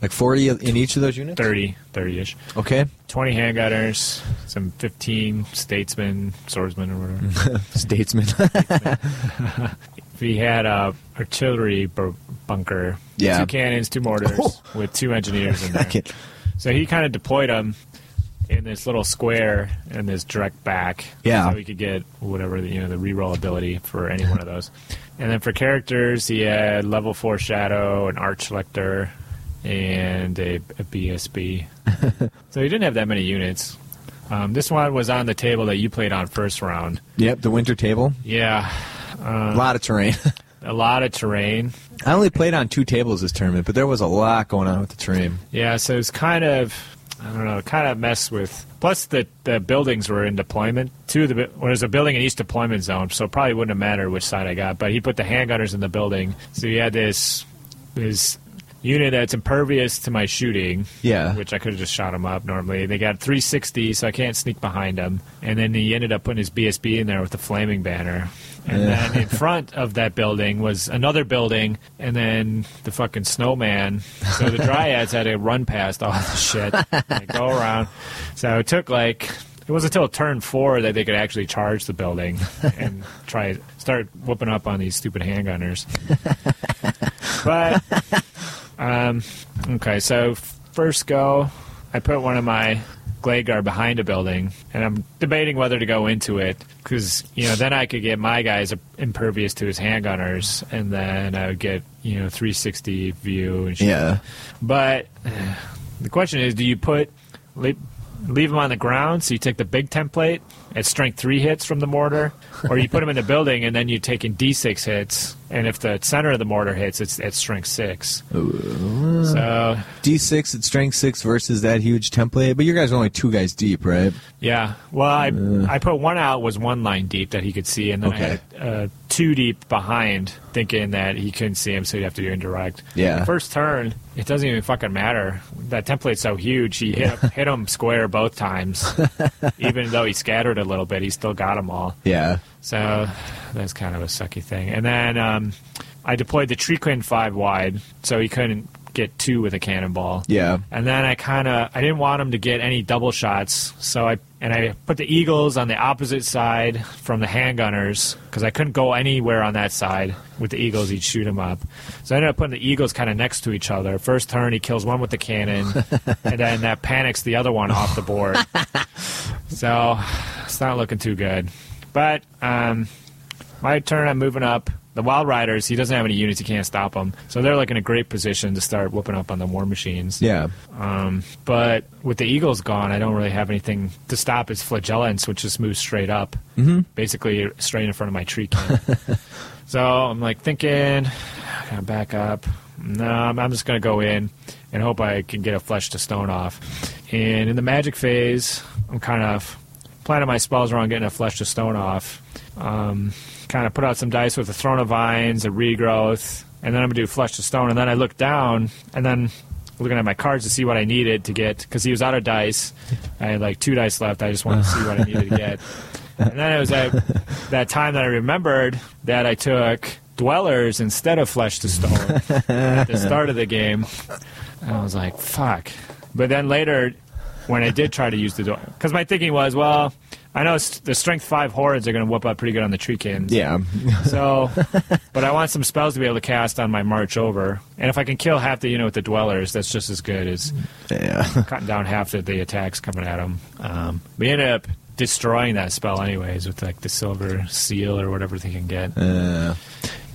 Speaker 2: like 40 in each of those units?
Speaker 1: 30, 30-ish.
Speaker 2: Okay.
Speaker 1: 20 handgunners, some 15 statesmen, swordsmen or whatever.
Speaker 2: Mm-hmm. Statesman.
Speaker 1: We had a artillery bur- bunker,
Speaker 2: Yeah.
Speaker 1: two cannons, two mortars,
Speaker 2: Oh.
Speaker 1: with two engineers in there.
Speaker 2: Fuck it.
Speaker 1: So he kind of deployed them, in this little square and this direct back.
Speaker 2: Yeah.
Speaker 1: So we could get whatever the, you know the reroll ability for any one of those. And then for characters, he had level four shadow, an archlector, and a, a BSB. so he didn't have that many units. Um, this one was on the table that you played on first round.
Speaker 2: Yep, the winter table.
Speaker 1: Yeah,
Speaker 2: a
Speaker 1: Uh-huh.
Speaker 2: lot of terrain.
Speaker 1: a lot of terrain.
Speaker 2: I only played on two tables this tournament, but there was a lot going on with the terrain.
Speaker 1: Yeah, so it's kind of I don't know, kind of mess with. Plus, the the buildings were in deployment. Two of the bu- well, there's a building in each deployment zone, so it probably wouldn't have mattered which side I got. But he put the handgunners in the building, so you had this this unit that's impervious to my shooting.
Speaker 2: Yeah.
Speaker 1: which I could have just shot him up normally. They got 360, so I can't sneak behind him. And then he ended up putting his BSB in there with the flaming banner. And
Speaker 2: Yeah.
Speaker 1: then in front of that building was another building, and then the fucking snowman. So the dryads had to run past all the shit, like, go around. So it took like it was until turn four that they could actually charge the building and try start whooping up on these stupid handgunners. But um, okay, so f- first go, I put one of my Glagar behind a building, and I'm debating whether to go into it because you know then I could get my guys impervious to his handgunners, and then I would get you know 360 view and shit.
Speaker 2: Yeah.
Speaker 1: But eh, the question is, do you put le- leave them on the ground? So you take the big template at strength three hits from the mortar, or you put them in the building and then you take in d6 hits, and if the center of the mortar hits, it's at strength six. So
Speaker 2: D6 at strength 6 versus that huge template, but you guys are only two guys deep, right?
Speaker 1: yeah, well, I I put one out was one line deep that he could see, and then
Speaker 2: Okay.
Speaker 1: I had uh, two deep behind, thinking that he couldn't see him, so he'd have to do indirect.
Speaker 2: Yeah.
Speaker 1: First turn, it doesn't even fucking matter. That template's so huge. He hit hit him square both times, even though he scattered a little bit. He still got them all.
Speaker 2: Yeah.
Speaker 1: So that's kind of a sucky thing. And then um, I deployed the tree queen five wide, so he couldn't get two with a cannonball.
Speaker 2: Yeah.
Speaker 1: And then I kind of I didn't want him to get any double shots, so I and I put the eagles on the opposite side from the handgunners because I couldn't go anywhere on that side with the eagles. He'd shoot him up. So I ended up putting the eagles kind of next to each other. First turn, he kills one with the cannon, and then that panics the other one off the board. so it's not looking too good. But um, my turn. I'm moving up. The Wild Riders. He doesn't have any units. He can't stop them. So they're like in a great position to start whooping up on the War Machines.
Speaker 2: Yeah.
Speaker 1: Um, but with the Eagles gone, I don't really have anything to stop his flagellants, which just moves straight up, mm-hmm. basically straight in front of my tree can. so I'm like thinking, I gotta back up. No, I'm, I'm just gonna go in and hope I can get a flesh to stone off. And in the magic phase, I'm kind of planning my spells around getting a flesh to stone off. Um, kind of put out some dice with a throne of vines, a regrowth, and then I'm gonna do flesh to stone. And then I look down, and then looking at my cards to see what I needed to get because he was out of dice. I had like two dice left. I just wanted to see what I needed to get. And then it was at that time that I remembered that I took dwellers instead of flesh to stone at the start of the game. And I was like, fuck. But then later, when I did try to use the door, because my thinking was, well, I know s- the strength five hordes are going to whoop up pretty good on the tree kins.
Speaker 2: Yeah.
Speaker 1: So, but I want some spells to be able to cast on my march over, and if I can kill half the unit with the dwellers, that's just as good as
Speaker 2: Yeah.
Speaker 1: cutting down half of the attacks coming at them. Um, we ended up destroying that spell anyways with like the silver seal or whatever they can get.
Speaker 2: Uh,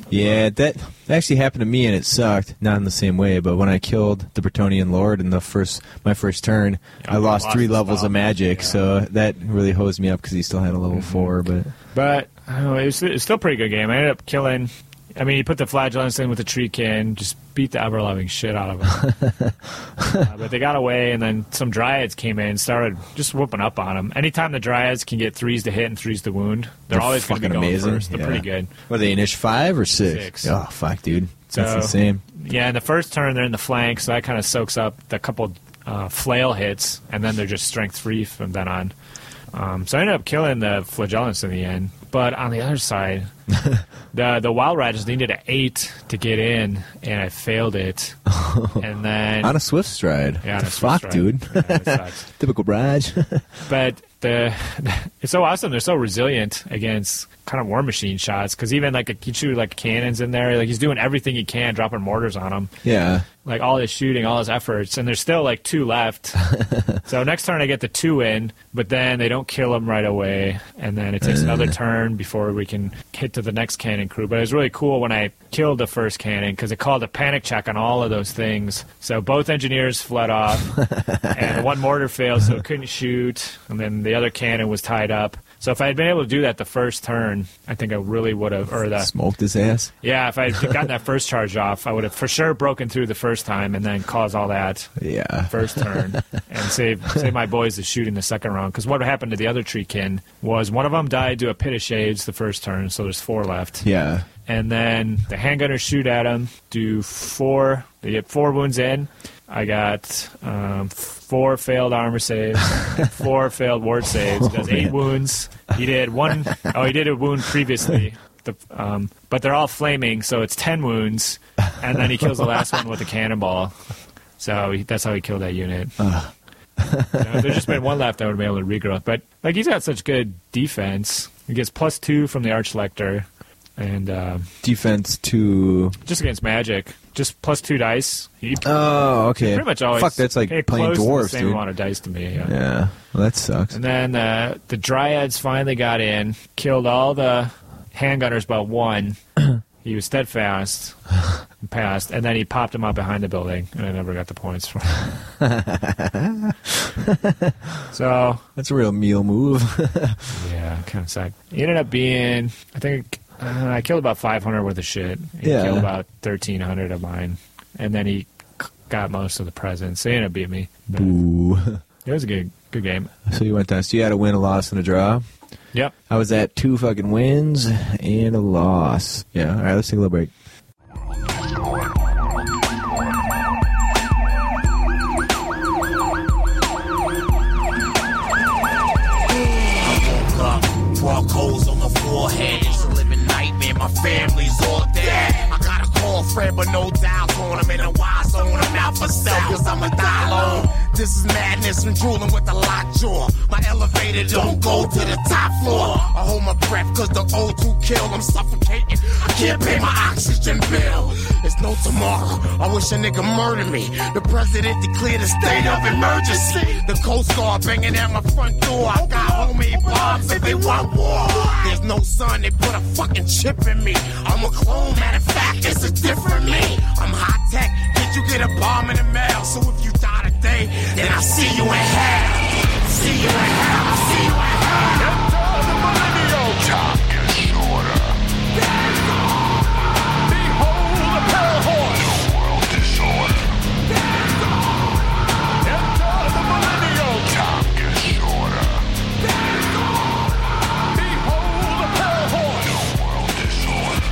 Speaker 2: yeah, that actually happened to me and it sucked. Not in the same way, but when I killed the Bretonian Lord in the first my first turn, I lost,
Speaker 1: lost
Speaker 2: three
Speaker 1: the
Speaker 2: levels
Speaker 1: spell.
Speaker 2: of magic,
Speaker 1: Yeah.
Speaker 2: so that really hosed me up because he still had a level four. But
Speaker 1: But oh, it's it's still a pretty good game. I ended up killing. I mean, he put the flagellants in with the tree can, just beat the ever loving shit out of them. uh, but they got away, and then some dryads came in and started just whooping up on them. Anytime the dryads can get threes to hit and threes to wound, they're, always going to
Speaker 2: fucking
Speaker 1: be going
Speaker 2: amazing.
Speaker 1: first. They're
Speaker 2: yeah.
Speaker 1: pretty good.
Speaker 2: Were they an ish five or six?
Speaker 1: Six.
Speaker 2: Oh fuck, dude, that's
Speaker 1: So-
Speaker 2: insane.
Speaker 1: Yeah, in the first turn they're in the flank, so that kind of soaks up the couple uh, flail hits, and then they're just strength three from then on. Um, so I ended up killing the flagellants in the end. But on the other side, the the wild riders needed an eight to get in, and I failed it. and then
Speaker 2: On a swift stride.
Speaker 1: yeah,
Speaker 2: What
Speaker 1: on
Speaker 2: the
Speaker 1: a
Speaker 2: fuck,
Speaker 1: Swiss ride.
Speaker 2: dude.
Speaker 1: Yeah, that sucks.
Speaker 2: Typical Brad.
Speaker 1: But the it's so awesome. They're so resilient against kind of war machine shots because even like Akichu like cannons in there, like he's doing everything he can, dropping mortars on them,
Speaker 2: Yeah.
Speaker 1: like all his shooting, all his efforts, and there's still like two left. so next turn I get the two in, but then they don't kill him right away, and then it takes another turn before we can hit to the next cannon crew. But it was really cool when I killed the first cannon because it called a panic check on all of those things. So both engineers fled off, and one mortar failed, so it couldn't shoot, and then the other cannon was tied up. So if I had been able to do that the first turn, I think I really would have, or the
Speaker 2: Smoked his ass.
Speaker 1: yeah, if I had gotten that first charge off, I would have for sure broken through the first time and then caused all that
Speaker 2: Yeah.
Speaker 1: first turn and save save my boys the shooting the second round. Because what happened to the other tree kin was one of them died to a pit of shades the first turn, so there's four left.
Speaker 2: Yeah.
Speaker 1: And then the handgunners shoot at him, do four, they get four wounds in. I got um, four failed armor saves, four failed ward saves. Does eight wounds. He did one oh he did a wound previously. The, um, but they're all flaming, so it's ten wounds, and then he kills the last one with a cannonball. So he, that's how he killed that unit. You know, if there's just been one left, I would have been able to regrowth. But like he's got such good defense. He gets plus two from the Archlector, and uh,
Speaker 2: Defense to.
Speaker 1: just against magic, just plus two dice. He
Speaker 2: Oh, okay.
Speaker 1: pretty much always.
Speaker 2: Fuck, that's like
Speaker 1: hey,
Speaker 2: playing
Speaker 1: close to the
Speaker 2: dwarves,
Speaker 1: Same
Speaker 2: dude.
Speaker 1: amount of dice to me. Yeah.
Speaker 2: Yeah. Well, that sucks.
Speaker 1: And then uh, the Dryads finally got in, killed all the handgunners but one. he was steadfast, and passed, and then he popped him out behind the building, and I never got the points for. Him. so
Speaker 2: That's a real meal move.
Speaker 1: Yeah, kind of sad. He ended up being, I think, uh, I killed about 500 worth of shit. He
Speaker 2: Yeah.
Speaker 1: killed about 1,300 of mine. And then he c- got most of the presents. He ended up beating me. But
Speaker 2: Boo.
Speaker 1: It was a good good game.
Speaker 2: So you went down. So you had a win, a loss, and a draw.
Speaker 1: Yep.
Speaker 2: I was at two fucking wins and a loss. Yeah. All right, let's take a little break.
Speaker 7: up. Drug holes on the forehead. It's a living nightmare. My family's all dead. I got a call friend, but no dial tone. I'm in a wild zone. I'm out for self, cause I'm a die alone. This is madness. I'm drooling with a locked jaw. My elevator don't go to the top floor. I hold my breath, cause the old two kill. I'm suffocating. I can't pay my oxygen bill. It's no tomorrow. I wish a nigga murdered me. The president declared a state of emergency. The Coast Guard banging at my front door. I got homie bombs if they want war. There's no sun, they put a fucking chip in me. I'm a clone, matter of fact, it's a different me. I'm high tech, did you get a bomb in the mail? So if you die today, then I see you in hell. See you in hell, I see you in hell. the millennial job is shorter. Behold the pale horse. world disorder. Enter the millennial job is shorter. Behold the pale horse. world disorder.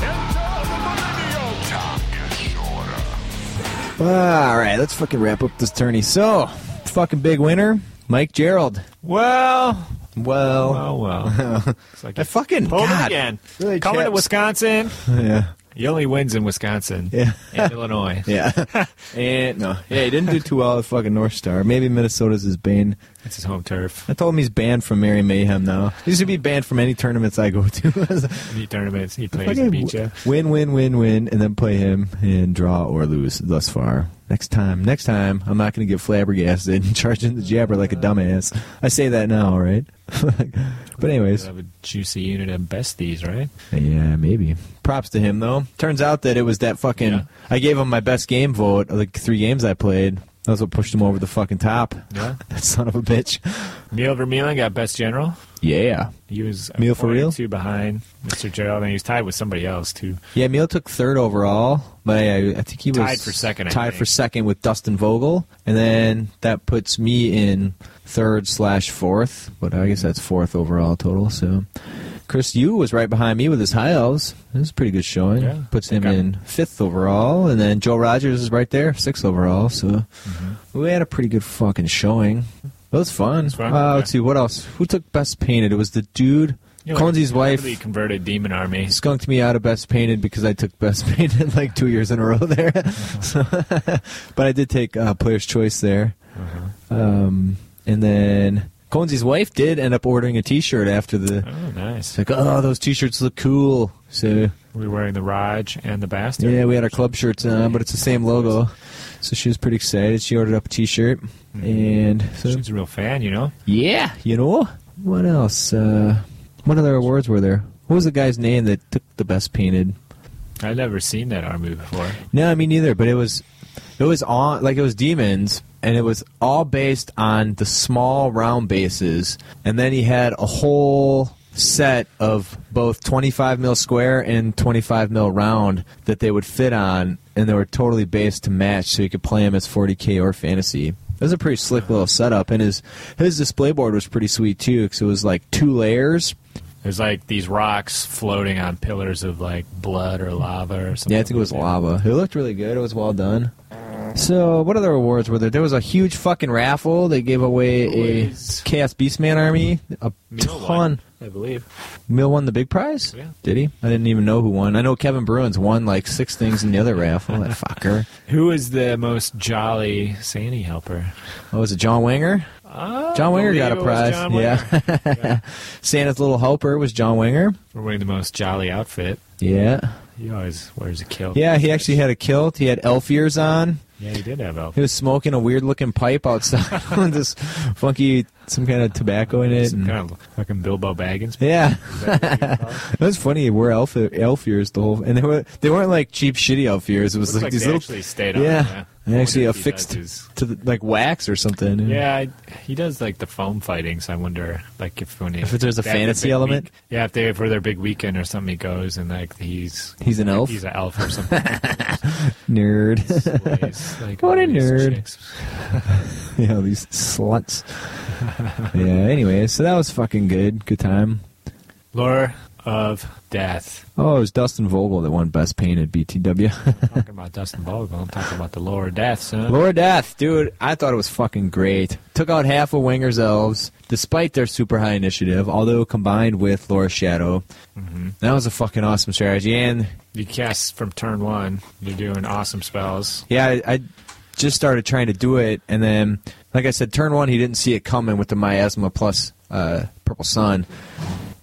Speaker 7: Enter the millennial job is shorter.
Speaker 2: All right, let's fucking wrap up this tourney. So, fucking big winner, Mike Gerald.
Speaker 1: Well,
Speaker 2: Well,
Speaker 1: oh well. It's like
Speaker 2: I fucking
Speaker 1: pulled him
Speaker 2: God.
Speaker 1: again.
Speaker 2: Really
Speaker 1: Coming to
Speaker 2: chaps.
Speaker 1: Wisconsin.
Speaker 2: Yeah,
Speaker 1: He only wins in Wisconsin.
Speaker 2: Yeah.
Speaker 1: And Illinois.
Speaker 2: yeah, and no, yeah, he didn't do too well at fucking North Star. Maybe Minnesota's his bane.
Speaker 1: It's his home turf.
Speaker 2: I told him he's banned from Mary Mayhem now. He should be banned from any tournaments I go to.
Speaker 1: Neat tournaments. He plays
Speaker 2: Fucking
Speaker 1: and beats you.
Speaker 2: Win, win, win, win, and then play him and draw or lose thus far. Next time, next time, I'm not going to get flabbergasted and charge in the jabber like a dumbass. I say that now, right? but anyways,
Speaker 1: Have a juicy unit of besties, right?
Speaker 2: yeah, maybe. Props to him though. Turns out that it was that fucking.
Speaker 1: Yeah.
Speaker 2: I gave him my best game vote of the three games I played. That's what pushed him over the fucking top.
Speaker 1: Yeah.
Speaker 2: That son of a bitch.
Speaker 1: Neil Vermeulen got best general.
Speaker 2: Yeah.
Speaker 1: He was a
Speaker 2: Meal for
Speaker 1: point or
Speaker 2: real?
Speaker 1: Two behind Mr. Gerald, and he was tied with somebody else too.
Speaker 2: Yeah, Emil took third overall, but I, I think he was
Speaker 1: Tied for second, I
Speaker 2: tied
Speaker 1: think.
Speaker 2: for second with Dustin Vogel, and then that puts me in third slash fourth. But I guess that's fourth overall total. So Chris Yu was right behind me with his high elves. It was a pretty good showing.
Speaker 1: Yeah.
Speaker 2: Puts him
Speaker 1: Okay.
Speaker 2: in fifth overall, and then Joe Rogers is right there, sixth overall. So we had a pretty good fucking showing. That was fun.
Speaker 1: Mm-hmm. fun,
Speaker 2: Uh,
Speaker 1: yeah.
Speaker 2: Let's see what else. Who took best painted? It was the dude.
Speaker 1: You know,
Speaker 2: Conzi's
Speaker 1: like,
Speaker 2: wife
Speaker 1: heavily converted demon army.
Speaker 2: skunked me out of best painted because I took best painted like two years in a row there. So- but I did take uh, player's choice there. Um, And then Conzi's wife did end up ordering a T-shirt after the.
Speaker 1: Oh, nice.
Speaker 2: It's like, oh, those T-shirts look cool. So
Speaker 1: We were wearing the Raj and the Bastard.
Speaker 2: yeah, we had our club shirts on, but it's the same logo. So she was pretty excited. She ordered up a T-shirt, and so
Speaker 1: She's a real fan, you know?
Speaker 2: yeah, you know what else? Uh, what other awards were there? What was the guy's name that took the best painted?
Speaker 1: I've never seen that art movie before.
Speaker 2: No, me neither. But it was, it was on like it was demons, and it was all based on the small round bases. And then he had a whole set of both 25 mil square and 25 mil round that they would fit on, and they were totally based to match, so you could play them as 40k or fantasy. It was a pretty slick little setup, and his his display board was pretty sweet too, because it was like two layers.
Speaker 1: There's like these rocks floating on pillars of like blood or lava or something.
Speaker 2: Yeah, I think it was lava. It looked really good. It was well done. So, what other awards were there? There was a huge fucking raffle. They gave away a
Speaker 1: Boys.
Speaker 2: Chaos Beastman army. A
Speaker 1: Mill
Speaker 2: ton.
Speaker 1: won, I believe.
Speaker 2: Mill won the big prize.
Speaker 1: Yeah.
Speaker 2: Did he? I didn't even know who won. I know Kevin Bruins won like six things in the other raffle. That fucker.
Speaker 1: Who is the most jolly Sandy helper?
Speaker 2: Oh, was it John Winger? John Winger got a prize. Yeah. Santa's little helper was John Winger.
Speaker 1: We're wearing the most jolly outfit.
Speaker 2: Yeah.
Speaker 1: He always wears a kilt.
Speaker 2: Yeah, he actually had a kilt. He had elf ears on.
Speaker 1: Yeah, he did have elf.
Speaker 2: He was smoking a weird looking pipe outside with this funky, some kind of tobacco in it.
Speaker 1: Some kind of fucking Bilbo Baggins.
Speaker 2: Yeah, it was funny. We're elf elf ears the whole, and they were they weren't like cheap shitty elf ears. It was
Speaker 1: Looks
Speaker 2: like,
Speaker 1: like
Speaker 2: these
Speaker 1: they
Speaker 2: little,
Speaker 1: actually stayed on.
Speaker 2: yeah,
Speaker 1: yeah.
Speaker 2: and actually
Speaker 1: I wonder if he
Speaker 2: affixed
Speaker 1: does his-
Speaker 2: to the, like wax or something.
Speaker 1: Yeah, I, he does like the foam fighting. So I wonder, like, if when he,
Speaker 2: If there's a
Speaker 1: they have their
Speaker 2: fantasy
Speaker 1: big
Speaker 2: element?
Speaker 1: week- yeah, if they for their big weekend or something, he goes and like he's
Speaker 2: He's an elf?
Speaker 1: he's an elf or something.
Speaker 2: nerd.
Speaker 1: Slays, like,
Speaker 2: What a
Speaker 1: all these
Speaker 2: nerd.
Speaker 1: chicks.
Speaker 2: yeah, these sluts. yeah. Anyway, so that was fucking good. Good time.
Speaker 1: Lure of death.
Speaker 2: Oh, it was Dustin Vogel that won best painted BTW.
Speaker 1: I'm talking about Dustin Vogel. I'm talking about the lure of death, son.
Speaker 2: Lord Death, dude, I thought it was fucking great. Took out half of Winger's elves, despite their super high initiative, although combined with Laura Shadow. That was a fucking awesome strategy. And
Speaker 1: You cast from turn one. You're doing awesome spells.
Speaker 2: yeah, I, I just started trying to do it, and then, like I said, turn one, he didn't see it coming with the Miasma plus uh, Purple Sun.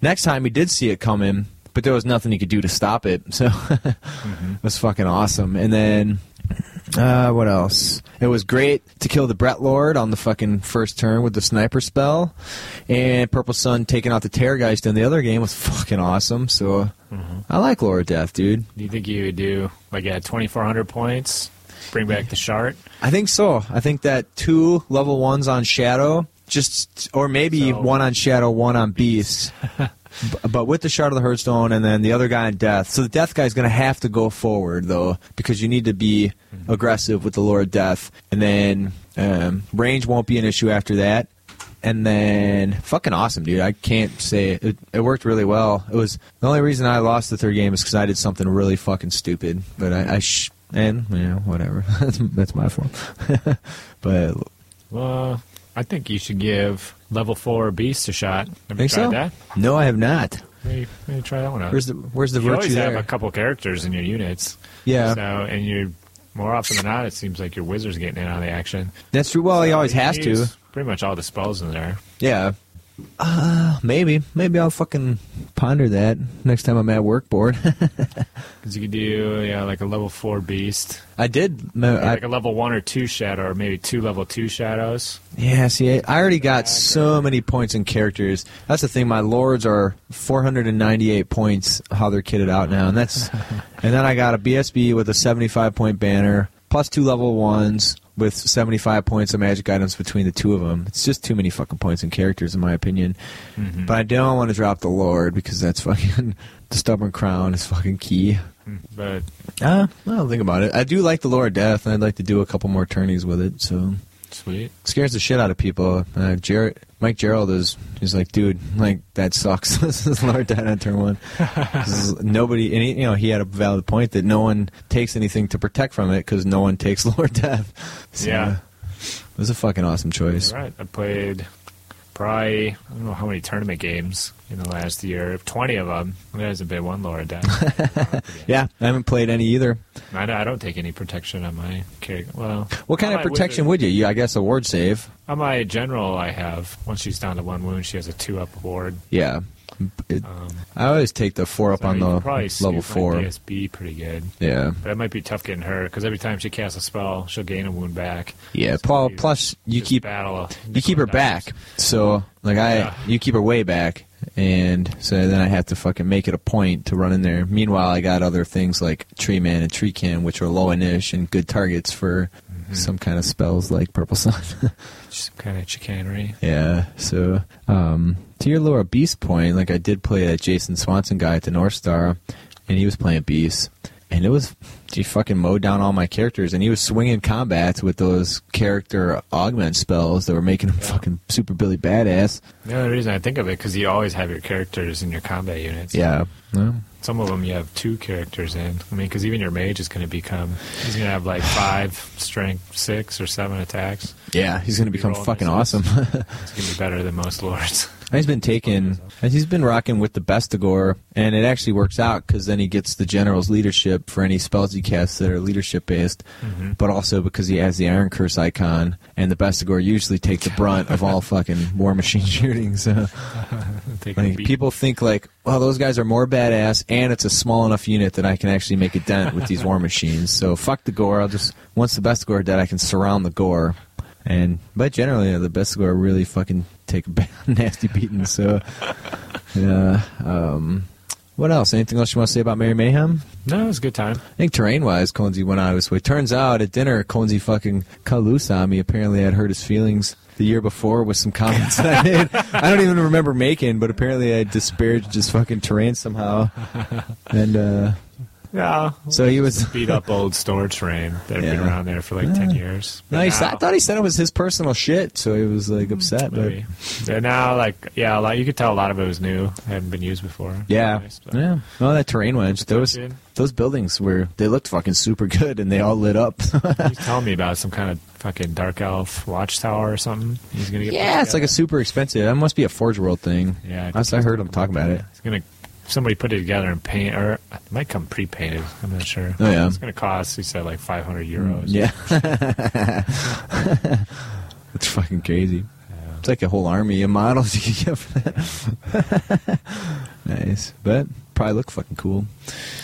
Speaker 2: Next time, he did see it coming, but there was nothing he could do to stop it. So it was fucking awesome. And then. Uh, what else? It was great to kill the Brett Lord on the fucking first turn with the sniper spell, and Purple Sun taking out the Terrorgeist in the other game was fucking awesome. So I like Lord Death, dude.
Speaker 1: Do you think you would do like at 2,400 points? Bring back the shard.
Speaker 2: I think so. I think that two level ones on Shadow, just or maybe
Speaker 1: So-
Speaker 2: one on Shadow, one on Beast. B- but with the Shard of the Hearthstone and then the other guy on Death. So the Death guy's going to have to go forward though, because you need to be
Speaker 1: Mm-hmm.
Speaker 2: aggressive with the Lord of Death, and then um, range won't be an issue after that. And then fucking awesome, dude. I can't say it, it worked really well. It was the only reason I lost the third game is because I did something really fucking stupid. But I, I sh- and you know whatever. that's that's my fault. but
Speaker 1: Well, I think you should give level four beast a shot. Have you
Speaker 2: think
Speaker 1: tried
Speaker 2: so?
Speaker 1: that?
Speaker 2: No, I have not.
Speaker 1: Maybe, maybe try that one out.
Speaker 2: Where's the where's the
Speaker 1: you
Speaker 2: virtue
Speaker 1: always have
Speaker 2: there?
Speaker 1: a couple characters in your units.
Speaker 2: Yeah.
Speaker 1: So and you're more often than not, it seems like your wizard's getting in on the action.
Speaker 2: That's true. Well, he always has to.
Speaker 1: Use Pretty much all the spells in there.
Speaker 2: Yeah. Uh, maybe maybe I'll fucking ponder that next time I'm at work board.
Speaker 1: Because you could do yeah, like a level four beast,
Speaker 2: I did. no,
Speaker 1: or
Speaker 2: I-
Speaker 1: like a level one or two shadow, or maybe two level two shadows.
Speaker 2: Yeah, see, I- I already got so many points in characters. That's the thing. My lords are 498 points. How they're kitted out now, and that's, and then I got a BSB with a 75 point banner plus two level ones with 75 points of magic items between the two of them. It's just too many fucking points in characters, in my opinion. But I don't want to drop the lord because that's fucking the stubborn crown is fucking key.
Speaker 1: But
Speaker 2: Uh, I don't think about it. I do like the lord of death, and I'd like to do a couple more tourneys with it. So
Speaker 1: sweet.
Speaker 2: scares the shit out of people. Uh, Jer- Mike Gerald is he's like, dude, like that sucks. this is Lord Dead on turn one. This is- nobody, and he, you know, he had a valid point that no one takes anything to protect from it because no one takes Lord Death. So,
Speaker 1: Yeah.
Speaker 2: it was a fucking awesome choice.
Speaker 1: All right. I played probably I don't know how many tournament games. in the last year. Twenty of them. There hasn't been one Laura down.
Speaker 2: Yeah, I haven't played any either.
Speaker 1: I, don't- I don't take any protection on my character. Well,
Speaker 2: What kind
Speaker 1: on
Speaker 2: of
Speaker 1: my
Speaker 2: protection
Speaker 1: wizard-
Speaker 2: would you? you? I guess a ward save.
Speaker 1: on my general, I have. Once she's down to one wound, she has a two-up ward.
Speaker 2: Yeah. It- I always take the four up
Speaker 1: So
Speaker 2: on
Speaker 1: Um, you
Speaker 2: the
Speaker 1: could probably scoop
Speaker 2: level
Speaker 1: my
Speaker 2: four.
Speaker 1: PSB pretty good.
Speaker 2: Yeah.
Speaker 1: But it might be tough getting her because every time she casts a spell, she'll gain a wound back.
Speaker 2: Yeah.
Speaker 1: So
Speaker 2: Paul,
Speaker 1: you
Speaker 2: plus you
Speaker 1: just
Speaker 2: keep
Speaker 1: battle.
Speaker 2: you keep her back. So like I
Speaker 1: Yeah.
Speaker 2: you keep her way back and so then I have to fucking make it a point to run in there. Meanwhile I got other things like Tree Man and Tree Can which are low inish and good targets for
Speaker 1: Mm-hmm.
Speaker 2: some kind of spells like Purple Sun.
Speaker 1: Some kind of chicanery.
Speaker 2: Yeah. So um, to your Laura Beast point, like I did play that Jason Swanson guy at the North Star, and he was playing Beast, and it was he fucking mowed down all my characters, and he was swinging combats with those character augment spells that were making him fucking super Billy badass.
Speaker 1: The only reason I think of it because you always have your characters in your combat units.
Speaker 2: Yeah. Well,
Speaker 1: Some of them you have two characters in. I mean, because even your mage is going to become he's going to have like five strength, six or seven attacks.
Speaker 2: yeah, he's gonna become
Speaker 1: Roll
Speaker 2: fucking awesome.
Speaker 1: initiatives. It's going to be better than most lords.
Speaker 2: He's been taking, he's been rocking with the Bestigor, and it actually works out because then he gets the general's leadership for any spells he casts that are leadership based, but also because he has the Iron Curse icon, and the Bestigor usually take the brunt of all fucking war machine shooting. So
Speaker 1: Take a
Speaker 2: like,
Speaker 1: beat.
Speaker 2: people think like, well, those guys are more badass, and it's a small enough unit that I can actually make a dent with these war machines. So fuck the gore. I'll just once the Bestigor are dead, I can surround the gore. And but generally, the Bestigor really fucking take a nasty beating. So. Yeah. Um, what else? Anything else you want to say about Mary Mayhem?
Speaker 1: No, it was a good time.
Speaker 2: I think terrain wise, Conzi went out of his way. Turns out at dinner, Conzi fucking cut loose on me. Apparently, I'd hurt his feelings the year before with some comments that I made. I don't even remember making, but apparently, I disparaged his fucking terrain somehow. And uh,
Speaker 1: Yeah.
Speaker 2: so he was.
Speaker 1: Beat up old storage frame that had been
Speaker 2: Yeah.
Speaker 1: around there for like ten years. But
Speaker 2: Nice. I
Speaker 1: now-
Speaker 2: thought he said it was his personal shit, so he was like upset. But
Speaker 1: Maybe. And now, like, yeah, a lot, you could tell a lot of it was new, hadn't been used before.
Speaker 2: Yeah.
Speaker 1: Nice, but-
Speaker 2: Yeah. Oh, that terrain wedge. Those
Speaker 1: good.
Speaker 2: those buildings were they looked fucking super good, and they all lit up.
Speaker 1: He's telling me about some kind of fucking dark elf watchtower or something. He's gonna get.
Speaker 2: Yeah, it's like a super expensive. That must be a Forge World thing.
Speaker 1: Yeah, I think
Speaker 2: I, I heard him talk about it.
Speaker 1: It's gonna. Somebody put it together and paint, or it might come pre-painted. I'm not sure.
Speaker 2: Oh, yeah. Mm,
Speaker 1: It's gonna cost. He said like 500 euros.
Speaker 2: Yeah, it's fucking crazy. It's like a whole army of models you can get for that. nice, but probably look fucking cool.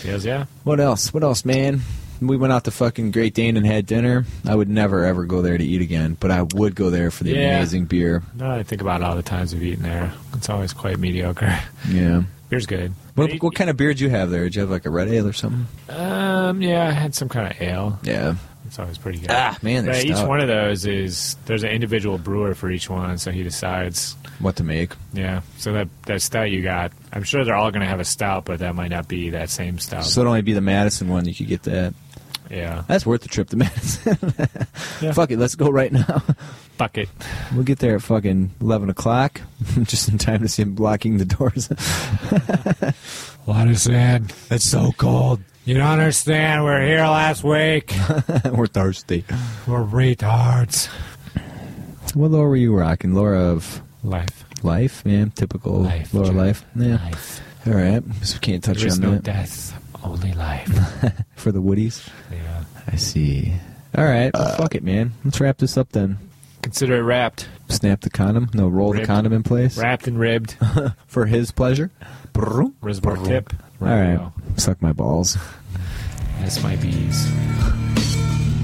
Speaker 1: He goes, yeah.
Speaker 2: What else? What else, man? We went out to fucking Great Dane and had dinner. I would never ever go there to eat again, but I would go there for the
Speaker 1: Yeah.
Speaker 2: amazing beer.
Speaker 1: Now that I think about all the times we've eaten there, it's always quite mediocre.
Speaker 2: Yeah.
Speaker 1: Beer's good.
Speaker 2: What, what kind of beer did you have there? Did you have like a red ale or something?
Speaker 1: Um, yeah, I had some kind of ale.
Speaker 2: Yeah.
Speaker 1: It's always pretty good.
Speaker 2: Ah, man, they're
Speaker 1: But each
Speaker 2: stout.
Speaker 1: one of those is there's an individual brewer for each one, so he decides.
Speaker 2: What to make?
Speaker 1: Yeah, so that that stout you got, I'm sure they're all going to have a stout, but that might not be that same stout.
Speaker 2: So it'd only be the Madison one you could get that.
Speaker 1: yeah,
Speaker 2: That's worth the trip to Madison.
Speaker 1: Yeah.
Speaker 2: Fuck it, let's go right now.
Speaker 1: bucket.
Speaker 2: We'll get there at fucking eleven o'clock, just in time to see him blocking the doors.
Speaker 1: What is that?
Speaker 2: it's so cold.
Speaker 1: You don't understand. We're here last week.
Speaker 2: We're thirsty.
Speaker 1: We're retards.
Speaker 2: What lore were you rocking? Lore of
Speaker 1: Life.
Speaker 2: life, man. Typical
Speaker 1: Life,
Speaker 2: lore
Speaker 1: Jack.
Speaker 2: life. Yeah.
Speaker 1: Life.
Speaker 2: All right. So we can't touch
Speaker 1: There is
Speaker 2: on
Speaker 1: no
Speaker 2: that
Speaker 1: death, only life.
Speaker 2: for the woodies.
Speaker 1: yeah.
Speaker 2: I see. All right.
Speaker 1: Uh,
Speaker 2: well, fuck it, man. Let's wrap this up then.
Speaker 1: Consider it wrapped,
Speaker 2: Snap the condom. No, roll the
Speaker 1: Ripped.
Speaker 2: condom in place
Speaker 1: wrapped and ribbed.
Speaker 2: for his pleasure. All
Speaker 1: Reservoir tip.
Speaker 2: right. Suck my balls.
Speaker 1: That's my bees.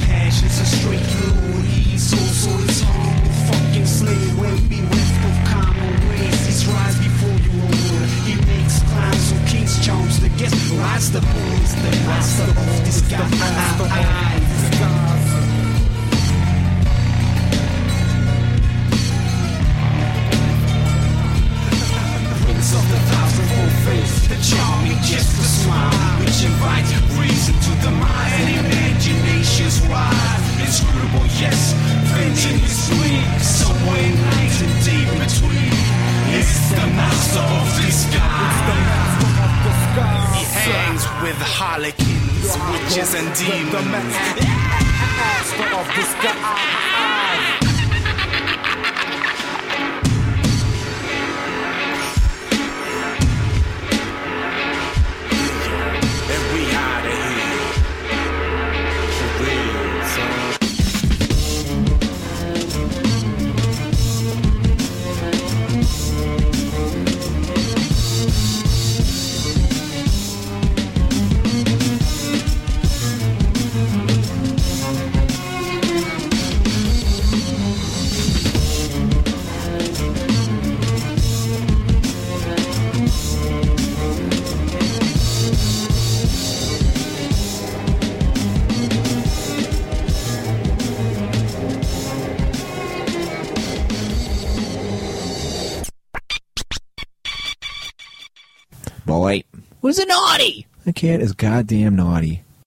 Speaker 4: Passion's a straight through easel, so it's hard to fucking slay when we left with common ways. These rise before you own He makes climbs so kings charms the guest rise the bulls, the master of this guy. Prince of the thousandfold face, the charming just a smile, which invites reason to the mind and imagination's rise. Inscrutable, yes, vengeance is sweet, somewhere night and deep between. It's the master of disguise. He hangs with harlequins, witches, and demons. The master of disguise.
Speaker 2: was naughty. The cat is goddamn naughty.